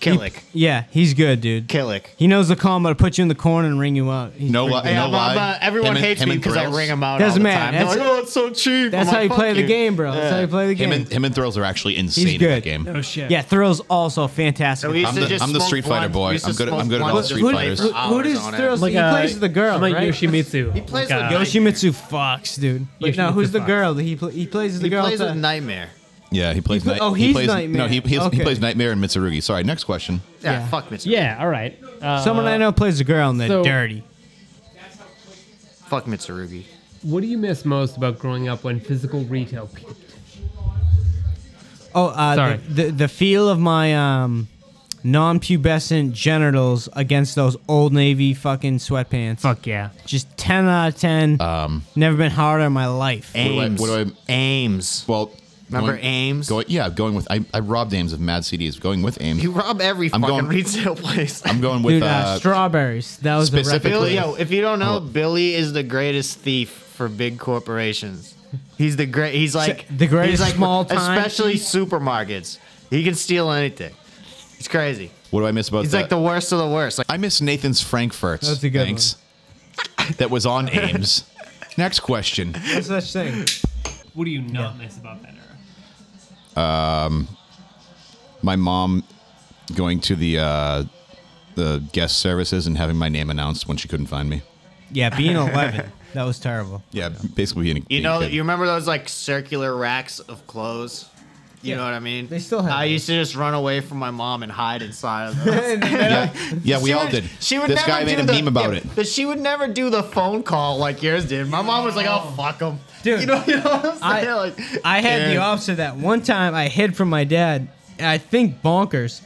Killick.
Yeah, he's good, dude.
Killick.
He knows the combo to put you in the corner and ring you out. He's
No
pretty
li-
good.
no Yeah, I'm- lie. I'm, uh,
Everyone
Him and-
hates
him
me
and
because I
Thrills?
ring them out.
Doesn't
all the
matter.
time. They're
That's-
like, oh, it's so cheap.
that's
I'm
how
like,
you play
"Fuck
the game, bro. That's how you play the
Him
game.
and, him and Thrills are actually insane
He's
in
good.
that game.
Yeah, Thrill's also fantastic.
So we used
I'm
to
the-
just
I'm the
smoke
Street Fighter
blunts-
boy.
we used to
I'm good at-
smoke
I'm good at all
blunts
Street
for
Fighters.
hours
Who does
on it.
Thrills?
Like,
he
uh,
plays the girl,
I'm like
right?
Yoshimitsu.
He plays
Like,
with
uh,
Yoshimitsu Fox, dude. But no,
Yoshimitsu
who's the
Fox.
girl? He pl- he plays the
He
girl.
plays
to-
with Nightmare.
Yeah, he plays.
pla-
Night-
oh,
he
he's
plays,
Nightmare.
No, he, he's,
Okay.
he plays Nightmare and Mitsurugi. Sorry, next question.
Yeah,
Yeah.
fuck Mitsurugi.
Yeah, all right. Uh,
Someone I know plays the girl and they're
so-
dirty.
Fuck Mitsurugi.
What do you miss most about growing up when physical retail peaked?
Oh, uh,
Sorry.
The, the the feel of my um, non-pubescent genitals against those old navy fucking sweatpants.
Fuck yeah.
Just ten out of ten. Um, never been harder in my life.
Ames.
What do I? What do I
Ames.
well,
Remember
going,
Ames?
Going, yeah, going with. I, I robbed Ames of Mad CDs. Going with Ames.
You rob every
I'm
fucking
going-
retail place.
I'm going with
Dude, uh,
uh,
strawberries. That was the
specifically-
recipe.
Billy, yo, if you don't know,
Oh.
Billy is the greatest thief for big corporations. He's the great. He's like
The greatest
he's like,
small-time
especially supermarkets. He can steal anything. It's crazy.
what do I miss about?
He's
that?
like the worst of the worst. Like
I miss Nathan's Frankfurt.
That's a good one.
Thanks. That was on Ames. Next question.
No such thing.
What do you not miss about that era?
My mom going to the uh, the guest services and having my name announced when she couldn't find me.
Yeah, being eleven. That was terrible.
Yeah, basically being.
you know, you remember those like circular racks of clothes. You know what I mean?
They still have
I
those.
used to just run away from my mom and hide inside of them.
Yeah, yeah we all did.
She would
this
never
guy made
do
a
the,
meme about
yeah,
it.
But she would never do the phone call like yours did. My mom was like, "Oh fuck them,"
Dude,
You know, you know what I'm
I-
saying? like,
I had the
Dude.
opposite of that. One time I hid from my dad, and I think bonkers.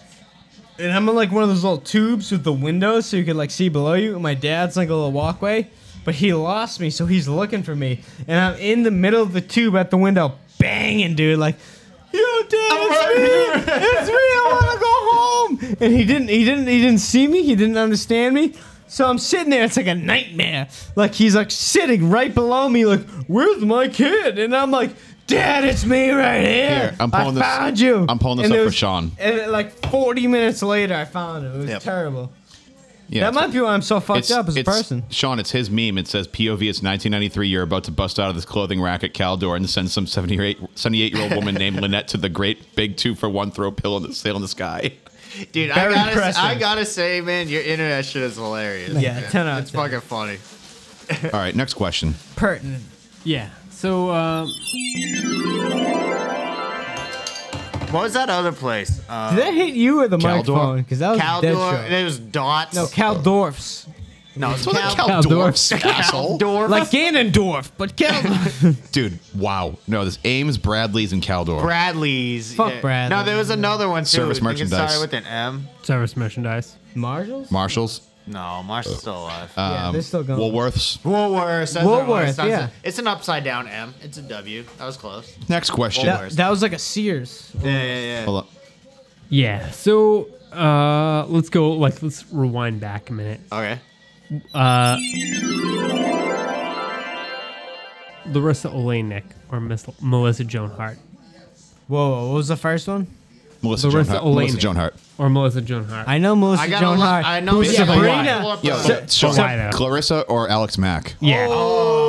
And I'm in like one of those little tubes with the windows so you could like see below you. And my dad's like a little walkway, but he lost me, so he's looking for me. And I'm in the middle of the tube at the window, banging, dude, like, yo, dad, it's me, it's me, I wanna go home. And he didn't, he didn't, he didn't see me, he didn't understand me. So I'm sitting there, it's like a nightmare. Like he's like sitting right below me, like, where's my kid? And I'm like, Dad, it's me right here.
Here, I'm pulling
I
this-
found you.
I'm pulling this
And
up
it
for
was-
Sean.
and then, like 40 minutes later, I found it. It was
Yep.
terrible.
Yeah,
that might be why I'm so fucked
it's-
up as a
it's-
person.
Sean, it's his meme. It says POV. It's 1993. You're about to bust out of this clothing rack at Caldor and send some 78 78 year old woman named Lynette to the great big two for one throw pillow in the sale in the sky.
Dude, I
Very
gotta,
impressive.
I gotta say, man, your internet shit is hilarious.
Yeah, 10 out of
It's
10.
fucking funny.
All right, next question.
Pertinent.
Yeah. So um,
What was that other place? Uh,
Did that hit you or the
Caldor?
microphone? Because that was a dead
Caldor.
shot.
It was dots.
No, Caldorf's.
no, it's
So the
Cal-
Caldorf's asshole,
Caldor.
Like Ganondorf, but Caldor.
dude. Wow. No, this Ames, Bradley's, and Caldor.
Bradley's.
Fuck Bradley.
No, there was another one too.
Service
I think it
merchandise.
started with an M.
service merchandise.
Marshall's?
Marshalls.
No, Marshall's still alive.
Um,
Yeah, they're still going.
Woolworths.
Woolworths. that's what it was.
Woolworth,
It's not-
yeah.
It's an upside down M. It's a W. That was close.
Next question.
That, that was like a Sears.
Yeah, yeah, yeah.
Hold on.
Yeah. So uh, let's go. Like let's rewind back a minute.
Okay.
Uh, Larissa Olenek or Miss Melissa Joan Hart
Whoa, whoa, what was the first one?
Melissa Joan
Larissa
Hart.
Olenek.
Melissa Joan Hart.
or Melissa Joan Hart.
I know Melissa
I got
Joan
a lot.
Hart.
I know.
who's
yeah,
Sabrina.
I got a lot-
Yo,
So-
Sean,
so-
Clarissa or Alex Mack?
yeah.
Oh,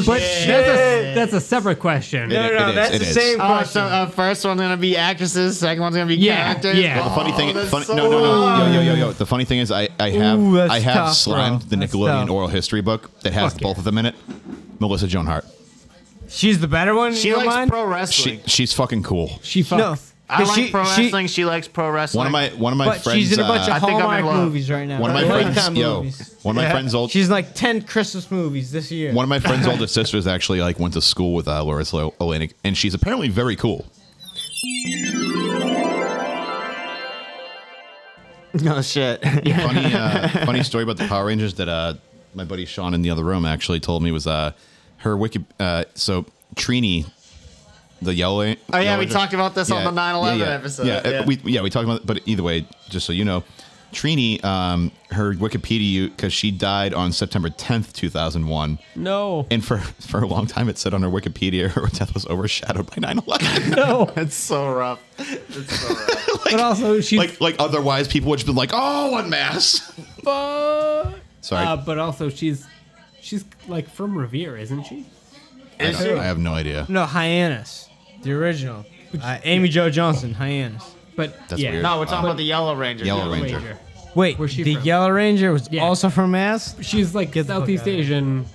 Oh,
but
shit.
That's, a, that's a separate question.
No, no, that's the same question. so, uh, first one's gonna be actresses. Second one's gonna be
Yeah,
characters.
yeah.
Well, the funny
Oh,
thing,
that's
funny,
so
no, no, no,
hard.
yo, yo, yo, yo. The funny thing is, I, I have,
Ooh, that's
I have
tough, bro.
slimed the
That's
Nickelodeon
tough.
oral history book that has both of them in it. Melissa Joan Hart.
She's the better one.
She
you don't
likes
mind?
pro
She,
wrestling.
she's fucking cool.
She
fucks. No.
I
Is
like
she-
pro
she-
wrestling. She likes pro wrestling.
One of my one of my
But
friends.
she's in a bunch
uh,
of Hallmark movies right now.
One of my
Lifetime
friends, yo,
movies.
one of my
Yeah.
friends old.
She's like ten Christmas movies this year.
One of my friend's older sisters actually like went to school with uh, Loris Olenek, and she's apparently very cool.
No Oh, shit.
funny, uh, funny story about the Power Rangers that uh, my buddy Sean in the other room actually told me was uh, her wiki. Uh, so Trini, the yellow.
Oh, yeah,
Yellow
we
Ranger-
talked about this on the 9/11 episode,
Yeah, uh,
yeah.
we yeah we talked about. But either way, just so you know, Trini, um, her Wikipedia because she died on September 10th, 2001.
No.
And for for a long time, it said on her Wikipedia her death was overshadowed by 9/11.
No.
That's so rough. That's so rough.
but also, she
like like otherwise, people would just be like, oh, en masse.
Fuck.
Sorry.
Uh, but also, she's she's like from Revere, isn't she?
I, don't- I have no idea.
No, Hyannis, the original. Uh, Amy Jo Johnson, Hyannis.
But
That's yeah. weird. Uh,
No, Oh, we're talking about the Yellow Ranger.
Yellow Ranger.
Wait,
Where's she
the
from?
Yellow Ranger was also from Mass.
She's like Southeast Asian,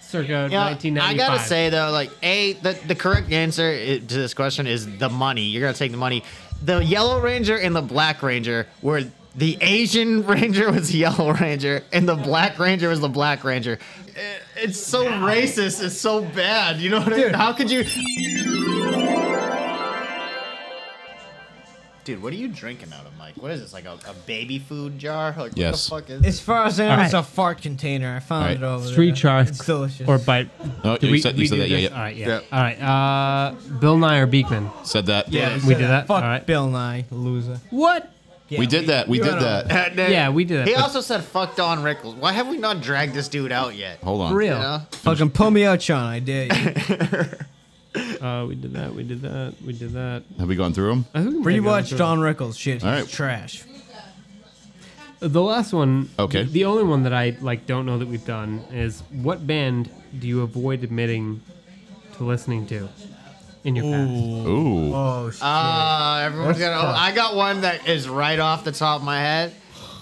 circa
Yeah,
1995.
I gotta say though, like a the, the correct answer i- to this question is the money. You're gonna take the money. The Yellow Ranger and the Black Ranger were the Asian Ranger was the Yellow Ranger and the Black Ranger was the Black Ranger. I- It's so racist. It's so bad. You know what I mean? How could you? Dude, what are you drinking out of, Mike? What is this? Like a, a baby food jar? Like
Yes.
what the fuck is?
As far as I know,
All
it's a fart container. I found
All right.
it over
Street
there.
sharks
It's delicious.
or bite.
Oh,
Did
you said- you said
do
that, yeah,
this?
yeah.
All right, yeah.
Yeah.
All right. Uh, Bill Nye or Beekman?
Said that.
Yeah,
we
said
did that.
Fuck
All right.
Bill Nye, loser.
What?
Yeah,
we did that. We
you
did
went on.
that.
Yeah, we did that,
He
but-
also said "fuck Don Rickles." Why have we not dragged this dude out yet?
Hold on.
For real.
You know?
Fucking pull me out, Sean. I dare you.
Uh, we did that. We did that. We did that.
Have we gone through them?
I think we can go
Rewatch
through
Don Rickles. Shit, he's
All right.
trash.
it. The last one.
Okay.
The, the only one that I like don't know that we've done is what band do you avoid admitting to listening to in your past?
Ooh.
Oh shit.
Uh, everyone's
That's
gonna.
tough.
I got one that is right off the top of my head.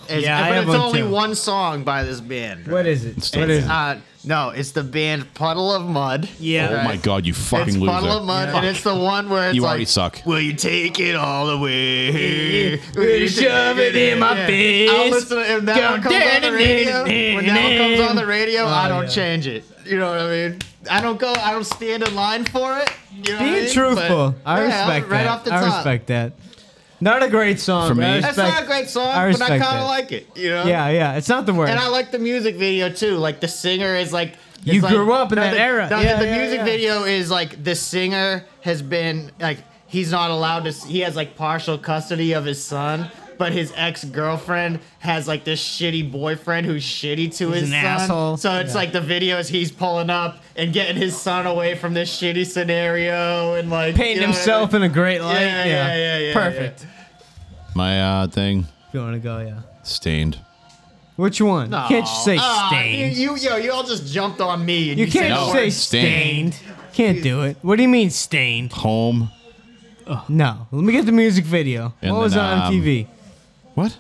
It's,
Yeah, I
but
have
it's
one
only
too.
one song by this band.
what is it?
It's
It's,
What is it?
uh, no, it's the band Puddle of Mud.
Yeah.
Oh my god, you fucking
It's
loser.
Puddle of Mud, and it's the one where it's
You
like,
already suck.
Will you take it all away?
Will you shove it in my face?
I'll listen to if that one comes on the radio. When that one comes on the radio, I don't
Oh, yeah.
change it. You know what I mean? I don't go. I don't stand in line for it. You know what I mean?
Being
But,
truthful. I
yeah,
respect
right
that.
Off the
I
top.
respect that. Not a great song.
For
but I
me-
That's
respect-
not a great song,
I
but I
respect
kind
that.
of like it. You know?
Yeah, yeah. It's not the worst.
And I like the music video too. Like the singer is like. it's
You
like-
grew up in
no,
that
the-
era.
no,
Yeah,
the
yeah,
music
yeah.
video is like the singer has been like he's not allowed to. s- He has like partial custody of his son. But his ex girlfriend has like this shitty boyfriend who's shitty to
He's
his
an
son.
asshole.
So it's
Yeah.
like the video is he's pulling up and getting his son away from this shitty scenario and like you
painting
know what I
himself
mean?
in a great light.
Yeah, yeah, yeah, yeah,
Perfect.
My uh, thing
If you want to go, yeah.
stained.
Which one? You can't
Aw,
just say
aw,
stained.
Ah, You, you, yo, you all just jumped on me. And
you,
you,
can't
said
No,
say
orange.
stained.
stained. Can't do it. What do you mean stained?
Home.
No. Let me get the music video.
And
what was
then,
on
um,
MTV?
What?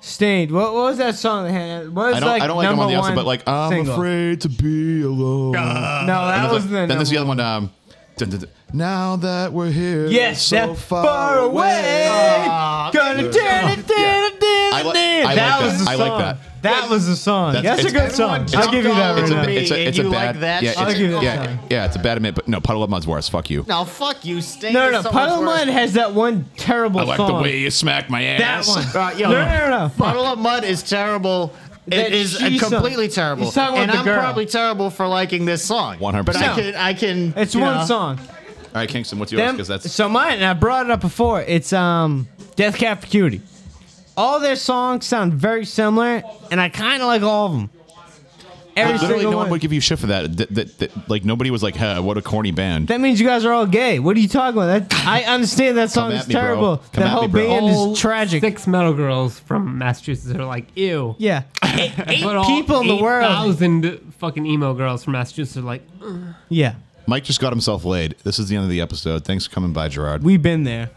Stained. What, what was that song? That had, what was
I don't.
like
I don't like them
number
on the
one
outside, but like I'm
single?
afraid to be alone.
No, that was the.
then
number
there's the other one. Um, dun, dun, dun. Now that we're here,
Yes,
so Ah.
that far away.
Aw,
Gonna turn it, turn it,
I li-
turn it, turn
I
it.
like
That
that.
was the
I like
song.
that.
That was the song.
That's-
That's a
it's-
good song.
Everyone
I'll give you that
jumped
It's
all
right
a,
over
now.
it's a,
And
it's a
you
bad.
like that
yeah,
song?
it's,
I'll give you that
yeah,
song.
yeah, it's a bad admit, but no, puddle of mud's worse. Fuck you.
No, fuck you, Stain.
No, no, no. Puddle of Mud has that one terrible
I like
song.
the way you smack my
that
ass.
one.
Uh, yo,
no, no, no, no.
Puddle of Mud is terrible.
That
It is uh,
she sung.
completely terrible.
He's talking about
and
the
I'm
girl.
probably terrible for liking this song.
100%.
But I
No.
can, I can.
It's
you
one
know.
song.
All right, Kingston, what's yours?
Them,
Because that's
so mine, and I brought it up before. It's um, Death Cab for Cutie. All their songs sound very similar, and I kind of like all of them. Every
Like, literally,
single
no one
one.
would give you shit for that. That, that, that- Like nobody was like, huh, "What a corny band."
That means you guys are all gay. What are you talking about? That, I understand that song
Come
is
at me, bro.
terrible.
Come
that
at
whole
me, bro.
band
All
is tragic.
Six metal girls from Massachusetts are like, ew.
Yeah.
Eight
people in the world.
Thousand fucking emo girls from Massachusetts are like, "Ugh."
Yeah.
Mike just got himself laid. This is the end of the episode. Thanks for coming by, Gerard.
We've been there.